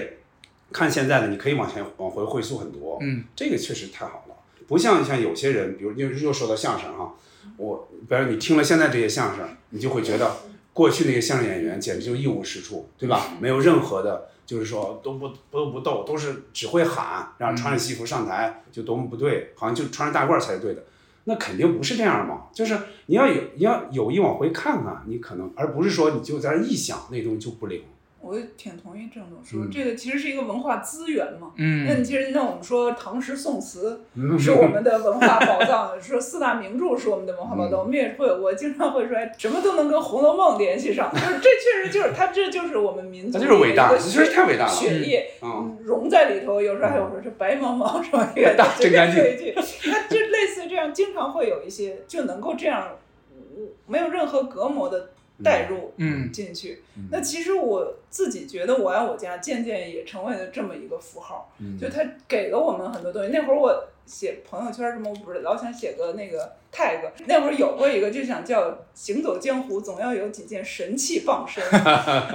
A: 看现在的，你可以往前往回回溯很多，
C: 嗯，
A: 这个确实太好了，不像像有些人，比如又又说到相声哈、我比如你听了现在这些相声，你就会觉得过去那些相声演员简直就一无是处，对吧？没有任何的，就是说都不都不逗，都是只会喊，然后穿着西服上台就多么不对，好像就穿着大褂才是对的。那肯定不是这样嘛，就是你要有你要有意往回看看，你可能而不是说你就在那儿臆想那东西就不灵。
B: 我挺同意郑总说，
A: 嗯
B: 这个其实是一个文化资源嘛。
A: 嗯
B: 那你其实那我们说唐诗宋词
A: 嗯
B: 是我们的文化宝藏，说四大名著是我们的文化
A: 嗯
B: 宝藏。我们也会，我经常会说，哎什么都能跟《红楼梦》联系上，就是这确实就是它，这就是我们民
A: 它
B: 族的
A: 就是伟大
B: 一个
A: 这
B: 血
A: 确实太伟大了
B: 血液
A: 嗯
B: 融在里头。有时候还有说是白茫茫什么一个
A: 大真干净
B: 对对，它就类似这样，经常会有一些就能够这样，嗯没有任何隔膜的代入
C: 嗯
B: 进去。那其实我自己觉得《我爱我家》渐渐也成为了这么一个符号，
L: 嗯
B: 就它给了我们很多东西。那会儿我写朋友圈什么，我不是老想写个那个 tag，那会儿有过一个就想叫“行走江湖总要有几件神器傍 身”，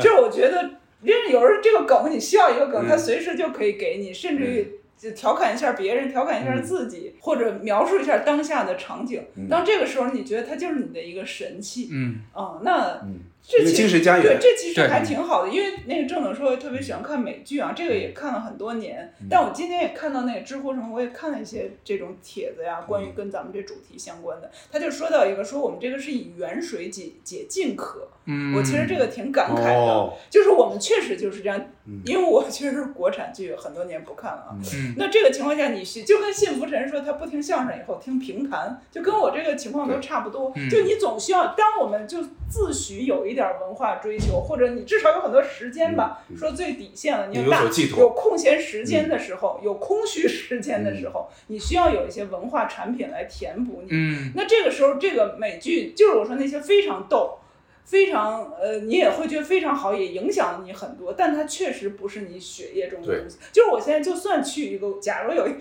B: 就是我觉得。因为有时候这个梗，你需要一个梗，
L: 嗯
B: 它随时就可以给你，甚至于就调侃一下别人，调侃一下自己，或者描述一下当下的场景。
A: 嗯
B: 当这个时候，你觉得它就是你的一个神器。
C: 嗯
B: 啊，那
A: 一
B: 这
A: 个
B: 其
A: 精
B: 实
A: 神家园
B: 对，这其实
A: 对
B: 还挺好的，因为那个郑总说特别喜欢看美剧啊，这个也看了很多年。但我今天也看到那个知乎什么，我也看了一些这种帖子呀，关于跟咱们这主题相关的。他就说到一个，说我们这个是以远水解解禁渴。
C: 嗯
B: 我其实这个挺感慨的，
C: 哦
B: 就是我们确实就是这样，因为我确实国产剧很多年不看了啊。
C: 嗯
B: 那这个情况下，你是就跟信福臣说他不听相声以后听评弹，就跟我这个情况都差不多。
C: 嗯
B: 就你总需要，当我们就自诩有一点文化追求，或者你至少有很多时间吧，说最底线了，你
A: 有
B: 要大
A: 所寄托
B: 有空闲时间的时候，有空虚时间的时候，你需要有一些文化产品来填补你。
C: 嗯
B: 那这个时候，这个美剧就是我说那些非常逗。非常呃，你也会觉得非常好，也影响你很多，但它确实不是你血液中的
A: 对
B: 东西。就是我现在就算去一个，假如有一、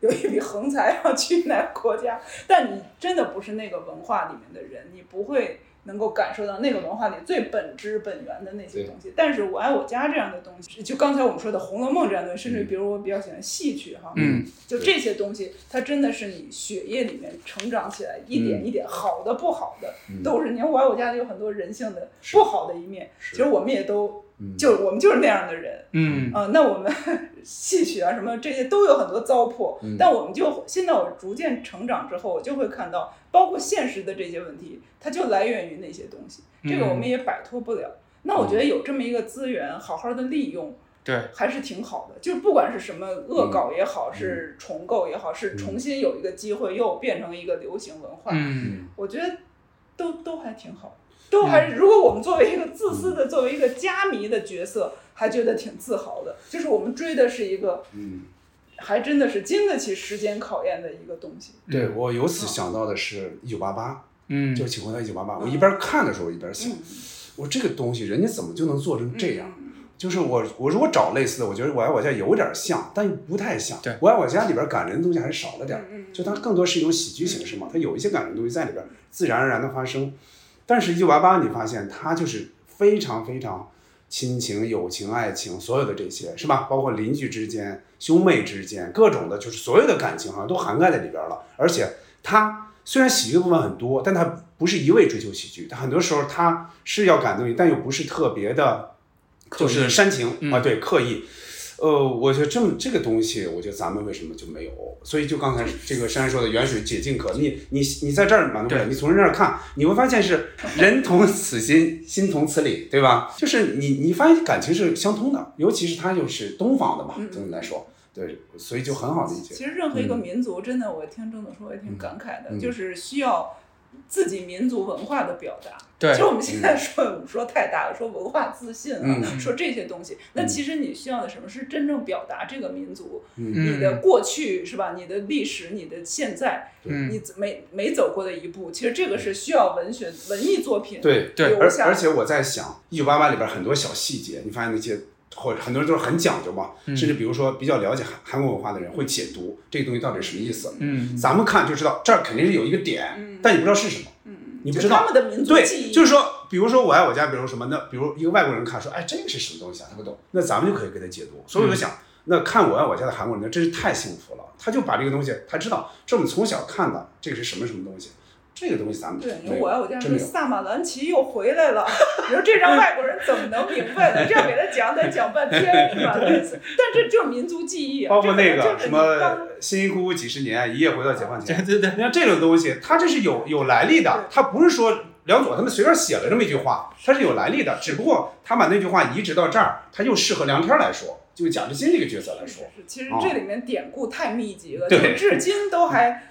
B: 有一笔横财要去哪个国家，但你真的不是那个文化里面的人，你不会能够感受到那个文化里最本质本源的那些东西。但是我爱我家这样的东西，就刚才我们说的《红楼梦》这样的东西，
A: 嗯
B: 甚至比如我比较喜欢戏曲哈，
C: 嗯，
B: 就这些东西，它真的是你血液里面成长起来，一点一点，好的不好的、
A: 嗯
B: 都是。你看我爱我家里有很多人性的不好的一面，其实我们也都，
A: 嗯
B: 就是我们就是那样的人，
C: 嗯
B: 啊、那我们 戏曲啊什么这些都有很多糟粕，
C: 嗯
B: 但我们就现在我逐渐成长之后，我就会看到，包括现实的这些问题，它就来源于那些东西，这个我们也摆脱不了。那我觉得有这么一个资源，好好的利用。
C: 对，
B: 还是挺好的，就是不管是什么恶搞也好，是重构也好，是重新有一个机会又变成一个流行文化，
C: 嗯
B: 我觉得都都还挺好，都还是、如果我们作为一个自私的、作为一个家迷的角色，还觉得挺自豪的，就是我们追的是一个，
A: 嗯，
B: 还真的是经得起时间考验的一个东西。
A: 对我由此想到的是一九八八，
C: 嗯，
A: 就《请回到一九八八》，我一边看的时候一边想，
B: 嗯
A: 我这个东西人家怎么就能做成这样？就是我，我如果找类似的，我觉得《我爱我家》有点像，但又不太像。我爱我家》里边感人的东西还是少了点儿，
B: 嗯
A: 就它更多是一种喜剧形式嘛，它有一些感人的东西在里边，自然而然的发生。但是《一九八八》，你发现它就是非常非常亲情、友情、爱情，所有的这些是吧？包括邻居之间、兄妹之间，各种的，就是所有的感情好像都涵盖在里边了。而且它虽然喜剧的部分很多，但它不是一味追求喜剧，它很多时候它是要感动你，但又不是特别的，
C: 刻
A: 就
C: 意
A: 是煽情、啊，对，刻意。呃，我觉得这么这个东西，我觉得咱们为什么就没有？所以就刚才这个珊珊说的“远水解近渴”，你你你在这儿满足不了，你从人那儿看，你会发现是人同此心，心同此理，对吧？就是你你发现感情是相通的，尤其是它又是东方的嘛，总体来说，对，所以就很好理解。
B: 嗯其实任何一个
A: 嗯
B: 民族，真的，我听郑总说，我也挺感慨的，
A: 嗯
B: 就是需要自己民族文化的表达。
A: 对
B: 其实我们现在说、我们说太大了，说文化自信啊，
A: 嗯
B: 说这些东西。那其实你需要的什么是真正表达这个民族，
A: 嗯
B: 你的过去是吧？你的历史，你的现在，
A: 嗯
B: 你每每走过的一步，其实这个是需要文学文艺作品
A: 对
B: 留
A: 而
B: 下
A: 而且我在想，《一九八八》里边很多小细节，你发现那些或者很多人都是很讲究嘛，
C: 嗯
A: 甚至比如说比较了解韩韩国文化的人会解读这个东西到底什么意思。
C: 嗯
A: 咱们看就知道这儿肯定是有一个点，但你不知道是什么。你不知道
B: 嗯就他们的民族记
A: 对，
B: 忆
A: 就是说，比如说我爱我家，比如什么，那比如一个外国人看说，哎，这个是什么东西啊？他不懂，那咱们就可以给他解读。所
B: 嗯
A: 以我就想，那看我爱我家的韩国人，那真是太幸福了。他就把这个东西，他知道这是我们从小看的，这个是什么什么东西，这个东西咱们
B: 对，你
A: 没
B: 说
A: 有
B: 我爱我家
A: 真
B: 说
A: 没有。
B: 萨马兰奇又回来了，你说这让外国人怎么能明白呢？这要给他讲，得讲半天是吧？类似，但这就是民族记忆啊，
A: 包括那
B: 这可
A: 个
B: 能就是
A: 什
B: 你
A: 么
B: 当
A: 辛辛苦苦几十年，一夜回到解放前，对对对，你看这种东西，它这是有有来历的，它不是说梁左他们随便写了这么一句话，它是有来历的，只不过他把那句话移植到这儿，它又适合梁天来说，就贾志新这个角色来说，
B: 其实这里面典故太密集了，就
A: 哦对
B: 至今都还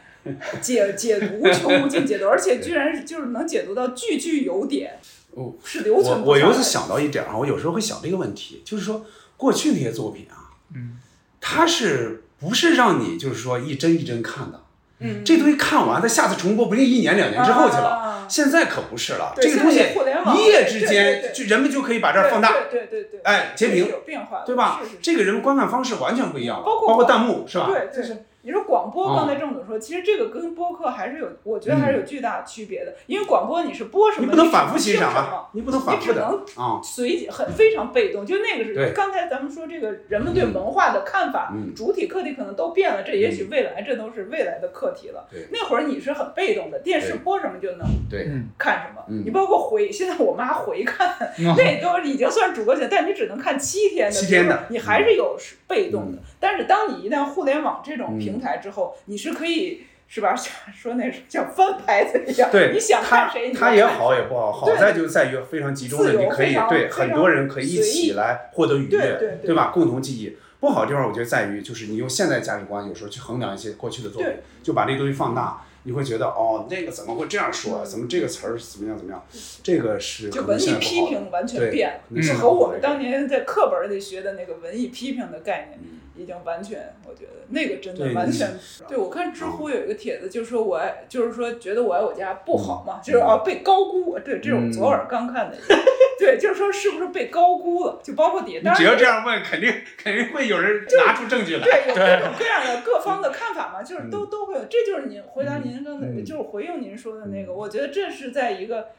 B: 解解读 无尽解读，而且居然是就是能解读到句句有典，
A: 哦，
B: 是留存
A: 我
B: 不
A: 我
B: 下
A: 有
B: 来
A: 时想到一点啊，我有时候会想这个问题，就是说过去那些作品啊，
C: 嗯，
A: 它是不是让你就是说一帧一帧看的？
B: 嗯，
A: 这东西看完，它下次重播不定一年两年之后去
B: 啊
A: 了。现在可不是了，这个东西一夜之间，就人们就可以把这儿放大，
B: 对对对，
A: 哎，截屏，
B: 有变化的，
A: 对吧
B: 是是？
A: 这个人观看方式完全不一样了，
B: 包括
A: 包括弹幕是吧？
B: 对，就是你说广播，
A: 嗯
B: 刚才郑总说，其实这个跟播客还是有，我觉得还是有巨大区别的，因为广播你是播什么，
A: 你不能反复欣
B: 听
A: 赏
B: 什么
A: 啊，你不能反复
B: 你只
A: 的
B: 能
A: 啊。
B: 随机很非常被动，就那个
A: 对
B: 是刚才咱们说这个人们对文化的看法、
A: 嗯
B: 主体客体可能都变了，这也许未来这都是未来的课题了
A: 对。
B: 那会儿你是很被动的，电视
A: 对
B: 播什么就能
A: 对，
B: 看什么，
A: 嗯
B: 你包括回，现在我妈回看，
A: 嗯
B: 那都已经算主播选，但你只能看七天的，
A: 七天的嗯
B: 就是你还是有被动的。但是当你一旦互联网这种平台之后，你是可以。是吧？ 像说那是像翻牌子一样，
A: 对，
B: 你想看谁，你就
A: 它也
B: 看谁
A: 好也不好，好
B: 对
A: 在就在于非常集中的，
B: 自由
A: 你可以
B: 非常
A: 对
B: 非常
A: 很多人可以一
B: 随意
A: 起来获得愉悦，
B: 对对对
A: 吧？共同记忆。不好的地方，我觉得在于就是你用现在价值观有时候去衡量一些过去的作品
B: 对，
A: 就把这东西放大，你会觉得哦，那个怎么会这样说啊？怎么这个词儿怎么样怎么样？这个是
B: 嗯就
A: 可
B: 文
A: 能
B: 艺
A: 现在不
B: 批
A: 好的
B: 评完全
A: 对
B: 变了，
A: 可能
B: 是
A: 现在
B: 和
A: 不好
B: 我们当年在课本里学的那个文艺批评的概念已经完全，我觉得那个真
A: 嗯对
B: 的完全
A: 你。嗯
B: 对我看知乎有一个帖子，就说我爱，就是说觉得我爱我家不好
A: 嗯
B: 嘛，就是啊被高估。对，这是我昨晚刚看的一 个，对，就是说是不是被高估了？就包括底下，
A: 你
B: 当然
A: 只要
B: 也
A: 这样问，肯定肯定会有人拿出证据来。
B: 对，有各种各样的各方的看法嘛，
A: 嗯
B: 就是都都会有。这就是您回答您刚才，就是回应您说的那
A: 嗯
B: 个，我觉得这是在一个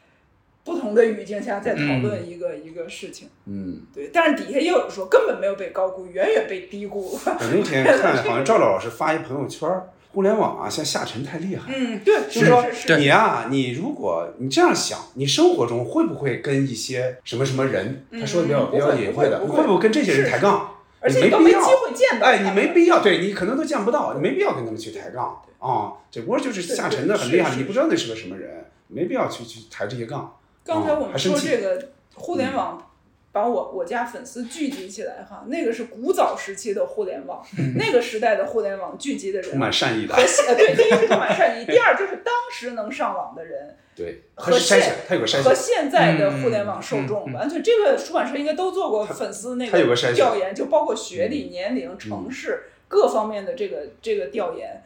B: 不同的语境下在讨论一个一个事情。
A: 嗯，
B: 对，但是底下也有人说根本没有被高估，远远被低估。
A: 我那天看好像赵老师发一朋友圈儿，互联网啊，现在下沉太厉害了。
B: 嗯，对，
A: 就是是说
B: 是是，
A: 你啊，你如果你这样想，你生活中会不会跟一些什么什么人，
B: 嗯
A: 他说的比较
B: 嗯
A: 比较隐晦的，
B: 不
A: 你
B: 会不会
A: 会不会跟这些人抬杠？
B: 而且
A: 没
B: 你都
A: 必
B: 没
A: 要
B: 机会见到
A: 哎，
B: 他
A: 你
B: 们
A: 没必要，对你可能都见不到，你没必要跟他们去抬杠啊。只不过就是下沉的
B: 对对
A: 很厉害，
B: 是
A: 你不知道那是个什么人，没必要去去抬这些杠。
B: 刚才
A: 啊
B: 我们
A: 还生
B: 说
A: 气嗯
B: 这个互联网。把我我家粉丝聚集起来哈，那个是古早时期的互联网，那个时代的互联网聚集的人
A: 嗯充满善意的
B: 和现呃对，第一是充满善意，第二就是当时能上网的人，
A: 对，它
B: 和
A: 是筛
B: 现
A: 选，它有个筛选，
B: 和现在的互联网受众
A: 嗯嗯嗯
B: 完全，这个出版社应该都做过粉丝那
A: 它有个筛选
B: 调研，就包括学历、年龄、城市各方面的这个这个调研。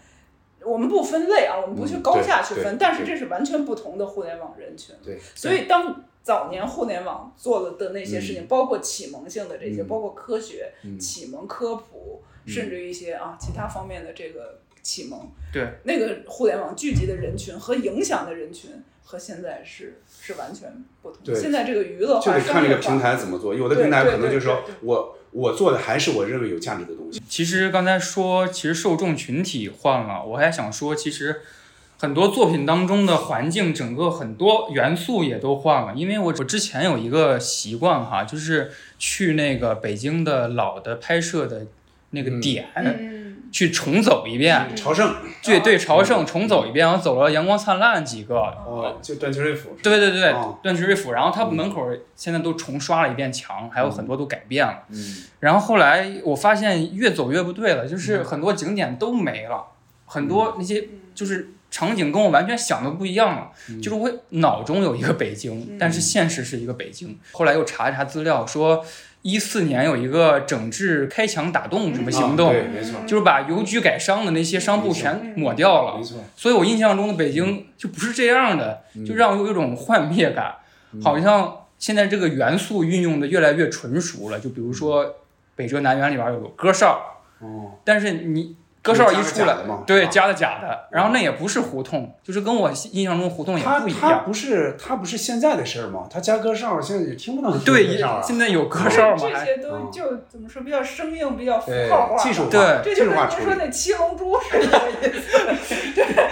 B: 我们不分类啊，我们不去
A: 嗯
B: 高
A: 对
B: 下去
A: 对
B: 分，但是
A: 对
B: 这是完全不同的互联网人群。
A: 对，
B: 所以当早年互联网做了的那些事情，
A: 嗯
B: 包括启蒙性的这些，
A: 嗯
B: 包括科学、
A: 嗯
B: 启蒙科普，
A: 嗯
B: 甚至于一些啊其他方面的这个启蒙，
C: 对，
B: 那个互联网聚集的人群和影响的人群和现在是是完全不同。
A: 对
B: 现在这个娱乐
A: 就
B: 化、
A: 得看
B: 商
A: 这
B: 业
A: 个
B: 化，
A: 平台怎么做。有的
B: 对
A: 平台
B: 对
A: 可能
B: 对
A: 就是说
B: 对嗯
A: 我我做的还是我认为有价值的东西。
C: 其实刚才说，其实受众群体换了，我还想说，其实很多作品当中的环境，整个很多元素也都换了。因为我我之前有一个习惯哈，就是去那个北京的老的拍摄的那
B: 嗯
C: 个点。去重走一遍
A: 朝圣，
C: 对
A: 啊
C: 对，朝
A: 嗯
C: 圣重走一遍，然后走了阳光灿烂几个，
A: 哦，就段祺瑞府，
C: 对对对对
A: 哦，
C: 段祺瑞府，然后他门口现在都重刷了一遍墙，还有很多都改变了。
A: 嗯，
C: 然后后来我发现越走越不对了，就是很多景点都没了，很
A: 嗯
C: 多那些就是场景跟我完全想的不一样了，
A: 嗯
C: 就是我脑中有一个北京，但是现实是一个北京。后来又查一查资料说。一四年有一个整治开墙打洞什么行动，
A: 啊对嗯没错
C: 就是把邮局改商的那些商铺全抹掉了，
A: 没错。
C: 所以我印象中的
A: 嗯
C: 北京就不是这样的，就让我有一种幻灭感，
A: 嗯
C: 好像现在这个元素运用的越来越纯熟了。就比如说《北辙南辕》里边有个歌哨，
A: 嗯哦，
C: 但是你歌哨一出
A: 加
C: 来
A: 了假的嘛，哦
C: 对，加了假的，然后那也不是胡同，就是跟我印象中胡同也
A: 他
C: 不一
A: 他
C: 样。
A: 不是他不是现在的事儿吗？他加歌哨现在也听不到
C: 对
A: 歌哨啊。哦
C: 现在有歌哨吗
B: 这
C: 还
B: 些都就怎么说比较生硬、比较符
A: 对
B: 号化
A: 嗯哎
B: 吧，
A: 技术化
C: 对
B: 这就
A: 技
B: 跟
A: 术化
B: 您
A: 处
B: 说
A: 理
B: 那七龙珠是一个意思。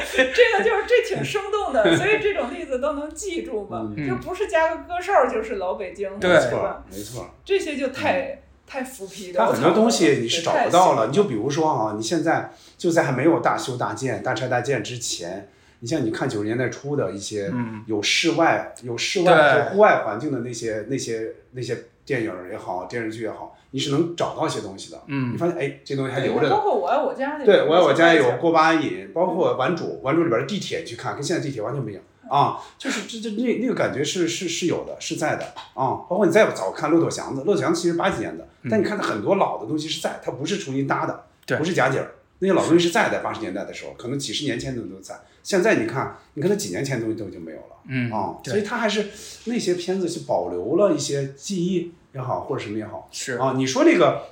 B: 对，这个就是这挺生动的，所以这种例子都能记住嘛。
A: 嗯
B: 就不是加个歌哨就是老北京，
A: 没
B: 是吧
A: 错，没错。
B: 这些就太太浮皮的，
A: 它很多东西你是找不到
B: 了。
A: 了。你就比如说啊，你现在就在还没有大修大建、大拆大建之前，你像你看九十年代初的一些
C: 嗯
A: 有室外、有室
C: 对
A: 外和户外环境的那些、那些、那些电影也好、电视剧也好，你是能找到一些东西的。
C: 嗯
A: 你发现哎，这东西还
B: 对
A: 留着呢
B: 包。括我爱我家那个
A: 对，我爱我家也有
B: 小
A: 锅巴瘾，包括《顽主》，《顽主》里边的地铁，你去看跟现在地铁完全不一样啊，就是这这那那个感觉是是是有的，是在的啊。包括你再早看《骆驼祥子》，《骆驼祥子》其实八几年的，但你看它很多老的东西是在，它不是重新搭的，不是假景儿那些老东西是在的，八十年代的时候，可能几十年前的都在。现在你看，你看它几年前的东西都已经没有了，
C: 嗯
A: 啊、
C: 对
A: 所以它还是那些片子就保留了一些记忆也好，或者什么也好，
C: 是
A: 啊。你说那个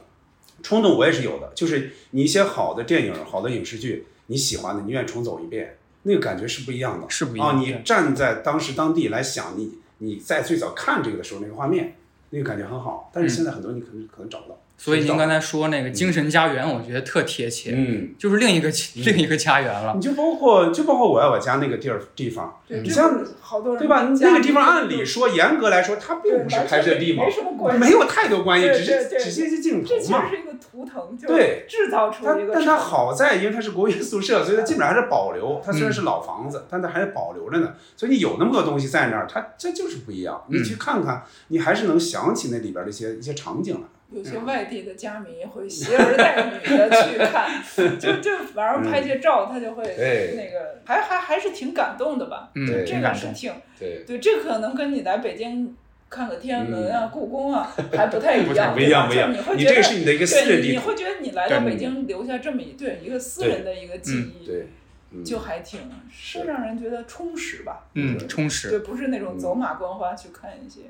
A: 冲动，我也是有的，就是你一些好的电影、好的影视剧，你喜欢的，你愿意重走一遍，那个感觉是不一样的，
C: 是不一
A: 啊
C: 样。
A: 你站在当时当地来想你，你在最早看这个的时候那个画面，那个感觉很好，但是
C: 嗯
A: 现在很多你可能、可能找不到。
C: 所以您刚才说那个精神家园，我觉得特贴切，
A: 嗯，
C: 就是另一个另一个家园了
A: 你。就包括就包括我爱我家那个地儿地方，
B: 对，
A: 你
B: 这
A: 像
B: 不是好多人
A: 对吧？
B: 家
A: 那个地方
B: 里
A: 按理说，严格来说，它并不是拍摄地嘛
B: 没什么关，系，
A: 没有太多关系，
B: 对
A: 只是
B: 对对
A: 只是一些镜头
B: 这其
A: 嘛
B: 实。是一个图腾，就是
A: 对，
B: 制造出
A: 它
B: 一个。
A: 但它，好在，因为它是国营宿舍，所以它基本上还是保留。它虽然是老房子，但它还是保留着呢。所以你有那么多东西在那儿，它这就是不一样。你去看看，你还是能想起那里边的一些一些场景来。
B: 有些外地的家迷会携儿带女的 去看，就就反而拍些照，他就会
A: 嗯对
B: 那个，还还还是挺感动的吧？
A: 嗯
B: 这
A: 挺
B: 个
A: 感
B: 是
A: 动
B: 挺
A: 对
B: 对，这可能跟你来北京看个天安门啊、故宫啊还 不太一样，
A: 嗯不一样
B: 对
A: 不一样
B: 吧就会
A: 你
B: 觉
A: 这
B: 得
A: 个是你的一个私人
B: 对你
A: 地
B: 你
A: 图
B: 会觉得你来到
A: 对
B: 北京留下这么一对一个私
A: 对
B: 人的一个记忆，
A: 对，嗯
B: 就还挺是让人觉得充实吧？
C: 嗯，充实。
B: 对，不是
A: 嗯
B: 那种走马观花去看一些。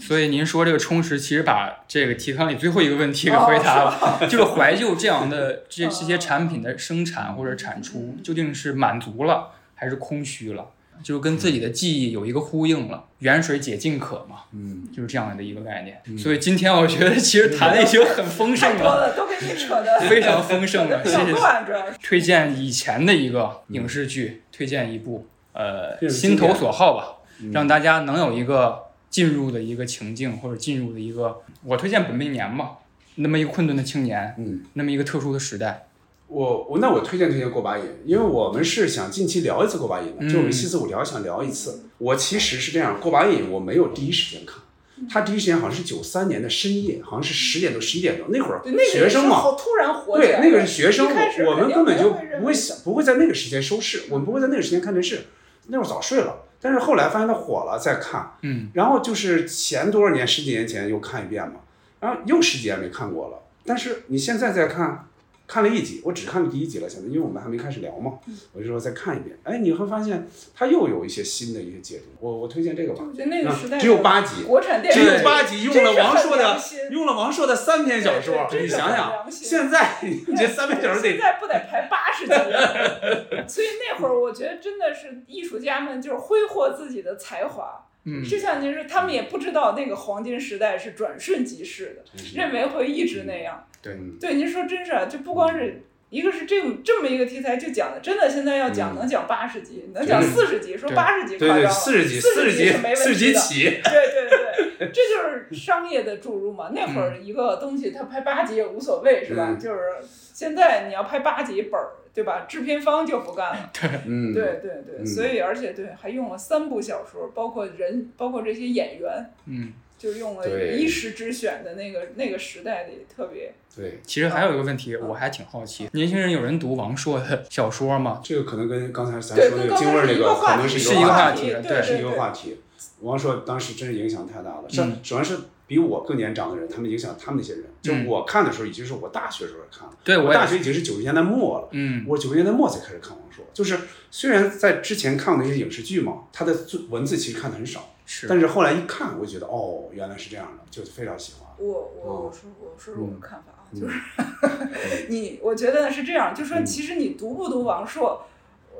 C: 所以您说这个充实，其实把这个提纲里最后一个问题给回答了， 就是怀旧这样的这这些产品的生产或者产出，究竟是满足了还是空虚了？就是跟自己的记忆有一个呼应了，远水解近渴嘛，
A: 嗯，
C: 就是这样的一个概念。所以今天我觉得其实谈的已经很丰盛
B: 太多
C: 了，
B: 了，都给你扯的
C: 非常丰 盛了，谢谢
B: 很。乱，主要是。
C: 推荐以前的一个影视剧，推荐一部，
A: 嗯这是
C: 呃，心
A: 经
C: 头
A: 典
C: 所好吧，
A: 嗯
C: 让大家能有一个进入的一个情境或者进入的一个，我推荐本命年吧，那么一个困顿的青年，
A: 嗯，
C: 那么一个特殊的时代，
A: 我我那我推荐推荐过把瘾，因为我们是想近期聊一次过把瘾的，
C: 嗯
A: 就我们西四五聊想聊一次。我其实是这样，过把瘾我没有第一时间看，
B: 嗯
A: 他第一时间好像是九三年的深夜，好像是十点多十一点多那会儿
B: 对，那个
A: 学生嘛，
B: 好突然火起
A: 对
B: 来，
A: 那个是学生
B: 一开，始
A: 我们根
B: 肯定
A: 本就
B: 不会认
A: 不
B: 为
A: 会想，不会在那个时间收视，我们不会在那个时间看电视，那会儿早睡了。但是后来发现它火了再看，
C: 嗯，
A: 然后就是前多少年，十几年前又看一遍嘛，然后又十几年没看过了。但是你现在再看，看了一集，我只看了第一集了，现在因为我们还没开始聊嘛，
B: 嗯
A: 我就说再看一遍。哎，你会发现它又有一些新的一些解读。我我推荐这个吧，
B: 我觉得那个时代
A: 嗯只有八集，
B: 国产电影
A: 只有八集，用
B: 真
A: 了
B: 是
A: 王
B: 很
A: 朔的
B: 良心
A: 用了王朔的三篇小说，
B: 对对
A: 你
B: 真是
A: 想
B: 很
A: 想
B: 良，心
A: 现在你这三篇小说得
B: 现在不得排八十 集了，所以那会儿我觉得真的是艺术家们就是挥霍自己的才华。
C: 嗯
B: 就像您说，他们也不知道那个黄金时代是转瞬即逝的，认为会一直那样。
A: 对，
B: 对，您说真是啊，就不光是一个是这种这么一个题材，就讲的真的现在要讲能讲八十集，能讲四十集，说
A: 嗯对
B: 八十集
A: 对
B: 夸张
A: 对
B: 了，
A: 40集
B: 四
A: 40集
B: 是没问题的，
A: 40集起
B: 对对对，这就是商业的注入嘛。那会儿一个东西它拍八集也无所谓是吧？
A: 嗯
B: 就是现在你要拍八集本儿，对吧？制片方就不干了。
A: 嗯
B: 对对对，所以而且对还用了三部小说，包括人，包括这些演员，
C: 嗯，
B: 就用了
C: 对
B: 一时之选的那个那个时代里特别。
A: 对，
C: 其实还有一个问题，我还挺好奇，年轻人有人读王朔的小说吗？
A: 这个可能跟刚才咱
C: 对
A: 说那
C: 跟
A: 个
C: 刚
A: 京
C: 才
A: 味儿
C: 是
A: 那
C: 一个
A: 个，
C: 话
A: 可能是
C: 题
A: 一
C: 是一
A: 个
C: 个话
A: 题
C: 题，对
A: 是一个
C: 对
A: 话题。王朔当时真是影响太大了，
C: 嗯
A: 像主要是比我更年长的人，他们影响他们那些人。就
C: 嗯
A: 我看的时候，已经是我大学时候看了，
C: 对我
A: 我
C: 也
A: 大
C: 是
A: 学已经是九十年代末了，
C: 嗯，
A: 我九十年代末才开始看王朔。就是虽然在之前看过那些影视剧嘛，他的字文字其实看的很少，
C: 是
A: 但是后来一看，我就觉得哦，原来是这样的，就非常喜欢。
B: 我我我说我说说我的看法啊，
A: 嗯
B: 就是 你，我觉得是这样，就说其实你读不读王朔，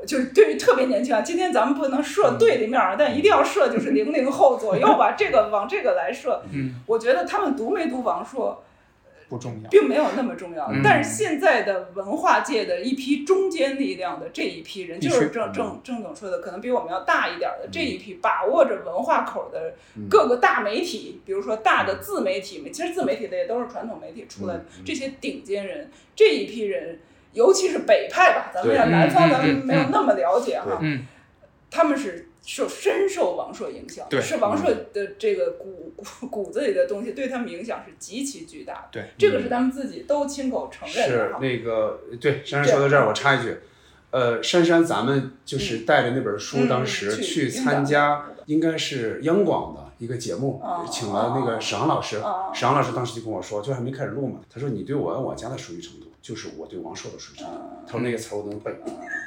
B: 就是对于特别年轻啊，今天咱们不能
A: 嗯
B: 设对立面儿，啊但一定要设就是零零后左右吧，这个往这个来设。
C: 嗯，
B: 我觉得他们读没读王朔
C: 不重要，
B: 并没有那么重要，
C: 嗯
B: 但是现在的文化界的一批中坚力量的这一批人，
C: 必
B: 就
C: 须
B: 是
A: 嗯
B: 郑郑郑总说的，可能比我们要大一点的这一批，把握着文化口的
A: 嗯
B: 各个大媒体，比如说大的自媒体，其实自媒体的也都是传统媒体出来的
A: 嗯
B: 这些顶尖人，这一批人，尤其是北派吧，咱们
A: 对
B: 要南方
A: 嗯
B: 咱们
A: 嗯
B: 没有那么了解哈，
C: 嗯，
B: 他们是受深受王朔影响，
C: 对
B: 是王朔的这个骨骨骨子里的东西对他们影响是极其巨大的。
A: 对
C: 嗯
B: 这个是他们自己都亲口承认的
A: 嗯是
B: 哈。
A: 那个对，珊珊说到这儿，我插一句，呃，珊珊，咱们就是带着那本书，
B: 嗯
A: 当时
B: 去
A: 去
B: 云南
A: 参加，应该是央广的一个节目，
B: 哦
A: 请了那个史航老师。史航老师当时就跟我说，就还没开始录嘛，他说你对我爱我家的熟悉程度，就是我对王朔的熟悉程度。
B: 嗯
A: 他说那个词儿我都能背。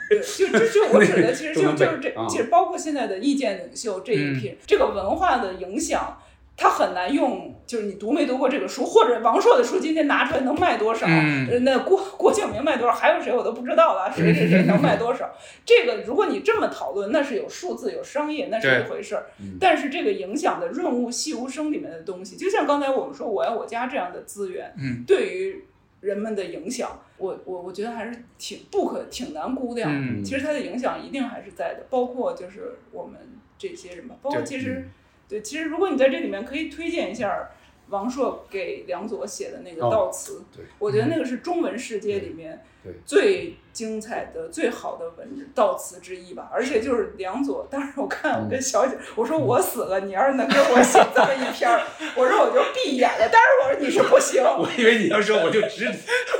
B: 就就就我指
A: 那
B: 的，
A: 个
B: 其实
A: 都
B: 就
A: 能
B: 就
A: 背
B: 是这，
A: 啊嗯
B: 其实包括现在的意见领袖这一批，这个文化的影响，它很难用，就是你读没读过这个书，或者王朔的书今天拿出来能卖多少，
L: 嗯
B: 呃那郭郭敬明卖多少，还有谁我都不知道了，谁谁谁能卖多 少？这个如果你这么讨论，那是有数字有商业，那是
L: 对
B: 一回事儿。
A: 嗯
B: 但是这个影响的润物细无声里面的东西，就像刚才我们说我爱我家这样的资源，
L: 嗯
B: 对于人们的影响，我我我觉得还是挺不可挺难估量。
L: 嗯
B: 其实它的影响一定还是在的，包括就是我们这些人吧，包括
L: 对
B: 其实对其实如果你在这里面可以推荐一下王朔给梁左写的那个
L: 哦
B: 悼词，
A: 对
B: 我觉得那个是中文世界里面
A: 对
B: 最精彩的、最好的文字悼词之一吧。而且就是梁左，当时我看我跟小姐、我说我死了，你要是能给我写这么一篇儿，我说我就闭眼了。但是我说你是不 行，
A: 我以为你要说我就直，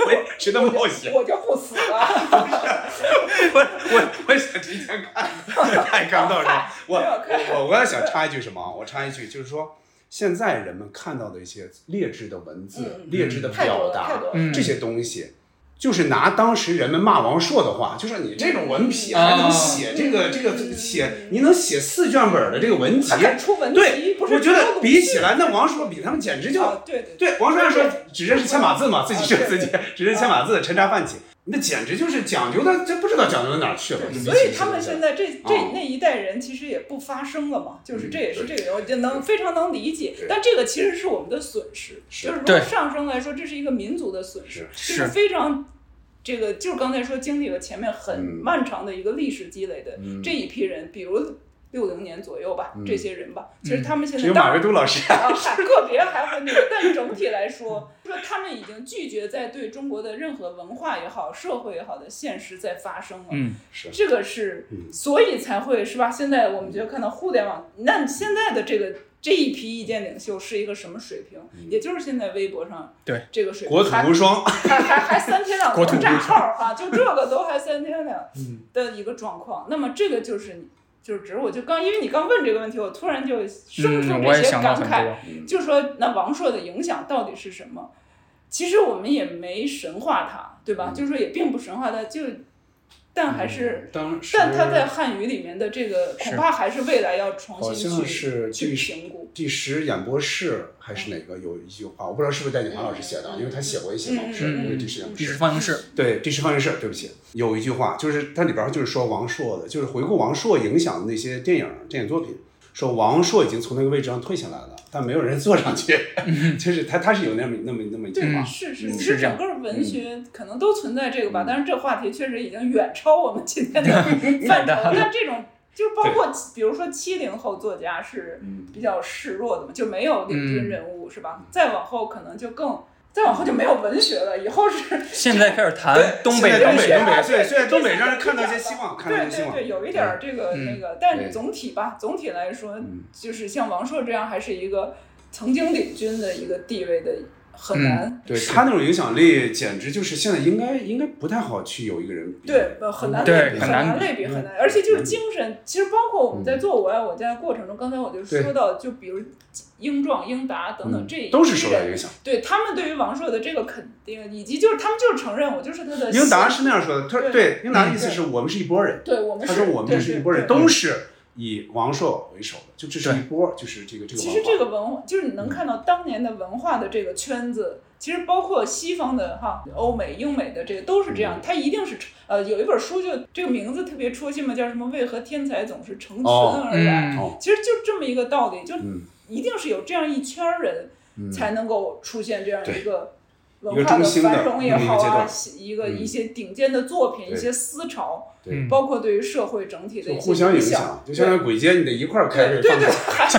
A: 我也直的冒险。
B: 我就不死了。
A: 我我想提前看，太看 不到了。我我我我要想插一句什么啊？我插一句就是说。现在人们看到的一些劣质的文字、
B: 嗯
A: 劣质的表
B: 太
A: 达
B: 多了太多了
A: 这些东西，就是拿当时人们骂王朔的话，就说你这种文痞
B: 啊
A: 还能写这个、这个写，你能写四卷本的这个文集，
B: 还敢出文集
A: 对，
B: 不是
A: 我觉
B: 出
A: 得
B: 鲁
A: 比起来，那王朔比他们简直就
B: 啊对对
A: 对，王朔要说啊只认识签码字嘛，自己就自己只认识签码字，陈渣饭起，那简直就是讲究的，这不知道讲究到哪儿去了。嗯你
B: 嗯所以他们现在这
A: 啊
B: 这那一代人其实也不发声了嘛，就是这也是这
A: 嗯对
B: 个，我就能非常能理解。但这个其实是我们的损失，就是如果
C: 对
B: 上升来说，这是一个民族的损失，
C: 是
B: 就是
C: 是
B: 非常。这个就是刚才说经历了前面很漫长的一个历史积累的
A: 嗯
B: 这一批人，比如六零年左右吧
A: 嗯，
B: 这些人吧，其实
A: 嗯
B: 他们现在
A: 只有
B: 当
A: 马
B: 然
A: 未都老师
B: 啊嗨个别还会那个，但整体来说，说他们已经拒绝在对中国的任何文化也好、社会也好的现实在发生了。
C: 嗯
A: 是
B: 这个是，
A: 嗯
B: 所以才会是吧？现在我们觉得看到互联网，那现在的这个这一批意见领袖是一个什么水平？也就是现在微博上
C: 嗯对
B: 这个水平，
A: 国土无双
B: 还还还还三天两
A: 国
B: 头
A: 土无
B: 炸
A: 双
B: 号啊，就这个都还三天两
A: 嗯
B: 的一个状况。那么这个就是你。就是只是我就刚，因为你刚问这个问题，我突然就生出
C: 嗯
B: 这
C: 我也
B: 些
C: 想到
B: 感
C: 很
B: 慨
C: 多，
B: 就说那王朔的影响到底是什么？其实我们也没神化他，对吧？就是说也并不神化他，就但还是，
A: 当时
B: 但他在汉语里面的这个
A: 嗯是
B: 恐怕还是未来要重
A: 好
B: 新
A: 像
B: 去
A: 是
B: 去
A: 第
B: 评
A: 十
B: 估。
A: 第十演播室还是哪个有一句话，我不知道是不是戴锦华老师写的，啊因为他写过一些嘛，
B: 嗯
A: 是
B: 嗯
A: 那个第十演播
C: 第
A: 室
C: 十。放映室，
A: 对，第十放映室，对不起，有一句话就是它里边就是说王朔的，就是回顾王朔影响的那些电影电影作品，说王朔已经从那个位置上退下来了，但没有人坐上去，
B: 嗯
A: 就是他他是有那么那么那么一句话，
B: 对，是是，其实整个文
A: 嗯
B: 学可能都存在这个吧，但是这话题确实已经远超我们今天的 范畴。那这种就包括比如说七零后作家是
A: 嗯
B: 比较示弱的嘛，就没有领军人物是吧？再往后可能就更。再往后就没有文学了，以后是
C: 现在开始谈东北
A: 现在
C: 文
A: 东北东北，
C: 学，
A: 对，现在东北让人看到一些希望，看到一
B: 对
A: 些希
B: 对
A: 望，
B: 对，有一点儿这个
A: 嗯
B: 那个，但
A: 对嗯
B: 总体吧，总体来说，就是像王朔这样，还是一个曾经领军的一个地位的，很
A: 嗯
B: 难
A: 对他那种影响力，简直就是现在应该应该不太好去有一个人比。
B: 对，呃很难
A: 对
B: 类比，
A: 很
B: 很
A: 难
B: 难
A: 比
B: 类比，很
A: 嗯
B: 难。而且就是精神，其实包括我们在做《我爱我家》的过程中，刚才我就说
A: 对
B: 到，就比如英壮、英达等等
A: 嗯
B: 这一
A: 都是受
B: 批
A: 到
B: 人
A: 影响。
B: 对他们对于王朔的这个肯定，以及就是他们就是承认我就是他的。
A: 英达是那样说的，他对英达的意思
B: 对
A: 是我们是一拨人，
B: 对我们
A: 他
B: 是
A: 说我
B: 对
A: 们是
B: 对
A: 一拨人，
B: 对
A: 都是以王朔为首的，就这是一波，就是这个这个
B: 其
A: 文
B: 实这
A: 化。
B: 个文化，就
A: 嗯
B: 是你能看到当年的文化的这个圈子，其实包括西方的哈，欧美、英美的这个都是这
A: 嗯
B: 样，它一定是呃，有一本书就这个名字特别戳心嘛，叫什么？为何天才总是成群
A: 哦
B: 而来？
A: 嗯哦
B: 其实就这么一个道理，就
A: 嗯
B: 一定是有这样一圈儿人
A: 嗯
B: 才能够出现这样一个。文
A: 一个
B: 化
A: 中心的
B: 繁荣也好
A: 一个阶
B: 啊
A: 段，
B: 一个
A: 嗯
B: 一些顶尖的作品，
A: 对
B: 一些思潮
A: 对，
C: 嗯
B: 包括对于社会整体的一
A: 就
B: 些
A: 互相影
B: 响
A: 响，，就相当于鬼街，你得一块儿开始
B: 对对
A: 放
B: 对，
A: 炮。
B: 还是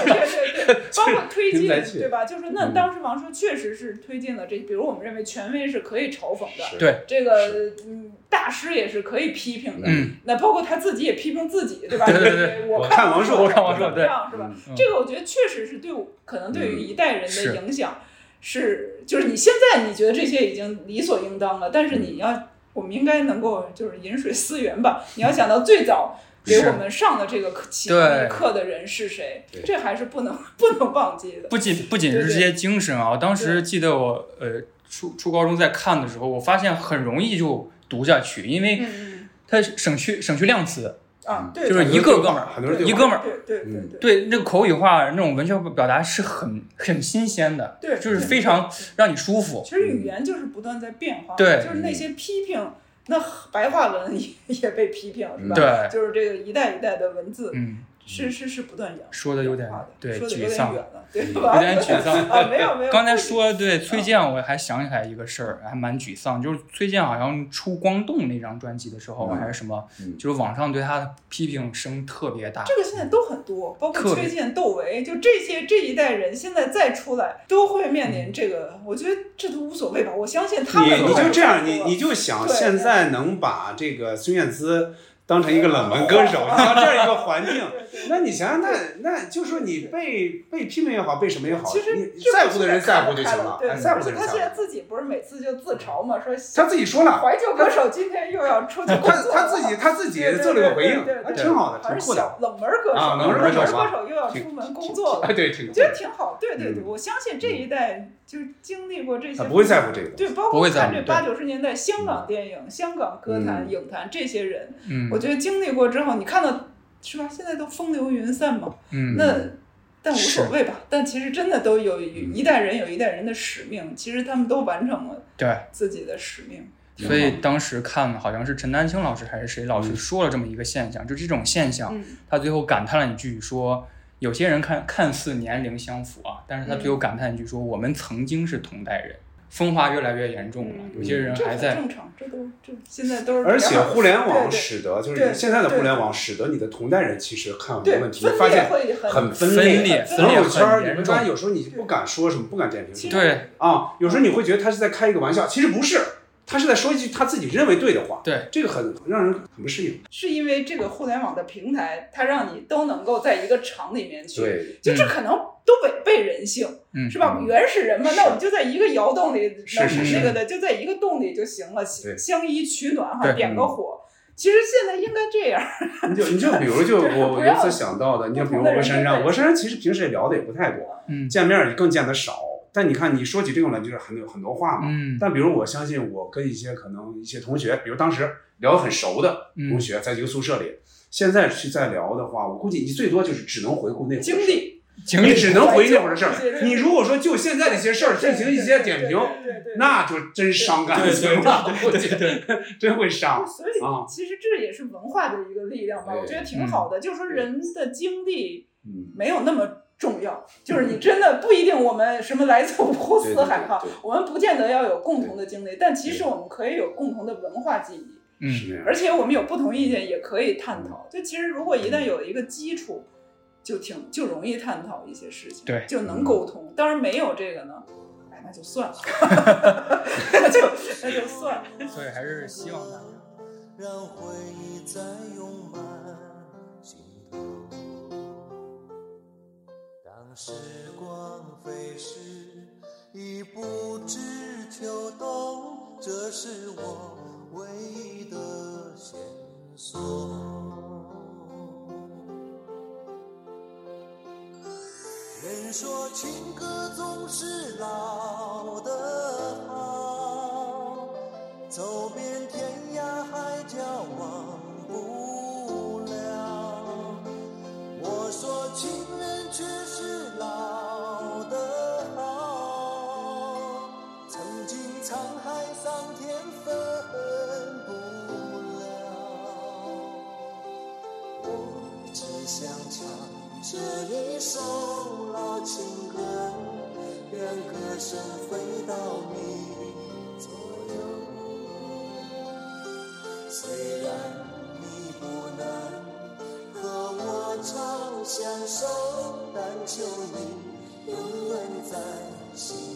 B: 对对对，包括推进
A: 平台器
B: 对吧？就是那
A: 嗯
B: 当时王朔确实是推进了这，比如我们认为权威是可以嘲讽的，
C: 是对
B: 这个嗯大师也是可以批评的，
C: 嗯
B: 那包括他自己也批评自己，对吧？
C: 对对对
B: 我
C: 我看
B: 王
C: 王朔我看王
B: 怎
C: 朔
B: 么
C: 对嗯
B: 样是吧？这个我觉得确实是对我，可能对于一代人的
C: 是嗯
B: 影响是，就是你现在你觉得这些已经理所应当了，但是你要我们应该能够就是饮水思源吧。你要想到最早给我们上了这个课启蒙
C: 对
B: 课的人是谁，这还是不能不能忘记的。
C: 不仅不仅是这些精神啊，我当时记得我呃初初高中在看的时候，我发现很容易就读下去，因为
B: 嗯
C: 它省去省去量词，
B: 啊，对，
C: 就是一个哥们
A: 很多人
C: 儿，
A: 对话
C: 一哥们儿，嗯
B: 对对
A: 对
C: 对，那个口语化那种文学表达是很很新鲜的，
B: 对
C: 就是非常让你舒服。
B: 其实语言就是不断在变化，
C: 对
B: 就是那些批评，那白话文也也被批评，是吧？
C: 对
B: 就是这个一代一代的文字，
C: 嗯，
B: 是是是不断演化，
C: 说的有点对
B: 说的有
C: 沮
B: 点
C: 丧嗯
B: 远，了，对吧？
C: 有点沮丧。
B: 啊，没有没有，
C: 刚才说对崔健，我还想起来一个事儿，还蛮沮丧，就是崔健好像出《光动》那张专辑的时候，
B: 嗯
C: 还是什么，就是网上对他的批评声特别大。
B: 这个现在都很多，包括
C: 特别
B: 崔健、窦唯，就这些这一代人，现在再出来都会面临这个，我觉得这都无所谓吧。我相信他们
A: 你你
B: 都会
A: 就这样，
B: 克服
A: 你
B: 了
A: 你就想
B: 对
A: 现在能把这个孙燕姿当成一个冷门歌手，你像这样一个环境，那你想想，那那就说你被被批评也好，被什么也好，
B: 其实
A: 你
B: 这
A: 在乎的人在乎就行
B: 看
A: 了
B: 对，，
A: 哎在乎的人
B: 他
A: 在
B: 现在
A: 乎。
B: 自己不是每次就自嘲嘛，说
A: 他自己说了
B: 怀旧歌手今天又要出去工
A: 哎他
B: 作了
A: 他自己他自己
B: 对对
A: 做了个回
B: 对对
A: 应，还
B: 对对
A: 挺好的，
B: 还
A: 挺
B: 是
A: 酷
B: 小
A: 的。
B: 冷门歌手，
A: 啊冷门歌手
B: 冷
A: 嘛
B: 门歌手又要出门工作了，
A: 挺对挺
B: 我觉得挺好，对对对，
A: 嗯
B: 我相信这一代就是经历过这些，
A: 他不会在乎这个
B: 对，包
A: 不
B: 括
A: 会在
B: 看
A: 乎
B: 这
A: 对嗯
B: 八九十年代香港电影、香港歌坛、影坛这些人，
C: 嗯
B: 我觉得经历过之后，你看到是吧？现在都风流云散嘛，
C: 嗯
B: 那但无所谓吧。但其实真的都有
A: 嗯
B: 一代人有一代人的使命，其实他们都完成了
C: 对，
B: 自己的使命。
C: 所以当时看好像是陈丹青老师还是谁老师说了这么一个现象，就这种现象
B: 嗯，
C: 他最后感叹了一句说，有些人看看似年龄相符啊，但是他最后感叹一句说，我们曾经是同代人，风化越来越严重了，有些
B: 嗯
C: 人
B: 这
C: 还
B: 很
C: 在
B: 正常，这都这现在都是
A: 而且
B: 这样
A: 互联
B: 对
A: 网
B: 对
A: 使得就
B: 对
A: 是现在的
B: 对
A: 互联网使得你的同代人其实看很多
B: 对
A: 问题，
B: 分
A: 你发
B: 裂
A: 现
B: 会很
A: 很
C: 分裂
A: 裂。
C: 分
A: 朋
C: 裂
A: 友
C: 很
A: 圈儿
C: 严
A: 你会
C: 重
A: 发现有时候你不敢说什么，不敢点评什么。
C: 对
A: 啊，有时候你会觉得他是在开一个玩笑，其实不是，他是在说一句他自己认为对的话。
C: 对，
A: 这个很让人很不适应。
B: 是因为这个互联网的平台，它让你都能够在一个场里面去，
A: 对
B: 就这可能都违背人性，
A: 嗯
B: 是吧？原始人嘛，那我们就在一个窑洞里，
A: 是
B: 能
A: 是是
B: 那个的，就在一个洞里就行了，
A: 对
B: 相依取暖哈，
A: 对
B: 点个火。其实现在应该这样，
A: 你 就你就比如就
B: 对
A: 我
B: 不
A: 我
B: 要
A: 有次想到的，你就比如
B: 不同的人
A: 我珊
B: 都在
A: 珊，我珊珊其实平时也聊的也不太多，
C: 嗯
A: 见面儿也更见得少。但你看，你说起这种来，就是很有很多话嘛。
C: 嗯
A: 但比如我相信，我跟一些可能一些同学，比如当时聊得很熟的
C: 嗯
A: 同学，在一个宿舍里，现在去再聊的话，我估计你最多就是只能回顾那会儿
B: 经历，
C: 经
A: 你
C: 历
A: 只能回忆那会儿的事儿
B: 对对。对
A: 你如果说就现在这些事儿进行一些点评，那就真伤感情了，我觉得 真会伤
B: 所以
A: 啊。
B: 其实这也是文化的一个力量吧，
A: 对
B: 我觉得挺好的。就是说人的经历
A: 嗯
B: 没有那么重要，就是你真的不一定我们什么来自五湖四海哈，我们不见得要有共同的经历，但其实我们可以有共同的文化记忆，
A: 嗯
B: 而且我们有不同意见也可以探讨。就其实如果一旦有一个基础，就挺就容易探讨一些事情，
C: 对
B: 就能沟通。当然没有这个呢，哎，那就算了， 那就那就算了。
C: 嗯所以还是希望大家。
L: 让回忆再涌满心头。当时光飞逝，已不知秋冬，这是我唯一的线索。人说情歌总是老的好。走遍天涯海角忘不了。我说情人却是老的好，曾经沧海桑田分不了。我只想唱这一首老情歌，让歌声回到你左右。虽然你不能和我常相守，但求你永远在心